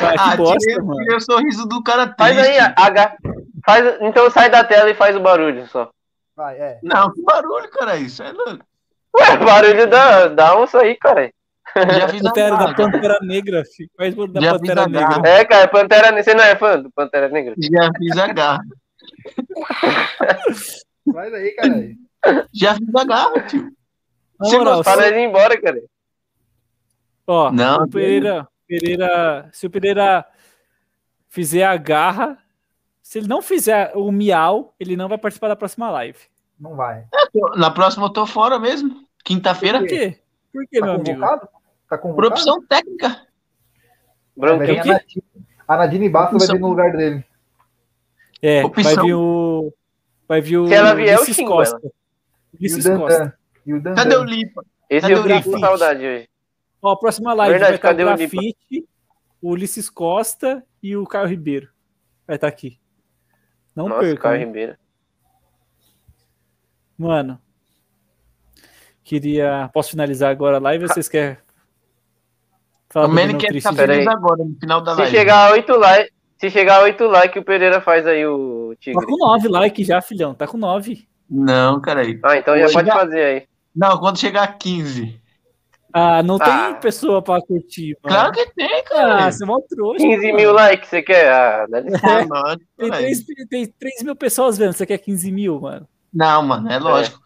[SPEAKER 2] Ah, que bosta,
[SPEAKER 4] tirei,
[SPEAKER 2] mano.
[SPEAKER 4] tirei o sorriso do cara
[SPEAKER 3] faz
[SPEAKER 4] triste.
[SPEAKER 3] aí, H. Faz, então sai da tela e faz o barulho só.
[SPEAKER 11] Vai, é.
[SPEAKER 4] Não, que barulho, cara, isso é louco.
[SPEAKER 3] Ué, barulho um da, da onça aí, cara.
[SPEAKER 4] Já fiz a
[SPEAKER 2] Pantera da
[SPEAKER 4] barra.
[SPEAKER 2] Pantera Negra, filho. Faz barulho da
[SPEAKER 4] Já fiz
[SPEAKER 2] Pantera
[SPEAKER 4] a
[SPEAKER 2] Negra.
[SPEAKER 4] garra.
[SPEAKER 3] É, cara, Pantera Negra. Você não é fã do Pantera Negra?
[SPEAKER 4] Já fiz a garra.
[SPEAKER 11] Vai daí, caralho.
[SPEAKER 4] Já fiz a garra, tio.
[SPEAKER 2] Na
[SPEAKER 4] Você
[SPEAKER 2] moral,
[SPEAKER 3] Fala
[SPEAKER 2] se-
[SPEAKER 3] ele ir embora, cara.
[SPEAKER 2] Ó,
[SPEAKER 4] Não,
[SPEAKER 2] o Pereira, Pereira, se o Pereira fizer a garra, se ele não fizer o miau, ele não vai participar da próxima live.
[SPEAKER 11] Não vai.
[SPEAKER 4] Na próxima eu tô fora mesmo. Quinta-feira.
[SPEAKER 2] Por quê? Por quê,
[SPEAKER 11] Tá
[SPEAKER 2] meu amigo?
[SPEAKER 11] convocado? Tá
[SPEAKER 4] Por
[SPEAKER 11] convocado?
[SPEAKER 4] opção técnica.
[SPEAKER 11] Vai vir
[SPEAKER 3] Branquinho.
[SPEAKER 11] a Nadine- A Nadine Basta vai
[SPEAKER 4] Opção.
[SPEAKER 11] vir no lugar dele.
[SPEAKER 2] É, vai
[SPEAKER 4] Opção.
[SPEAKER 2] vir o. Vai vir o.
[SPEAKER 3] Se ela vier, eu
[SPEAKER 2] Ulisses
[SPEAKER 3] xingo
[SPEAKER 2] Costa.
[SPEAKER 11] E o
[SPEAKER 2] Ulisses Costa.
[SPEAKER 11] Dandan. E o Dandan.
[SPEAKER 4] Cadê o Lipa?
[SPEAKER 3] Esse
[SPEAKER 4] Cadê
[SPEAKER 3] eu
[SPEAKER 4] o
[SPEAKER 3] fiquei com
[SPEAKER 2] grafite?
[SPEAKER 3] saudade hoje.
[SPEAKER 2] Ó, a próxima live
[SPEAKER 3] Verdade,
[SPEAKER 2] vai estar
[SPEAKER 3] cadê
[SPEAKER 2] o
[SPEAKER 3] o Lipa?
[SPEAKER 2] Grafite, o Ulisses Costa e o Caio Ribeiro. Vai estar aqui. Não
[SPEAKER 3] Nossa,
[SPEAKER 2] perca.
[SPEAKER 3] Caio
[SPEAKER 2] né?
[SPEAKER 3] Ribeiro.
[SPEAKER 2] Mano. Queria. Posso finalizar agora a live? ou Vocês querem. Falar
[SPEAKER 4] O é
[SPEAKER 2] do
[SPEAKER 4] Manny
[SPEAKER 2] Menino
[SPEAKER 4] quer
[SPEAKER 2] Triste
[SPEAKER 4] ficar
[SPEAKER 2] de-
[SPEAKER 3] Pera aí.
[SPEAKER 4] tá feliz agora, no
[SPEAKER 2] Tá
[SPEAKER 4] final da
[SPEAKER 3] Se
[SPEAKER 4] live.
[SPEAKER 3] chegar a 8 likes, se chegar a 8 likes, o Pereira faz aí o
[SPEAKER 2] Tá
[SPEAKER 3] Tigre.
[SPEAKER 2] com 9 likes já, filhão. Tá com 9.
[SPEAKER 4] Não, cara aí.
[SPEAKER 3] Ah, então já
[SPEAKER 4] Hoje
[SPEAKER 3] pode
[SPEAKER 4] já-
[SPEAKER 3] fazer aí.
[SPEAKER 4] Não, quando chegar a 15.
[SPEAKER 2] Ah, não
[SPEAKER 3] Ah.
[SPEAKER 2] tem pessoa pra curtir. Mano.
[SPEAKER 4] Tá. Claro que tem, cara.
[SPEAKER 2] Ah, você é mó trouxa.
[SPEAKER 3] 15
[SPEAKER 2] mano.
[SPEAKER 3] mil likes, você quer? Ah, dá licença.
[SPEAKER 4] Ah, mano,
[SPEAKER 2] Tem
[SPEAKER 4] cara aí.
[SPEAKER 2] 3, tem 3 mil pessoas vendo. Você quer 15 mil, mano?
[SPEAKER 4] Não, mano, é lógico.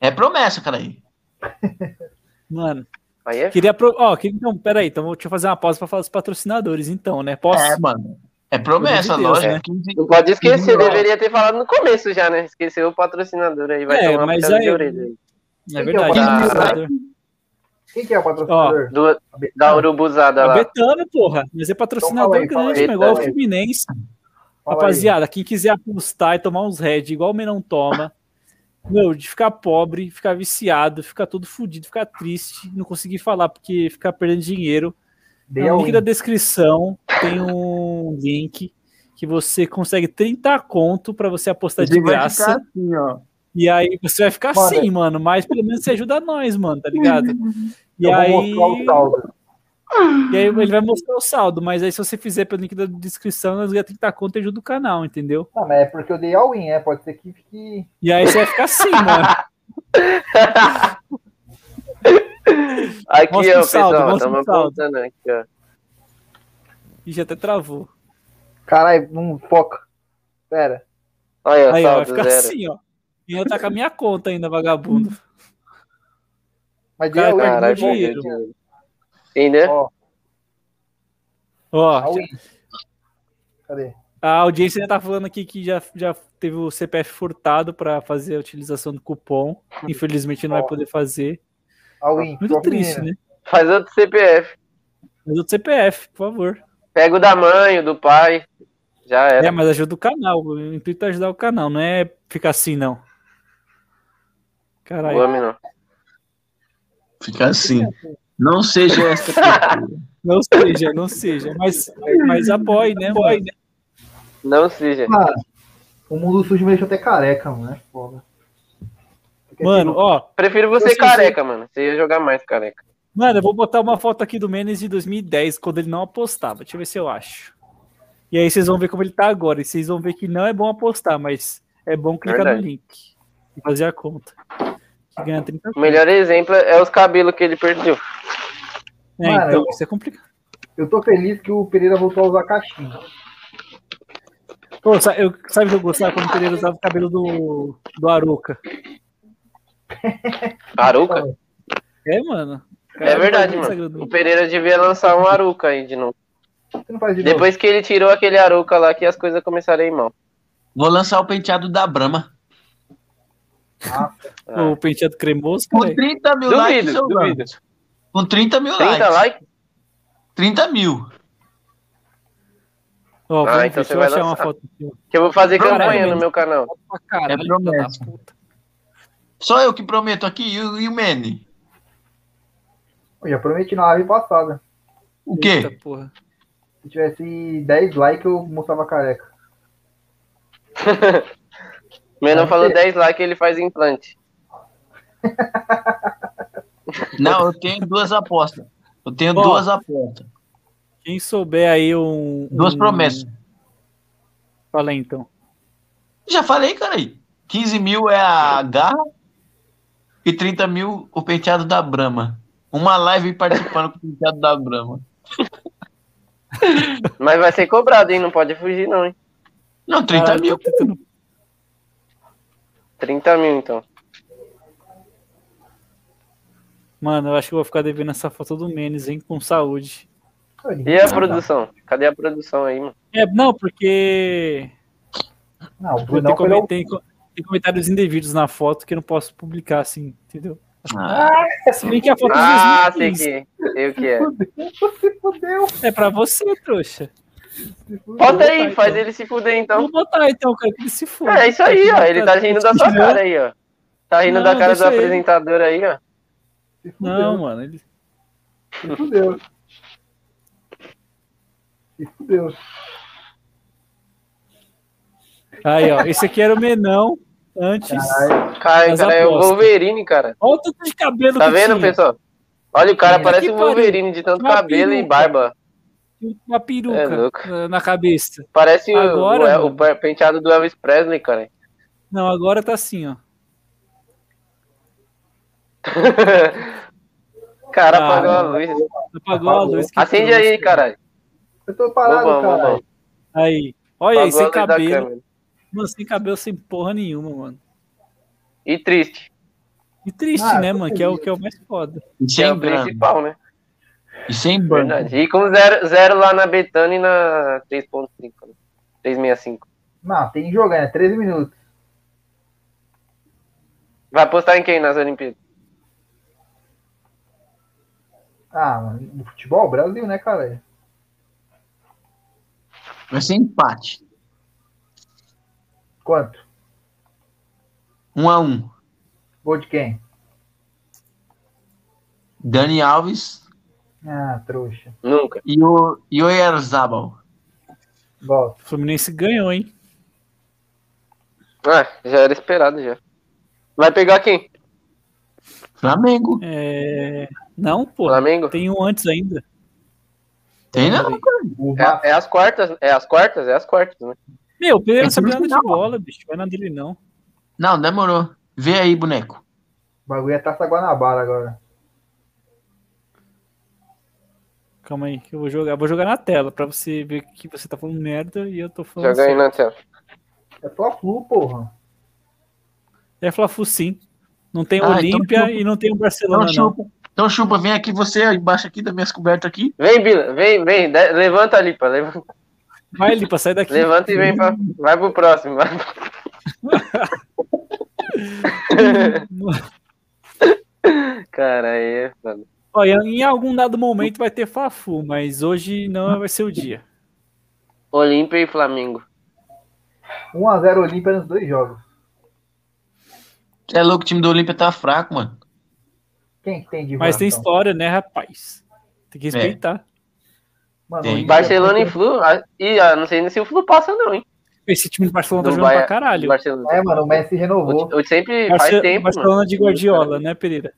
[SPEAKER 4] É, promessa, cara aí.
[SPEAKER 2] Mano,
[SPEAKER 3] Aí é
[SPEAKER 2] queria. Pro... Ó, queria... Então, peraí, então, deixa eu fazer uma pausa pra falar dos patrocinadores, então, né? Posso?
[SPEAKER 4] É, mano. É promessa,
[SPEAKER 2] Pelo amor de Deus,
[SPEAKER 4] lógico.
[SPEAKER 2] né?
[SPEAKER 4] 15
[SPEAKER 3] Não pode esquecer,
[SPEAKER 4] Não.
[SPEAKER 3] deveria ter falado no começo já, né? Esqueceu o patrocinador aí, vai
[SPEAKER 2] É,
[SPEAKER 3] tomar uma
[SPEAKER 2] mas
[SPEAKER 3] puxada
[SPEAKER 2] aí-
[SPEAKER 3] de orelha. aí.
[SPEAKER 2] é verdade.
[SPEAKER 3] Quem que é o
[SPEAKER 2] patrocinador.
[SPEAKER 11] Quem que é o patrocinador?
[SPEAKER 3] Do, da urubuzada
[SPEAKER 2] É
[SPEAKER 3] lá.
[SPEAKER 2] Betano, porra. Mas é patrocinador
[SPEAKER 11] Então fala aí,
[SPEAKER 2] grande,
[SPEAKER 3] fala
[SPEAKER 2] mas
[SPEAKER 3] aí.
[SPEAKER 2] igual o
[SPEAKER 3] Betano.
[SPEAKER 2] Fluminense.
[SPEAKER 11] Fala aí.
[SPEAKER 2] Rapaziada, quem quiser apostar e tomar uns red, igual o Menão toma, meu, de ficar pobre, ficar viciado, ficar todo fudido, ficar triste, não conseguir falar porque ficar perdendo dinheiro,
[SPEAKER 11] Dei a
[SPEAKER 2] no link da
[SPEAKER 11] win.
[SPEAKER 2] descrição tem um link que você consegue 30 conto pra você apostar de
[SPEAKER 4] Ele vai
[SPEAKER 2] graça.
[SPEAKER 4] ficar assim, ó.
[SPEAKER 2] E aí você vai ficar
[SPEAKER 11] Mano,
[SPEAKER 2] assim, mano, mas pelo menos você ajuda nós, mano, tá ligado? E
[SPEAKER 11] Eu vou
[SPEAKER 2] aí,
[SPEAKER 11] mostrar o saldo.
[SPEAKER 2] e aí ele vai mostrar o saldo, mas aí se você fizer pelo link da descrição, nós ganhamos 30 conto e ajuda o canal, entendeu?
[SPEAKER 11] Não, mas é porque eu dei a win, é. Pode ser que fique.
[SPEAKER 2] E aí você vai ficar assim, mano.
[SPEAKER 3] Aqui, ó,
[SPEAKER 2] Mostra o saldo, mostra
[SPEAKER 3] pessoal,
[SPEAKER 2] o
[SPEAKER 3] estamos
[SPEAKER 2] saldo.
[SPEAKER 3] apontando aqui, ó.
[SPEAKER 2] E já até travou.
[SPEAKER 11] Caralho, não foca. Pera.
[SPEAKER 3] Olha,
[SPEAKER 2] Aí, ó, vai
[SPEAKER 3] saldo
[SPEAKER 2] ficar
[SPEAKER 3] zero.
[SPEAKER 2] assim, ó. E ainda tá com a minha conta ainda, vagabundo.
[SPEAKER 11] Mas dei a
[SPEAKER 2] Cara,
[SPEAKER 11] win.
[SPEAKER 3] Caralho,
[SPEAKER 2] perdeu dinheiro.
[SPEAKER 3] dinheiro. Entendeu?
[SPEAKER 11] Ó, a
[SPEAKER 2] Ó,
[SPEAKER 11] win. Cadê?
[SPEAKER 2] a audiência ainda tá falando aqui que já, já teve o CPF furtado pra fazer a utilização do cupom. Infelizmente não vai poder fazer.
[SPEAKER 11] A win.
[SPEAKER 2] Muito triste, né?
[SPEAKER 3] Faz outro CPF.
[SPEAKER 2] Mas outro CPF, por favor.
[SPEAKER 3] Pega o da mãe, o do pai. Já era.
[SPEAKER 2] É, mas ajuda o canal. O intuito é ajudar o canal, não é ficar assim, não.
[SPEAKER 3] O
[SPEAKER 2] Caralho.
[SPEAKER 3] homem não.
[SPEAKER 4] Fica assim. Não seja essa pessoa.
[SPEAKER 2] Não seja, não seja. Mas, mas apoie, né? Apoie, né?
[SPEAKER 3] Não seja.
[SPEAKER 11] O mundo sujo me deixou até careca, mano. É foda. Porque
[SPEAKER 2] Mano, ó.
[SPEAKER 3] Prefiro você
[SPEAKER 2] Vocês-
[SPEAKER 3] careca, mano. Você ia jogar mais careca.
[SPEAKER 2] Mano, eu vou botar uma foto aqui do Menes de 2010, quando ele não apostava. Deixa eu ver se eu acho. E aí vocês vão ver como ele tá agora. E vocês vão ver que não é bom apostar, mas é bom clicar
[SPEAKER 3] Verdade.
[SPEAKER 2] no link. e Fazer a conta. Que ganha 30
[SPEAKER 3] O melhor exemplo é os cabelos que ele perdeu.
[SPEAKER 2] É,
[SPEAKER 11] Mano,
[SPEAKER 2] então,
[SPEAKER 11] eu-
[SPEAKER 2] isso é complicado.
[SPEAKER 11] Eu tô feliz que o Pereira voltou a usar caixinha.
[SPEAKER 2] Pô, sa- eu, sabe o que eu gostava quando o Pereira usava o cabelo do, do Aruca?
[SPEAKER 3] Aruca?
[SPEAKER 2] É, mano.
[SPEAKER 3] É verdade,
[SPEAKER 2] Cara,
[SPEAKER 3] mano. O Pereira devia lançar um aruca aí de novo.
[SPEAKER 11] Você não faz de novo.
[SPEAKER 3] Depois que ele tirou aquele aruca lá, que as coisas começaram a ir mal.
[SPEAKER 4] Vou lançar o penteado da Brahma.
[SPEAKER 3] Ah.
[SPEAKER 2] O penteado cremoso,
[SPEAKER 4] Com
[SPEAKER 2] cara.
[SPEAKER 4] 30 mil likes,
[SPEAKER 3] Duvido,
[SPEAKER 4] eu
[SPEAKER 3] duvido.
[SPEAKER 4] lanço. Com 30 mil
[SPEAKER 3] 30
[SPEAKER 4] likes.
[SPEAKER 3] likes?
[SPEAKER 4] 30 mil.
[SPEAKER 2] Ó,
[SPEAKER 3] Ah,
[SPEAKER 2] vamos ver,
[SPEAKER 3] então
[SPEAKER 2] deixa
[SPEAKER 3] você
[SPEAKER 2] eu
[SPEAKER 3] vai
[SPEAKER 2] achar uma
[SPEAKER 3] lançar.
[SPEAKER 2] foto aqui. ó.
[SPEAKER 3] Que eu vou fazer
[SPEAKER 2] Caralho,
[SPEAKER 3] campanha
[SPEAKER 2] mano.
[SPEAKER 3] no meu canal.
[SPEAKER 2] Pra caralho,
[SPEAKER 4] É
[SPEAKER 2] filho da
[SPEAKER 4] promessa.
[SPEAKER 2] puta.
[SPEAKER 4] Só eu que prometo aqui e o, e o Manny.
[SPEAKER 11] Eu já prometi na live passada.
[SPEAKER 4] O quê?
[SPEAKER 2] Eita, porra.
[SPEAKER 11] Se tivesse 10 likes, eu mostrava careca.
[SPEAKER 3] O Menor
[SPEAKER 11] Pode
[SPEAKER 3] falou
[SPEAKER 11] ser.
[SPEAKER 3] 10 likes, ele faz implante.
[SPEAKER 4] Não, eu tenho duas apostas. Eu tenho
[SPEAKER 2] Ó.
[SPEAKER 4] duas apostas.
[SPEAKER 2] Quem souber aí um.
[SPEAKER 4] Duas
[SPEAKER 2] um-
[SPEAKER 4] promessas.
[SPEAKER 2] Fala aí, então.
[SPEAKER 4] Já falei, cara aí. 15 mil é a garra e 30 mil o penteado da Brahma. Uma live participando com o penteado da Brahma.
[SPEAKER 3] Mas vai ser cobrado, hein? Não pode fugir, não, hein?
[SPEAKER 4] Não, 30
[SPEAKER 2] Caralho,
[SPEAKER 4] mil.
[SPEAKER 2] tô tentando-
[SPEAKER 3] 30 mil, então.
[SPEAKER 2] Mano, eu acho que eu vou ficar devendo essa foto do Menes, hein? Com saúde.
[SPEAKER 3] E
[SPEAKER 2] Ah, tá.
[SPEAKER 3] a produção? Cadê a produção aí, mano?
[SPEAKER 2] É, não, porque.
[SPEAKER 11] Não, o
[SPEAKER 2] Tem,
[SPEAKER 11] Brunão foi
[SPEAKER 2] comen- tem co- tem comentários indevidos na foto que eu não posso publicar, assim, entendeu?
[SPEAKER 4] Ah,
[SPEAKER 2] Se bem que a foto
[SPEAKER 3] Ah,
[SPEAKER 2] às
[SPEAKER 3] sei
[SPEAKER 2] vezes
[SPEAKER 3] que, sei o que é.
[SPEAKER 2] não é pra você, trouxa.
[SPEAKER 3] Bota aí, faz ele se fuder, então.
[SPEAKER 2] Vou botar então, cara, que ele se for.
[SPEAKER 3] É isso aí, ó. Ele tá rindo da sua cara aí, ó. Tá rindo
[SPEAKER 2] Não,
[SPEAKER 3] da cara do
[SPEAKER 2] deixa ele.
[SPEAKER 3] apresentador aí, ó.
[SPEAKER 11] se fudeu,
[SPEAKER 2] Não, mano, ele
[SPEAKER 11] se fudeu. Se fudeu.
[SPEAKER 2] Aí, ó, esse aqui era o Menão antes.
[SPEAKER 3] Cara,
[SPEAKER 2] Mas
[SPEAKER 3] cara, é o
[SPEAKER 2] aposta.
[SPEAKER 3] Wolverine, cara.
[SPEAKER 2] Olha o tanto de cabelo
[SPEAKER 3] Tá
[SPEAKER 2] que
[SPEAKER 3] vendo,
[SPEAKER 2] tinha.
[SPEAKER 3] pessoal? Olha, o cara
[SPEAKER 2] É.
[SPEAKER 3] parece
[SPEAKER 2] Que
[SPEAKER 3] um Wolverine de tanto
[SPEAKER 2] Uma
[SPEAKER 3] cabelo e
[SPEAKER 2] peruca.
[SPEAKER 3] barba.
[SPEAKER 2] Uma peruca
[SPEAKER 3] É louco.
[SPEAKER 2] na- na cabeça.
[SPEAKER 3] Parece o-
[SPEAKER 2] Agora,
[SPEAKER 3] o, El-
[SPEAKER 2] mano.
[SPEAKER 3] o penteado do Elvis Presley, cara.
[SPEAKER 2] Não, agora tá assim, ó.
[SPEAKER 3] cara,
[SPEAKER 2] Ah,
[SPEAKER 3] apagou a luz.
[SPEAKER 2] Apagou a luz. que
[SPEAKER 3] Acende
[SPEAKER 2] trouxe.
[SPEAKER 3] aí, caralho.
[SPEAKER 11] Eu tô
[SPEAKER 3] Vamos,
[SPEAKER 11] parado,
[SPEAKER 3] vamos,
[SPEAKER 11] cara.
[SPEAKER 3] vamos.
[SPEAKER 2] Aí. Olha aí,
[SPEAKER 3] Apagou a
[SPEAKER 2] sem
[SPEAKER 3] luz da
[SPEAKER 2] cabelo.
[SPEAKER 3] câmera.
[SPEAKER 2] Mano, sem cabelo, sem porra nenhuma, mano.
[SPEAKER 3] E triste.
[SPEAKER 2] E triste,
[SPEAKER 11] Ah,
[SPEAKER 2] né,
[SPEAKER 11] tô
[SPEAKER 2] mano? Que é o que é o mais foda.
[SPEAKER 4] e
[SPEAKER 3] Que é
[SPEAKER 4] sem
[SPEAKER 3] o
[SPEAKER 4] Brahma.
[SPEAKER 3] principal, né?
[SPEAKER 4] E sem Brahma.
[SPEAKER 3] Verdade. E com zero, zero lá na Betânia e na 3.5. né? 365.
[SPEAKER 5] Não, tem que jogar, é 13 minutos.
[SPEAKER 3] Vai apostar em quem nas Olimpíadas?
[SPEAKER 5] Ah, mano, no futebol, Brasil, né, cara?
[SPEAKER 4] Vai ser empate.
[SPEAKER 5] Quanto?
[SPEAKER 4] Um a um.
[SPEAKER 5] Gol de quem?
[SPEAKER 4] Dani Alves
[SPEAKER 5] Ah, trouxa.
[SPEAKER 3] Nunca.
[SPEAKER 4] e o, e o Erzabal.
[SPEAKER 5] Volta.
[SPEAKER 2] O Fluminense ganhou, hein?
[SPEAKER 3] Ah, já era esperado já. Vai pegar quem?
[SPEAKER 4] Flamengo.
[SPEAKER 2] É... Não, pô.
[SPEAKER 3] Flamengo?
[SPEAKER 2] Tem um antes ainda.
[SPEAKER 4] Tem não?
[SPEAKER 3] É, é as quartas, é as quartas, é as quartas, né?
[SPEAKER 2] Meu, o Pedro não sabe
[SPEAKER 4] tudo
[SPEAKER 2] nada de
[SPEAKER 4] final,
[SPEAKER 2] bola, bicho. Vai na dele, não.
[SPEAKER 4] Não, demorou. Vê aí, boneco.
[SPEAKER 5] O bagulho é taça Guanabara agora.
[SPEAKER 2] Calma aí, que eu vou jogar. Vou jogar na tela pra você ver que você tá falando merda e eu tô falando.
[SPEAKER 3] Já ganhei
[SPEAKER 2] certo.
[SPEAKER 3] na tela.
[SPEAKER 5] É Fla-Flu, porra.
[SPEAKER 2] É Fla-Flu sim. Não tem
[SPEAKER 4] Ah, então
[SPEAKER 2] Olímpia
[SPEAKER 4] chupa.
[SPEAKER 2] e não tem o Barcelona,
[SPEAKER 4] Então
[SPEAKER 2] não.
[SPEAKER 4] chupa. Então chupa, vem aqui você, embaixo aqui das minhas cobertas aqui.
[SPEAKER 3] Vem, Bila, vem, vem. de- levanta ali, pá. Levanta,
[SPEAKER 2] Vai, Lipa, sai daqui.
[SPEAKER 3] levanta e vem pra. Vai pro próximo. vai. Cara, aí é foda.
[SPEAKER 2] Olha, em algum dado momento vai ter Fla-Flu, mas hoje não vai ser o dia.
[SPEAKER 3] Olímpia e Flamengo.
[SPEAKER 5] 1x0 Olímpia nos dois jogos.
[SPEAKER 4] Cê é louco, o time do Olímpia tá fraco, mano.
[SPEAKER 5] Quem que tem de
[SPEAKER 2] Mas tem
[SPEAKER 5] então?
[SPEAKER 2] história, né, rapaz? Tem que
[SPEAKER 4] É.
[SPEAKER 2] respeitar.
[SPEAKER 5] Mano, é
[SPEAKER 4] Tem.
[SPEAKER 5] Olímpia-
[SPEAKER 3] Barcelona e Flu. ah, Ih, ah, não sei nem se o Flu passa, não, hein?
[SPEAKER 2] Esse time do Barcelona tá
[SPEAKER 3] Não
[SPEAKER 2] jogando
[SPEAKER 3] vai-
[SPEAKER 2] pra caralho.
[SPEAKER 3] Barcelona.
[SPEAKER 5] É, mano, o Messi
[SPEAKER 4] Tá
[SPEAKER 5] renovou.
[SPEAKER 3] Eu, eu sempre
[SPEAKER 2] Barce-
[SPEAKER 3] faz tempo.
[SPEAKER 2] Barcelona
[SPEAKER 3] mano.
[SPEAKER 2] de Guardiola, né, Pereira?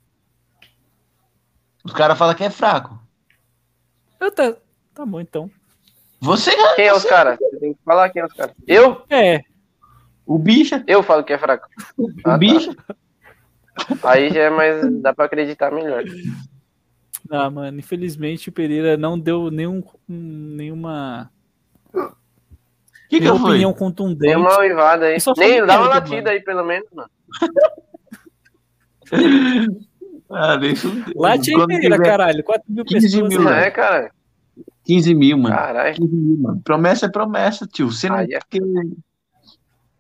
[SPEAKER 4] Os caras falam que é fraco.
[SPEAKER 2] Eu tá... tá bom, então.
[SPEAKER 4] Você, cara,
[SPEAKER 3] Quem é os
[SPEAKER 4] você-
[SPEAKER 3] caras? Você tem que falar quem é os caras. Eu?
[SPEAKER 2] É,
[SPEAKER 4] O bicha,
[SPEAKER 3] Eu falo que é fraco.
[SPEAKER 4] o
[SPEAKER 3] Ah, tá.
[SPEAKER 4] bicha.
[SPEAKER 3] Aí já é mais. dá pra acreditar melhor.
[SPEAKER 2] ah, mano, infelizmente o Pereira não deu nenhum, nenhuma,
[SPEAKER 4] O que é que
[SPEAKER 2] nenhuma
[SPEAKER 4] eu fui?
[SPEAKER 2] opinião contundente.
[SPEAKER 3] Deu uma uivada aí.
[SPEAKER 2] Eu só é
[SPEAKER 3] Nem
[SPEAKER 2] falei
[SPEAKER 3] dá uma
[SPEAKER 2] merda,
[SPEAKER 3] latida
[SPEAKER 2] mano.
[SPEAKER 3] aí, pelo menos, mano.
[SPEAKER 4] Ah, deixa eu-
[SPEAKER 2] Late aí,
[SPEAKER 4] Quando
[SPEAKER 2] Pereira,
[SPEAKER 4] tiver
[SPEAKER 2] caralho. 4 mil
[SPEAKER 4] 15
[SPEAKER 2] pessoas. né?
[SPEAKER 4] mil,
[SPEAKER 3] Não
[SPEAKER 4] mano.
[SPEAKER 3] é, cara?
[SPEAKER 4] 15 mil, mano.
[SPEAKER 3] Caralho.
[SPEAKER 4] 15 mil, mano. Promessa é promessa, tio. Você não...
[SPEAKER 3] Ah, é.
[SPEAKER 4] porque-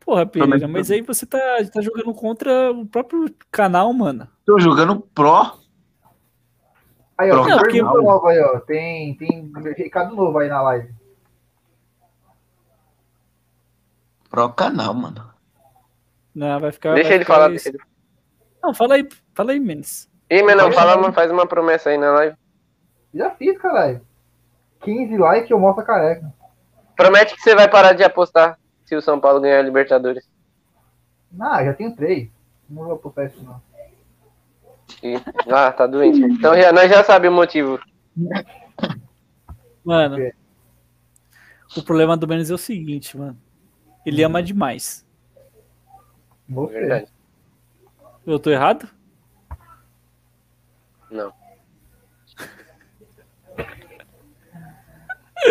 [SPEAKER 2] Porra, Pereira,
[SPEAKER 4] Prometo.
[SPEAKER 2] mas aí você tá, tá jogando contra o próprio canal, mano.
[SPEAKER 4] Tô jogando pró.
[SPEAKER 5] Aí, ó,
[SPEAKER 4] Não,
[SPEAKER 5] tem
[SPEAKER 2] porque-
[SPEAKER 5] pergunta nova aí, ó. Tem, tem recado novo aí na live.
[SPEAKER 4] Pró canal, mano.
[SPEAKER 2] Não, Né, vai ficar.
[SPEAKER 3] Deixa
[SPEAKER 2] vai
[SPEAKER 3] ele
[SPEAKER 2] ficar
[SPEAKER 3] falar.
[SPEAKER 2] é isso.
[SPEAKER 3] Deixa ele...
[SPEAKER 2] Não, fala aí, fala aí, Menes.
[SPEAKER 3] Ih, mas não, fala, uma- faz uma promessa aí na live.
[SPEAKER 5] Já fiz, caralho. 15 likes eu mostro a careca.
[SPEAKER 3] Promete que você vai parar de apostar se o São Paulo ganhar a Libertadores.
[SPEAKER 5] Ah, já tenho três. Não vou pro isso, não.
[SPEAKER 3] E- Ah, tá doente. Então já, nós já sabemos o motivo.
[SPEAKER 2] Mano, o problema do Menos é o seguinte, mano. Ele ama demais.
[SPEAKER 5] Vou
[SPEAKER 3] É verdade.
[SPEAKER 2] Eu tô errado?
[SPEAKER 3] Não.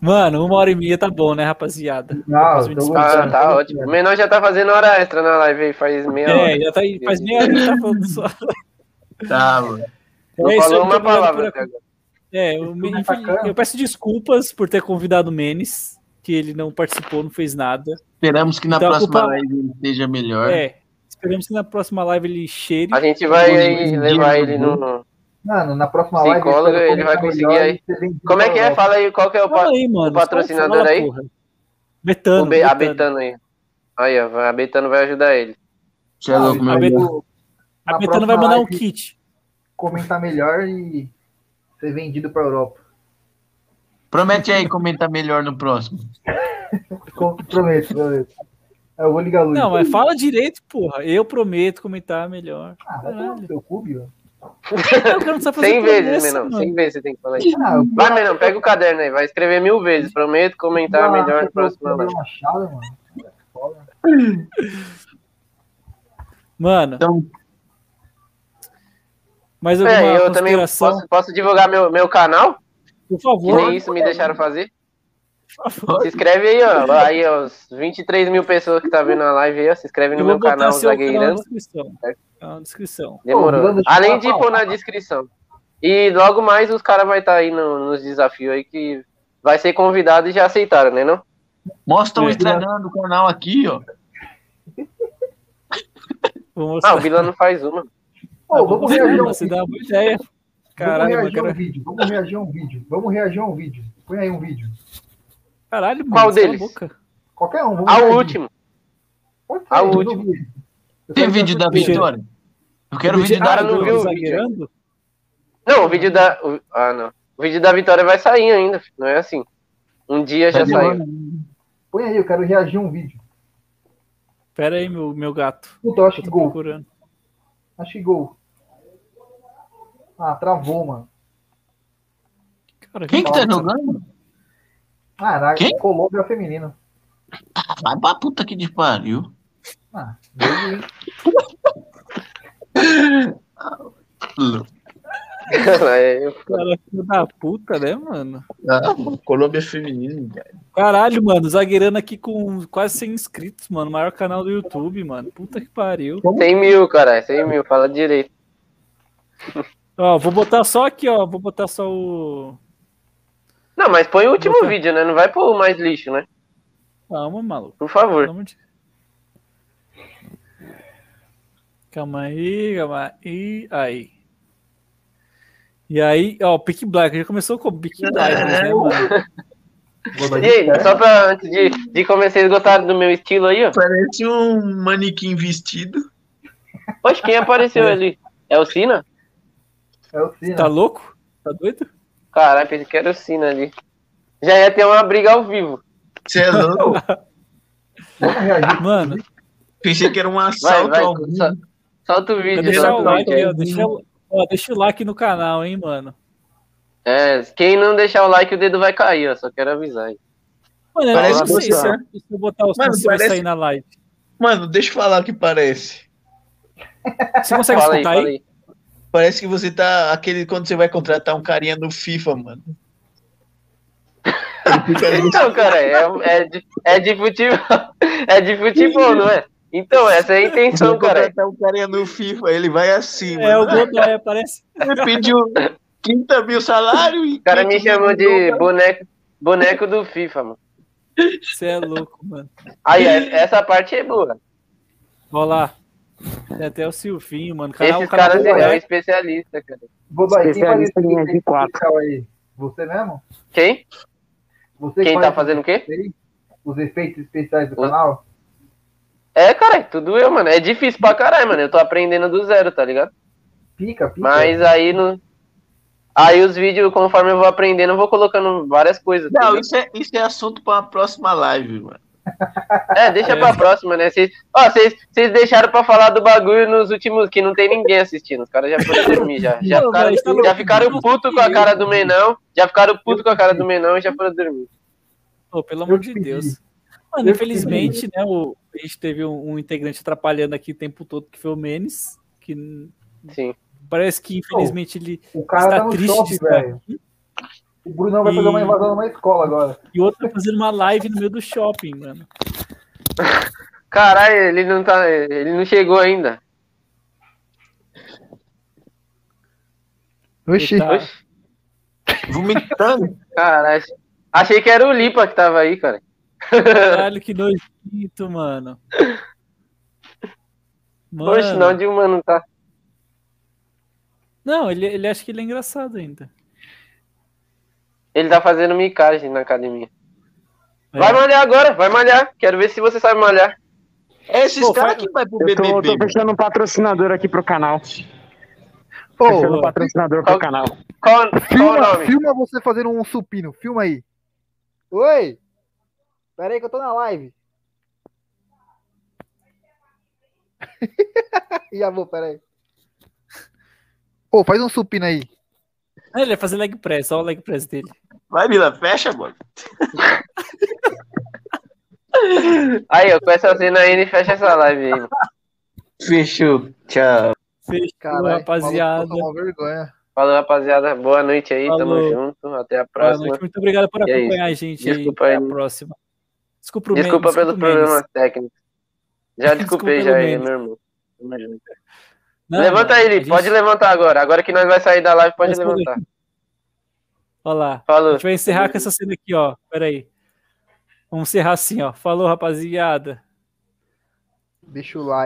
[SPEAKER 2] Mano, uma hora e meia tá bom, né, rapaziada?
[SPEAKER 5] Não,
[SPEAKER 2] Posso me
[SPEAKER 5] eu tô
[SPEAKER 2] despedir?
[SPEAKER 3] Ah,
[SPEAKER 5] né?
[SPEAKER 3] tá ótimo. O menor já tá fazendo hora extra na live aí, faz meia hora.
[SPEAKER 2] É, já tá aí, faz meia hora que tá falando só.
[SPEAKER 4] Tá, mano.
[SPEAKER 3] Não
[SPEAKER 2] É isso, eu
[SPEAKER 3] falou
[SPEAKER 2] tô
[SPEAKER 3] uma
[SPEAKER 2] obrigado por
[SPEAKER 3] palavra até agora.
[SPEAKER 2] É, eu, me-
[SPEAKER 5] Tudo
[SPEAKER 2] enfim,
[SPEAKER 5] bacana.
[SPEAKER 2] eu peço desculpas por ter convidado o Menes, que ele não participou, não fez nada.
[SPEAKER 4] Esperamos que na
[SPEAKER 2] Então, a
[SPEAKER 4] próxima
[SPEAKER 2] culpa-
[SPEAKER 4] live ele esteja melhor.
[SPEAKER 2] É, esperamos que na próxima live ele cheire.
[SPEAKER 3] A gente vai
[SPEAKER 2] Uhum.
[SPEAKER 3] aí levar ele no.
[SPEAKER 5] Mano, na próxima live.
[SPEAKER 3] Psicólogo,
[SPEAKER 5] espero
[SPEAKER 3] ele vai
[SPEAKER 5] comentar
[SPEAKER 3] conseguir
[SPEAKER 5] melhor
[SPEAKER 3] aí.
[SPEAKER 5] e ser bem-vindo
[SPEAKER 3] Como é que
[SPEAKER 2] Uhum.
[SPEAKER 3] é?
[SPEAKER 5] ao-
[SPEAKER 3] Fala aí qual que é o, pa...
[SPEAKER 2] Fala aí, mano.
[SPEAKER 3] o patrocinador
[SPEAKER 2] fala,
[SPEAKER 3] aí?
[SPEAKER 2] porra. Betano.
[SPEAKER 3] o Be- a
[SPEAKER 2] Betano.
[SPEAKER 3] Betano aí. Aí, ó, a Betano vai ajudar ele.
[SPEAKER 4] Você é louco, meu
[SPEAKER 2] Ah,
[SPEAKER 4] amigo.
[SPEAKER 2] A
[SPEAKER 3] tá
[SPEAKER 5] Na
[SPEAKER 2] Betano
[SPEAKER 5] próxima
[SPEAKER 2] vai mandar um
[SPEAKER 5] live-
[SPEAKER 2] kit.
[SPEAKER 5] Comentar melhor e ser vendido pra Europa.
[SPEAKER 4] Promete aí comentar melhor no próximo.
[SPEAKER 5] Com- Prometo, prometo. Eu vou ligar a luz.
[SPEAKER 2] Não, mas fala direito, porra. Eu prometo comentar melhor.
[SPEAKER 5] Ah,
[SPEAKER 4] é
[SPEAKER 5] vai tomar no seu cu, Bia.
[SPEAKER 2] Eu quero não saber fazer
[SPEAKER 3] 100 vezes,
[SPEAKER 2] promessa,
[SPEAKER 3] Menão.
[SPEAKER 2] Tá mano.
[SPEAKER 3] 100 vezes você tem que falar isso.
[SPEAKER 5] Ah, eu-
[SPEAKER 3] Vai, Menão, pega o caderno aí. Vai escrever mil vezes. Prometo comentar
[SPEAKER 5] Ah,
[SPEAKER 3] melhor
[SPEAKER 5] eu
[SPEAKER 3] na
[SPEAKER 5] tô
[SPEAKER 3] próxima
[SPEAKER 5] dando
[SPEAKER 3] live.
[SPEAKER 5] uma chada, mano. Foda.
[SPEAKER 2] Mano,
[SPEAKER 4] Então,
[SPEAKER 2] mais alguma
[SPEAKER 3] É, eu também
[SPEAKER 2] consideração?
[SPEAKER 3] posso, posso divulgar meu, meu canal?
[SPEAKER 2] Por
[SPEAKER 3] Que
[SPEAKER 2] favor.
[SPEAKER 3] nem isso me deixaram fazer.
[SPEAKER 2] por favor.
[SPEAKER 3] Se inscreve aí, ó. Aí, ó, os 23 mil pessoas que tá vendo a live aí, ó. Se inscreve no
[SPEAKER 2] Eu vou
[SPEAKER 3] meu
[SPEAKER 2] botar
[SPEAKER 3] canal,
[SPEAKER 2] seu canal na
[SPEAKER 3] Zagueirando. É.
[SPEAKER 2] descrição. Tá na descrição.
[SPEAKER 5] Pô,
[SPEAKER 3] Demorou.
[SPEAKER 5] Bruno, deixa eu
[SPEAKER 3] Além de
[SPEAKER 5] falar,
[SPEAKER 3] pôr na descrição. E logo mais os caras vai estar aí no- nos desafios aí que vai ser convidado e já aceitaram, né não?
[SPEAKER 4] mostra um o
[SPEAKER 2] É.
[SPEAKER 4] Instagram do canal aqui, ó.
[SPEAKER 2] Vou
[SPEAKER 3] Ah,
[SPEAKER 2] mostrar.
[SPEAKER 3] o Vila não faz uma.
[SPEAKER 5] Pô, vamos
[SPEAKER 2] Você
[SPEAKER 5] reagir a um
[SPEAKER 2] você dá uma boa ideia. Caralho,
[SPEAKER 5] vamos
[SPEAKER 2] mano,
[SPEAKER 5] reagir a um
[SPEAKER 2] cara-
[SPEAKER 5] vídeo, vamos reagir a um vídeo, vamos reagir a um vídeo. Põe aí um vídeo.
[SPEAKER 2] Caralho, mano.
[SPEAKER 3] Qual
[SPEAKER 2] cala a
[SPEAKER 3] deles?
[SPEAKER 2] boca.
[SPEAKER 5] Qualquer um. vamos
[SPEAKER 3] Ao
[SPEAKER 5] reagir.
[SPEAKER 3] Ah, último.
[SPEAKER 5] Pode
[SPEAKER 3] ao
[SPEAKER 5] ser, eu
[SPEAKER 3] último.
[SPEAKER 5] não vi. Eu
[SPEAKER 4] Tem
[SPEAKER 5] quero
[SPEAKER 4] vídeo da
[SPEAKER 5] saber.
[SPEAKER 4] vitória? Eu quero vídeo
[SPEAKER 2] Ah,
[SPEAKER 4] da
[SPEAKER 3] não
[SPEAKER 4] vitória.
[SPEAKER 3] viu o vídeo
[SPEAKER 2] Zagueirando?
[SPEAKER 3] Não, o vídeo da. o- ah, não. O vídeo da vitória vai sair ainda, filho. não é assim. Um dia já
[SPEAKER 4] Tá
[SPEAKER 3] saiu.
[SPEAKER 4] demorando.
[SPEAKER 5] Põe aí, eu quero reagir a um vídeo.
[SPEAKER 2] Pera aí, meu, meu gato.
[SPEAKER 5] Puta, eu acho
[SPEAKER 2] Eu
[SPEAKER 5] que
[SPEAKER 2] tô
[SPEAKER 5] gol.
[SPEAKER 2] procurando.
[SPEAKER 5] Acho que gol. Ah, travou, mano.
[SPEAKER 2] Cara,
[SPEAKER 4] Quem que tá
[SPEAKER 2] fala-
[SPEAKER 4] jogando?
[SPEAKER 5] Caraca,
[SPEAKER 4] Quem?
[SPEAKER 5] Colômbia feminina.
[SPEAKER 4] Ah, Vai pra puta que de pariu.
[SPEAKER 5] Ah, Deus me livre.
[SPEAKER 3] É, eu-
[SPEAKER 2] Cara, filho da puta, né, mano?
[SPEAKER 4] Colômbia feminina.
[SPEAKER 2] Caralho, mano, zagueirando aqui com quase 100 inscritos, mano. Maior canal do YouTube, mano. Puta que pariu.
[SPEAKER 3] 100 mil, cara. 100 mil, fala direito.
[SPEAKER 2] Ó, vou botar só aqui, ó. Vou botar só o.
[SPEAKER 3] Não, mas põe o último
[SPEAKER 2] Botar.
[SPEAKER 3] vídeo, né? Não vai pôr o mais lixo, né?
[SPEAKER 2] Calma, maluco.
[SPEAKER 3] Por favor.
[SPEAKER 2] Pelo amor de- Calma aí, calma aí. Aí. E aí, ó, o Pick Black. Já começou com o Pick Black, né, mano?
[SPEAKER 3] E aí, só pra antes de, de começar, vocês gostaram do meu estilo aí, ó?
[SPEAKER 4] Parece um manequim vestido.
[SPEAKER 3] Poxa, quem apareceu ali? É o Sina?
[SPEAKER 5] É o Sina.
[SPEAKER 2] Tá louco? Tá doido?
[SPEAKER 3] Caralho, pensei que era o Sina ali. Já ia ter uma briga ao vivo.
[SPEAKER 4] Você é louco?
[SPEAKER 5] Vamos reagir.
[SPEAKER 2] Mano,
[SPEAKER 4] Pensei que era um
[SPEAKER 3] Vai,
[SPEAKER 4] assalto
[SPEAKER 3] vai.
[SPEAKER 4] ao vivo.
[SPEAKER 3] sol- Solta o
[SPEAKER 2] vou
[SPEAKER 3] vídeo.
[SPEAKER 2] deixar
[SPEAKER 3] Solta
[SPEAKER 2] o
[SPEAKER 3] o vídeo.
[SPEAKER 2] like,
[SPEAKER 3] aí.
[SPEAKER 2] ó. Deixa, o- ó, deixa o like no canal, hein, mano.
[SPEAKER 3] É, quem não deixar o like, o dedo vai cair, ó. Só quero avisar aí.
[SPEAKER 2] Mano, eu
[SPEAKER 4] Parece
[SPEAKER 2] não sei
[SPEAKER 4] você,
[SPEAKER 2] se eu,
[SPEAKER 4] né?
[SPEAKER 2] se eu botar os
[SPEAKER 4] Mano,
[SPEAKER 2] se vai
[SPEAKER 4] parece-
[SPEAKER 2] sair na live.
[SPEAKER 4] Mano, deixa eu falar o que parece.
[SPEAKER 2] Você consegue
[SPEAKER 3] Fala aí,
[SPEAKER 2] escutar aí?
[SPEAKER 3] fala aí.
[SPEAKER 4] Parece que você tá aquele quando você vai contratar um carinha no FIFA, mano. Ele fica ali,
[SPEAKER 3] Então, cara, é, é, de, é de futebol. É de futebol, não é? Então, essa é a intenção,
[SPEAKER 4] vou
[SPEAKER 3] cara.
[SPEAKER 4] contratar um carinha no FIFA, ele vai assim,
[SPEAKER 2] É, o
[SPEAKER 4] mano.
[SPEAKER 2] Godoy aparece.
[SPEAKER 4] Ele pediu 30 mil salário e.
[SPEAKER 3] O cara me
[SPEAKER 4] 15
[SPEAKER 3] chamou
[SPEAKER 4] mil
[SPEAKER 3] de boneco, boneco do FIFA, mano.
[SPEAKER 2] Você é louco, mano.
[SPEAKER 3] Aí, é- essa parte é boa.
[SPEAKER 2] Olha lá. Tem até o Silvinho, mano. Canal,
[SPEAKER 3] Esses
[SPEAKER 2] canal
[SPEAKER 3] caras
[SPEAKER 2] do
[SPEAKER 3] é um
[SPEAKER 2] Godoy.
[SPEAKER 3] especialista, cara.
[SPEAKER 5] Godoy, quem faz
[SPEAKER 1] Especialista em
[SPEAKER 5] esse
[SPEAKER 1] F4.
[SPEAKER 5] especial aí? Você mesmo?
[SPEAKER 3] Quem?
[SPEAKER 5] Você que
[SPEAKER 3] Quem
[SPEAKER 5] faz
[SPEAKER 3] tá fazendo o quê?
[SPEAKER 5] esses- os efeitos especiais do
[SPEAKER 3] Os-
[SPEAKER 5] canal?
[SPEAKER 3] É, cara, tudo eu, mano. É difícil pra caralho, mano. Eu tô aprendendo do zero, tá ligado?
[SPEAKER 5] Pica, pica.
[SPEAKER 3] Mas aí no. Aí os vídeos, conforme eu vou aprendendo, eu vou colocando várias coisas. tá
[SPEAKER 4] Não,
[SPEAKER 3] ligado?
[SPEAKER 4] isso é, isso é assunto pra uma próxima live, mano.
[SPEAKER 3] É, deixa pra próxima, né? Vocês ó, vocês- vocês deixaram pra falar do bagulho nos últimos, que não tem ninguém assistindo. Os caras já foram dormir, já. Já
[SPEAKER 2] Não,
[SPEAKER 3] ficaram,
[SPEAKER 2] mas tá louco.
[SPEAKER 3] já ficaram puto com a cara do Menão. Já ficaram puto com a cara do Menão e já foram dormir.
[SPEAKER 2] Pô, pelo amor de Deus. Mano, infelizmente, né, o, a gente teve um, um integrante atrapalhando aqui o tempo todo, que foi o Menes, que n-
[SPEAKER 3] Sim.
[SPEAKER 2] parece que, infelizmente, ele
[SPEAKER 11] O cara
[SPEAKER 2] está
[SPEAKER 11] tá no
[SPEAKER 2] triste de
[SPEAKER 11] shopping,
[SPEAKER 2] estar
[SPEAKER 11] velho. O Brunão vai fazer uma
[SPEAKER 2] E-
[SPEAKER 11] invasão numa escola agora.
[SPEAKER 2] e outro tá fazendo uma live no meio do shopping, mano.
[SPEAKER 3] Caralho, ele não tá. Ele não chegou ainda.
[SPEAKER 10] Oxi.
[SPEAKER 2] Tá.
[SPEAKER 3] Oxi.
[SPEAKER 4] Vomitando.
[SPEAKER 3] Caralho. Achei que era o Lipa que tava aí, cara.
[SPEAKER 2] Caralho, que nojento, mano. Mano,
[SPEAKER 3] Oxe, não, Dilma não tá.
[SPEAKER 2] não, ele, ele acha que ele é engraçado ainda.
[SPEAKER 3] Ele tá fazendo micagem na academia.
[SPEAKER 2] É.
[SPEAKER 3] Vai malhar agora, vai malhar. Quero ver se você sabe malhar.
[SPEAKER 4] Esses
[SPEAKER 2] Pô,
[SPEAKER 4] caras
[SPEAKER 2] faz-
[SPEAKER 4] que vai pro
[SPEAKER 1] Eu tô,
[SPEAKER 4] BBB.
[SPEAKER 1] tô fechando um patrocinador aqui pro canal. fechando um
[SPEAKER 10] Pô,
[SPEAKER 1] patrocinador pro canal.
[SPEAKER 3] Qual, qual o
[SPEAKER 10] filma,
[SPEAKER 3] nome?
[SPEAKER 10] filma você fazendo um supino. Filma aí.
[SPEAKER 11] Oi! Pera aí que eu tô na live. Já vou, pera aí.
[SPEAKER 10] Pô, faz um supino aí.
[SPEAKER 2] Ah, Ele vai fazer leg press, olha o leg press dele.
[SPEAKER 4] Vai, Mila, fecha, mano.
[SPEAKER 3] Aí, ó, com essa cena aí, ele fecha essa live aí.
[SPEAKER 4] Fechou. Tchau.
[SPEAKER 2] Fechou,
[SPEAKER 10] Caralho,
[SPEAKER 2] rapaziada.
[SPEAKER 10] maluco, tô com uma vergonha.
[SPEAKER 3] Falou, rapaziada. Boa noite aí. Tamo
[SPEAKER 2] Falou.
[SPEAKER 3] junto. Até a
[SPEAKER 2] Boa
[SPEAKER 3] próxima.
[SPEAKER 2] noite, Muito obrigado por
[SPEAKER 3] E é
[SPEAKER 2] acompanhar a gente aí.
[SPEAKER 3] Desculpa
[SPEAKER 2] Até a
[SPEAKER 3] aí.
[SPEAKER 2] próxima. Desculpa, o
[SPEAKER 3] Desculpa
[SPEAKER 2] Menes,
[SPEAKER 3] pelos
[SPEAKER 2] desculpa o Menes.
[SPEAKER 3] problemas técnicos. Já
[SPEAKER 2] Desculpa
[SPEAKER 3] desculpei,
[SPEAKER 2] pelo
[SPEAKER 3] já aí,
[SPEAKER 2] menos.
[SPEAKER 3] meu irmão. Tamo junto.
[SPEAKER 2] Não,
[SPEAKER 3] Levanta
[SPEAKER 2] mano,
[SPEAKER 3] ele,
[SPEAKER 2] a gente-
[SPEAKER 3] pode levantar agora. Agora que nós vai sair da live, pode
[SPEAKER 2] Mas tudo
[SPEAKER 3] levantar.
[SPEAKER 2] Olha lá. A
[SPEAKER 3] Falou.
[SPEAKER 2] gente vai encerrar com essa cena aqui, ó. Pera aí. Vamos encerrar assim, ó. Falou, rapaziada.
[SPEAKER 10] Deixa o like.